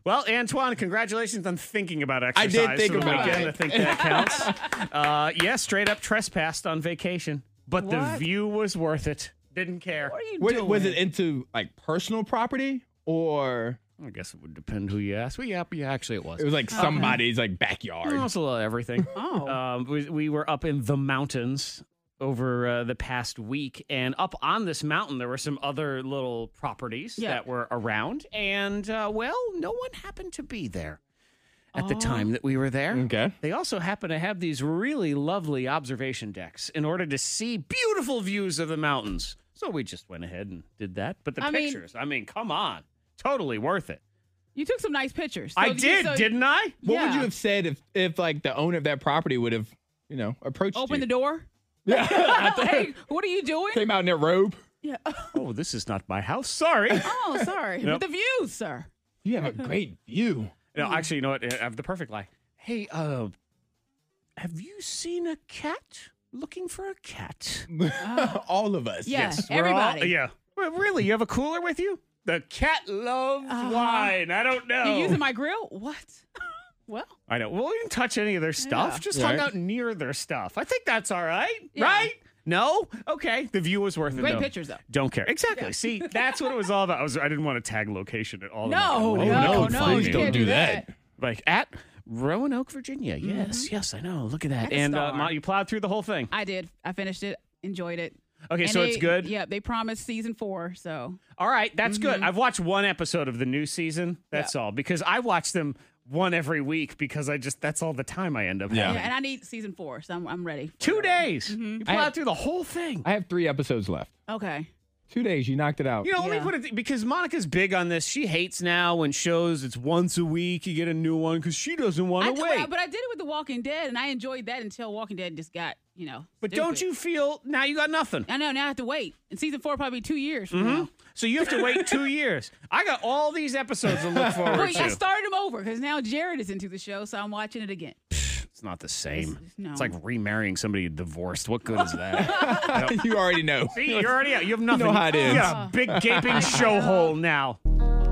[SPEAKER 1] Well, Antoine, congratulations on thinking about
[SPEAKER 6] I
[SPEAKER 1] exercise.
[SPEAKER 6] did think
[SPEAKER 1] for the
[SPEAKER 6] about
[SPEAKER 1] weekend.
[SPEAKER 6] it.
[SPEAKER 1] I think that
[SPEAKER 6] *laughs*
[SPEAKER 1] counts. uh, yeah, straight up trespassed on vacation, but the
[SPEAKER 5] What?
[SPEAKER 1] view was worth it. Didn't care.
[SPEAKER 5] What are you
[SPEAKER 6] Was,
[SPEAKER 5] doing?
[SPEAKER 6] was it into like personal property or
[SPEAKER 1] I guess it would depend who you ask. Well, yeah, yeah actually, it was.
[SPEAKER 6] It was like
[SPEAKER 5] Uh-huh.
[SPEAKER 6] somebody's like backyard.
[SPEAKER 1] Almost a little of everything.
[SPEAKER 5] Oh.
[SPEAKER 1] Um, we, we were up in the mountains over uh, the past week, and up on this mountain, there were some other little properties
[SPEAKER 5] Yeah.
[SPEAKER 1] that were around. And, uh, well, no one happened to be there at
[SPEAKER 5] Oh.
[SPEAKER 1] the time that we were there.
[SPEAKER 6] Okay.
[SPEAKER 1] They also happen to have these really lovely observation decks in order to see beautiful views of the mountains. So we just went ahead and did that. But the
[SPEAKER 5] I mean-
[SPEAKER 1] pictures, I mean, come on. Totally worth it.
[SPEAKER 5] *laughs* You took some nice pictures.
[SPEAKER 1] I did, didn't I?
[SPEAKER 5] *laughs*
[SPEAKER 6] What would
[SPEAKER 5] Yeah.
[SPEAKER 6] you have said if, if like the owner of that property would have you know, approached
[SPEAKER 5] Open
[SPEAKER 6] you.
[SPEAKER 5] the
[SPEAKER 1] *laughs*
[SPEAKER 5] door. *laughs*
[SPEAKER 6] Yeah.
[SPEAKER 5] hey, what are you doing?
[SPEAKER 6] Came out in their robe.
[SPEAKER 5] Yeah.
[SPEAKER 1] Oh, this is not my house.
[SPEAKER 5] *laughs*
[SPEAKER 1] Sorry.
[SPEAKER 5] Oh, sorry.
[SPEAKER 1] Yep.
[SPEAKER 5] But the view, sir.
[SPEAKER 6] You have a
[SPEAKER 5] Uh-huh.
[SPEAKER 6] great view. *laughs*
[SPEAKER 1] no, actually, you know what? I have the perfect lie. Hey, uh, have you seen a cat? Looking for a cat?
[SPEAKER 6] All of us.
[SPEAKER 5] Yeah, Oh,
[SPEAKER 1] Yes, we're all-
[SPEAKER 5] everybody.
[SPEAKER 1] Uh, yeah. Well, really, you have a cooler with you? Ah. The cat loves wine. I don't know.
[SPEAKER 5] You using my grill? What? *laughs* well,
[SPEAKER 1] I know. Well, we didn't touch any of their stuff.
[SPEAKER 5] Yeah.
[SPEAKER 1] Just hung
[SPEAKER 6] Right.
[SPEAKER 1] out near their stuff. I think that's all right.
[SPEAKER 5] Yeah.
[SPEAKER 1] Right? No? Okay. The view was worth it.
[SPEAKER 5] great
[SPEAKER 1] though.
[SPEAKER 5] pictures though.
[SPEAKER 1] Don't care. Exactly. See, that's what it was all about. I was I didn't want to tag location at all. in my-
[SPEAKER 5] No,
[SPEAKER 6] Oh,
[SPEAKER 1] Roanoke
[SPEAKER 5] no,
[SPEAKER 1] would
[SPEAKER 5] no,
[SPEAKER 1] find
[SPEAKER 5] you
[SPEAKER 1] me.
[SPEAKER 5] can't do that.
[SPEAKER 1] Like at Roanoke, Virginia. Yes, yes, I know. Look at that.
[SPEAKER 5] Mm-hmm. Like a
[SPEAKER 1] and uh,
[SPEAKER 5] star.
[SPEAKER 1] Ma, you plowed through the whole thing.
[SPEAKER 5] I did. I finished it. Enjoyed it.
[SPEAKER 1] Okay,
[SPEAKER 5] And
[SPEAKER 1] so it's
[SPEAKER 5] they-
[SPEAKER 1] good.
[SPEAKER 5] Yeah, Mm-hmm. they promised season four. So
[SPEAKER 1] All right, that's good. I've watched one episode of the new season. That's all because I watch them one every week because I just that's all the time I end up.
[SPEAKER 6] Yeah.
[SPEAKER 5] yeah. Mm-hmm.
[SPEAKER 1] having.
[SPEAKER 5] and I need season four. So I'm, I'm ready. for
[SPEAKER 1] Two
[SPEAKER 5] it.
[SPEAKER 1] days. You plowed
[SPEAKER 6] I-
[SPEAKER 1] through the whole thing.
[SPEAKER 6] I have three episodes left.
[SPEAKER 5] Okay.
[SPEAKER 6] Two days. You knocked it out.
[SPEAKER 1] You know, let me
[SPEAKER 5] Yeah.
[SPEAKER 1] put it th- because Monica's big on this. She hates now when shows it's once a week you get a new one because she doesn't
[SPEAKER 5] I,
[SPEAKER 1] want to
[SPEAKER 5] but
[SPEAKER 1] wait.
[SPEAKER 5] I- but I did it with The Walking Dead, and I enjoyed that until Walking Dead just got you know.
[SPEAKER 1] But don't
[SPEAKER 5] stupid.
[SPEAKER 1] you feel now you got nothing?
[SPEAKER 5] I know now I have to wait. And season four probably two years.
[SPEAKER 1] Mm-hmm.
[SPEAKER 5] From now.
[SPEAKER 1] So you have to wait
[SPEAKER 5] *laughs*
[SPEAKER 1] two years. I got all these episodes to look forward
[SPEAKER 5] Wait,
[SPEAKER 1] to.
[SPEAKER 5] I started them over because now Jared is into the show, so I'm watching it again.
[SPEAKER 1] it's not the same.
[SPEAKER 5] It's- no.
[SPEAKER 1] It's like remarrying somebody you divorced. What good
[SPEAKER 5] *laughs*
[SPEAKER 1] is that?
[SPEAKER 6] *laughs* you already know.
[SPEAKER 1] See, you're already out. You have nothing.
[SPEAKER 6] know how it
[SPEAKER 1] You
[SPEAKER 6] is.
[SPEAKER 1] got a big *laughs* gaping show hole now.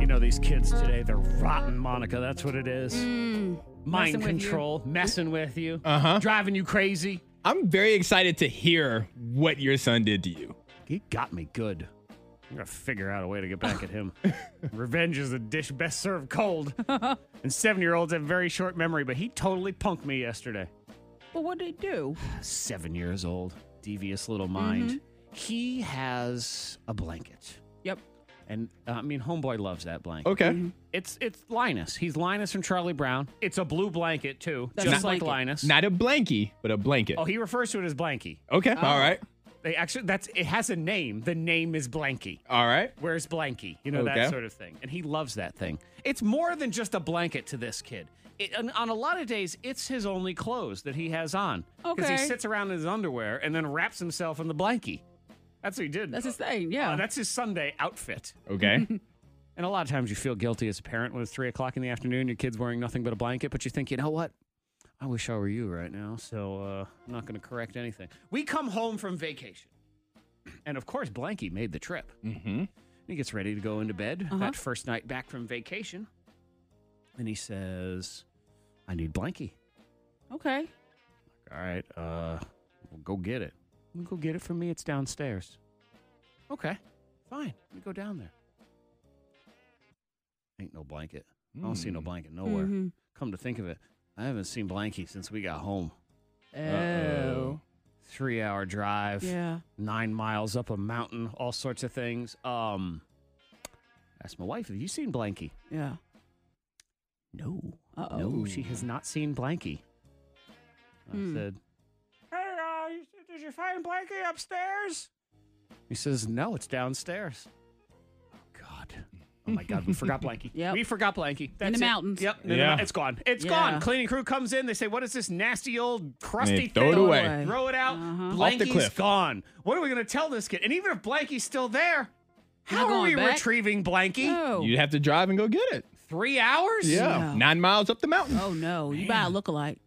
[SPEAKER 1] You know these kids today. They're rotten, Monica. That's what it is. Mind
[SPEAKER 5] Mm. messing with you.
[SPEAKER 1] control, messing with you, uh-huh. driving you crazy.
[SPEAKER 6] I'm very excited to hear what your son did to you.
[SPEAKER 1] He got me good. I'm gonna figure out a way to get back at *laughs* him. Revenge is a dish best served
[SPEAKER 5] *laughs*
[SPEAKER 1] cold. and seven year olds have very short memory, but he totally punked me yesterday.
[SPEAKER 5] But what did it do?
[SPEAKER 1] Seven years old, devious little mind.
[SPEAKER 5] Mm-hmm.
[SPEAKER 1] He has a blanket.
[SPEAKER 5] Yep.
[SPEAKER 1] And uh, I mean, homeboy loves that blanket.
[SPEAKER 6] Okay.
[SPEAKER 5] Mm-hmm.
[SPEAKER 1] It's it's Linus. He's Linus from Charlie Brown. It's a blue blanket too,
[SPEAKER 5] That's
[SPEAKER 1] just
[SPEAKER 5] a
[SPEAKER 1] like
[SPEAKER 5] blanket.
[SPEAKER 1] Linus.
[SPEAKER 6] Not a blankie, but a blanket.
[SPEAKER 1] oh, he refers to it as Blanky.
[SPEAKER 6] okay.
[SPEAKER 5] Oh.
[SPEAKER 6] All right.
[SPEAKER 1] They actually that's it has a name. The name is Blanky.
[SPEAKER 6] All right.
[SPEAKER 1] Where's Blanky? You know,
[SPEAKER 6] Okay.
[SPEAKER 1] that sort of thing. And he loves that thing. It's more than just a blanket to this kid. It, on, on a lot of days, it's his only clothes that he has on. Because he
[SPEAKER 5] Okay.
[SPEAKER 1] sits around in his underwear and then wraps himself in the blankie. That's what he did.
[SPEAKER 5] That's his
[SPEAKER 1] Uh,
[SPEAKER 5] thing. Yeah.
[SPEAKER 1] uh, that's his Sunday outfit.
[SPEAKER 6] Okay.
[SPEAKER 1] And a lot of times you feel guilty as a parent when it's three o'clock in the afternoon, your kid's wearing nothing but a blanket, but you think, you know what? I wish I were you right now, so uh, I'm not going to correct anything. We come home from vacation. And of course, Blanky made the trip.
[SPEAKER 6] mm-hmm.
[SPEAKER 1] He gets ready to go into bed
[SPEAKER 5] Uh-huh.
[SPEAKER 1] that first night back from vacation. And he says, I need Blanky.
[SPEAKER 5] okay.
[SPEAKER 1] All right, uh, well, go get it. "You Go get it for me. It's downstairs. Okay, fine. Let me go down there. Ain't no blanket. I don't see no blanket nowhere.
[SPEAKER 5] Mhm.
[SPEAKER 1] Come to think of it, I haven't seen Blanky since we got home.
[SPEAKER 5] *laughs* Oh.
[SPEAKER 1] Three hour drive,
[SPEAKER 5] Yeah.
[SPEAKER 1] nine miles up a mountain, all sorts of things. Um, asked my wife, have you seen Blanky?
[SPEAKER 5] Yeah.
[SPEAKER 1] No.
[SPEAKER 5] Uh-oh.
[SPEAKER 1] No, she has not seen Blanky. I
[SPEAKER 5] Hmm.
[SPEAKER 1] said, Hey, uh, you- did you find Blanky upstairs? He says, No, it's downstairs. Oh, God. Oh, my God. We forgot Blanky.
[SPEAKER 5] *laughs* Yep.
[SPEAKER 1] We forgot Blanky. That's
[SPEAKER 5] the
[SPEAKER 1] it.
[SPEAKER 5] mountains.
[SPEAKER 1] Yep. in the
[SPEAKER 6] Yeah.
[SPEAKER 1] mou- it's gone. It's
[SPEAKER 5] Yeah.
[SPEAKER 1] gone. Cleaning crew comes in. They say, What is this nasty old crusty
[SPEAKER 6] They throw it
[SPEAKER 1] thing?
[SPEAKER 6] away. Throw it
[SPEAKER 5] away.
[SPEAKER 1] Throw it out.
[SPEAKER 5] Uh-huh.
[SPEAKER 6] Off the
[SPEAKER 1] Blanky's
[SPEAKER 6] cliff.
[SPEAKER 1] gone. What are we going to tell this kid? And even if Blanky's still there, how
[SPEAKER 5] Not
[SPEAKER 1] are
[SPEAKER 5] going
[SPEAKER 1] we
[SPEAKER 5] back.
[SPEAKER 1] retrieving Blanky?
[SPEAKER 5] Oh.
[SPEAKER 6] You'd have to drive and go get it.
[SPEAKER 1] Three hours?
[SPEAKER 5] Yeah.
[SPEAKER 6] Nine miles up the mountain.
[SPEAKER 5] oh no. You buy a lookalike.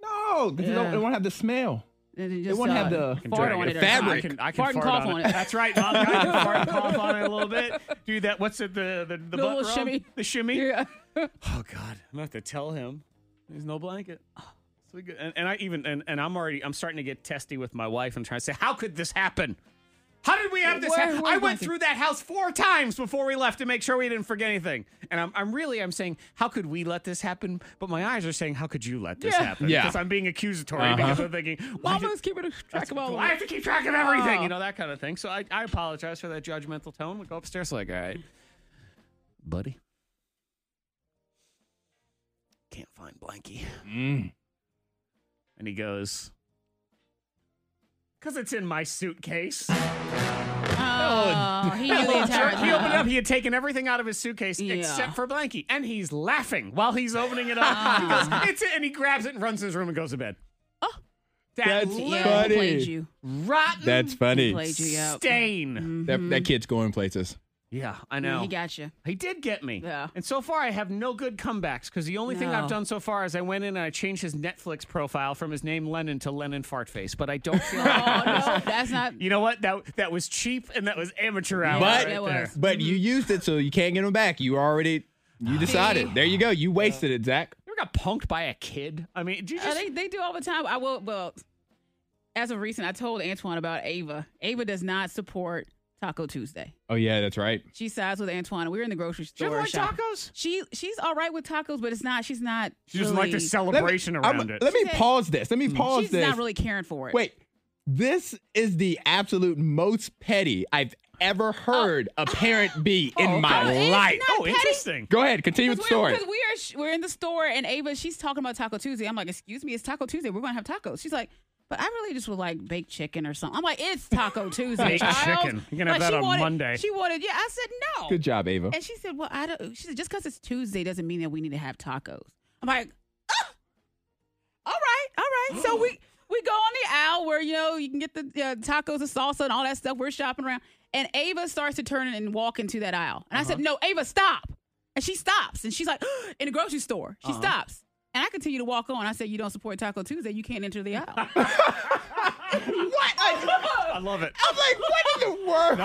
[SPEAKER 6] No, because it don't-
[SPEAKER 5] Yeah.
[SPEAKER 6] it won't have the smell.
[SPEAKER 5] And then
[SPEAKER 6] It
[SPEAKER 5] just,
[SPEAKER 6] won't have
[SPEAKER 5] uh,
[SPEAKER 6] the-
[SPEAKER 5] fart
[SPEAKER 1] drag
[SPEAKER 5] on
[SPEAKER 1] it.
[SPEAKER 5] it. or
[SPEAKER 6] fabric.
[SPEAKER 5] something.
[SPEAKER 1] I can, I can
[SPEAKER 5] fart and cough on it.
[SPEAKER 1] That's right, Mom. I can
[SPEAKER 5] *laughs*
[SPEAKER 1] fart and cough on it a little bit. Do that. What's it? The the, the,
[SPEAKER 5] The
[SPEAKER 1] butt
[SPEAKER 5] little
[SPEAKER 1] rub?
[SPEAKER 5] shimmy.
[SPEAKER 1] The shimmy.
[SPEAKER 5] *laughs* Yeah.
[SPEAKER 1] Oh God, I'm gonna have to tell him. There's no blanket. Oh, So we go- and, and I even and, and I'm already I'm starting to get testy with my wife and trying to say, how could this happen? How did we have this?
[SPEAKER 5] Where-
[SPEAKER 1] hap-
[SPEAKER 5] where
[SPEAKER 1] I went
[SPEAKER 5] was it?
[SPEAKER 1] through that house four times before we left to make sure we didn't forget anything. And I'm, I'm really I'm saying, how could we let this happen? But my eyes are saying, how could you let this
[SPEAKER 5] Yeah.
[SPEAKER 1] happen?
[SPEAKER 6] Yeah.
[SPEAKER 1] Because I'm being accusatory
[SPEAKER 6] Uh-huh.
[SPEAKER 1] because I'm thinking, why did-
[SPEAKER 5] Mama's keeping a track of all.
[SPEAKER 1] I have
[SPEAKER 5] of
[SPEAKER 1] to keep track of everything,
[SPEAKER 5] Oh.
[SPEAKER 1] you know, that kind of thing. So I, I apologize for that judgmental tone. We go upstairs, like, all right, buddy, can't find Blanky.
[SPEAKER 6] Mm.
[SPEAKER 1] And he goes, because it's in my suitcase.
[SPEAKER 5] it. Oh, he knew
[SPEAKER 1] *laughs*
[SPEAKER 5] the
[SPEAKER 1] Little
[SPEAKER 5] entire
[SPEAKER 1] jerk. He opened
[SPEAKER 5] time.
[SPEAKER 1] up. He had taken everything out of his suitcase
[SPEAKER 5] Yeah.
[SPEAKER 1] except for Blanky, and he's
[SPEAKER 5] *laughs* Oh.
[SPEAKER 1] laughing while he's opening it up. he goes, "It's it," and he grabs it and runs to his room and goes to bed.
[SPEAKER 6] That's
[SPEAKER 5] yeah,
[SPEAKER 6] funny.
[SPEAKER 5] He played you.
[SPEAKER 1] Rotten.
[SPEAKER 6] That's funny.
[SPEAKER 5] He played you. Yep.
[SPEAKER 1] Stain.
[SPEAKER 6] That, that kid's going places.
[SPEAKER 1] Yeah, I
[SPEAKER 5] Yeah,
[SPEAKER 1] know.
[SPEAKER 5] Mm-hmm. he got you.
[SPEAKER 1] He did get me.
[SPEAKER 5] Yeah.
[SPEAKER 1] And so far, I have no good comebacks because the only thing
[SPEAKER 5] No.
[SPEAKER 1] I've done so far is I went in and I changed his Netflix profile from his name Lennon to Lennon Fartface. But I don't feel. *laughs*
[SPEAKER 5] *laughs* Oh no, that's not.
[SPEAKER 1] you know what? That that was cheap and that was amateur hour.
[SPEAKER 6] But
[SPEAKER 1] right
[SPEAKER 5] it
[SPEAKER 1] there.
[SPEAKER 5] was.
[SPEAKER 6] but you used it, so you can't get them back. You already you decided. There you go. You wasted it, Zach.
[SPEAKER 1] You ever got punked by a kid? I mean, do you
[SPEAKER 5] Uh,
[SPEAKER 1] just?
[SPEAKER 5] they, they do all the time. I will. Well, as of recent, I told Antoine about Ava. Ava does not support Taco Tuesday.
[SPEAKER 6] Oh yeah, that's right.
[SPEAKER 5] She sides with Antoine. We were in the grocery
[SPEAKER 1] do you
[SPEAKER 5] store.
[SPEAKER 1] ever like
[SPEAKER 5] shopping.
[SPEAKER 1] tacos?
[SPEAKER 5] She she's all right with tacos, but it's not. She's not.
[SPEAKER 1] You just like the
[SPEAKER 5] really-
[SPEAKER 1] celebration
[SPEAKER 6] let me,
[SPEAKER 1] around
[SPEAKER 6] I'm-
[SPEAKER 1] it.
[SPEAKER 6] Let me
[SPEAKER 5] She said-
[SPEAKER 6] pause this. Let me pause
[SPEAKER 5] Mm. She's
[SPEAKER 6] this.
[SPEAKER 5] not really caring for it.
[SPEAKER 6] Wait, this is the absolute most petty I've
[SPEAKER 5] Oh.
[SPEAKER 6] ever heard a parent be in my
[SPEAKER 5] okay.
[SPEAKER 6] life.
[SPEAKER 5] not
[SPEAKER 1] oh,
[SPEAKER 5] petty.
[SPEAKER 1] interesting.
[SPEAKER 6] Go ahead, continue with the
[SPEAKER 5] Because we're,
[SPEAKER 6] story.
[SPEAKER 5] because we are sh- we're in the store and Ava she's talking about Taco Tuesday. I'm like, excuse me, it's Taco Tuesday. We're gonna have tacos. She's like, but I really just would like baked chicken or something. I'm like,
[SPEAKER 1] *laughs*
[SPEAKER 5] it's Taco Tuesday.
[SPEAKER 1] Baked
[SPEAKER 5] child.
[SPEAKER 1] chicken. You're gonna have
[SPEAKER 5] Like,
[SPEAKER 1] that
[SPEAKER 5] she
[SPEAKER 1] on
[SPEAKER 5] wanted-
[SPEAKER 1] Monday.
[SPEAKER 5] She wanted. Yeah, I said no.
[SPEAKER 6] Good job, Ava.
[SPEAKER 5] And she said, well, I don't. She said just because it's Tuesday doesn't mean that we need to have tacos. I'm like, "Ah! all right, all right. so we we go on the aisle where you know you can get the uh, tacos and salsa and all that stuff. We're shopping around, and Ava starts to turn and walk into that aisle. And I said,
[SPEAKER 1] Uh-huh.
[SPEAKER 5] no, Ava, stop. And she stops, and she's like, *gasps* in the grocery store. She
[SPEAKER 1] Uh-huh.
[SPEAKER 5] stops. And I continue to walk on. I said, "You don't support Taco Tuesday. You can't enter the aisle." I
[SPEAKER 1] *laughs*
[SPEAKER 5] was
[SPEAKER 1] I love
[SPEAKER 5] *laughs*
[SPEAKER 1] it.
[SPEAKER 6] I'm like, what in the world?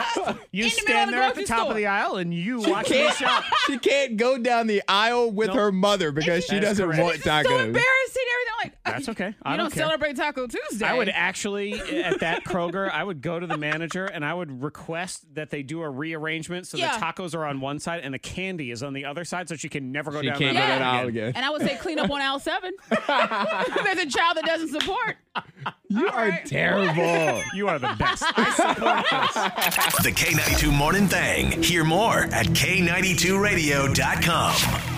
[SPEAKER 1] You
[SPEAKER 5] In the middle
[SPEAKER 1] stand
[SPEAKER 5] of the
[SPEAKER 1] there at the
[SPEAKER 5] grocery
[SPEAKER 1] top of
[SPEAKER 5] store.
[SPEAKER 1] the aisle and you
[SPEAKER 6] She
[SPEAKER 1] watch me
[SPEAKER 5] *laughs*
[SPEAKER 6] can't-
[SPEAKER 1] shop.
[SPEAKER 6] She can't go down the aisle with
[SPEAKER 1] Nope.
[SPEAKER 6] her mother because she
[SPEAKER 1] That's
[SPEAKER 6] doesn't
[SPEAKER 1] correct.
[SPEAKER 6] want tacos.
[SPEAKER 5] so embarrassing. and Everything. I'm like,
[SPEAKER 1] That's okay. I don't
[SPEAKER 5] you don't
[SPEAKER 1] care.
[SPEAKER 5] celebrate Taco Tuesday.
[SPEAKER 1] I would
[SPEAKER 5] *laughs*
[SPEAKER 1] actually, at that Kroger, I would go to the manager and I would request that they do a rearrangement so
[SPEAKER 5] Yeah.
[SPEAKER 1] the tacos are on one side and the candy is on the other side so she can never go
[SPEAKER 6] She
[SPEAKER 1] down
[SPEAKER 6] can't
[SPEAKER 1] that
[SPEAKER 6] go down
[SPEAKER 1] aisle
[SPEAKER 6] the aisle
[SPEAKER 1] again.
[SPEAKER 6] again.
[SPEAKER 5] And I would say clean up on aisle seven. There's a child that doesn't support.
[SPEAKER 6] you are
[SPEAKER 5] right.
[SPEAKER 1] *laughs*
[SPEAKER 6] terrible.
[SPEAKER 1] You are the best. I support this.
[SPEAKER 7] The K92 Morning Thing. Hear more at K92Radio.com.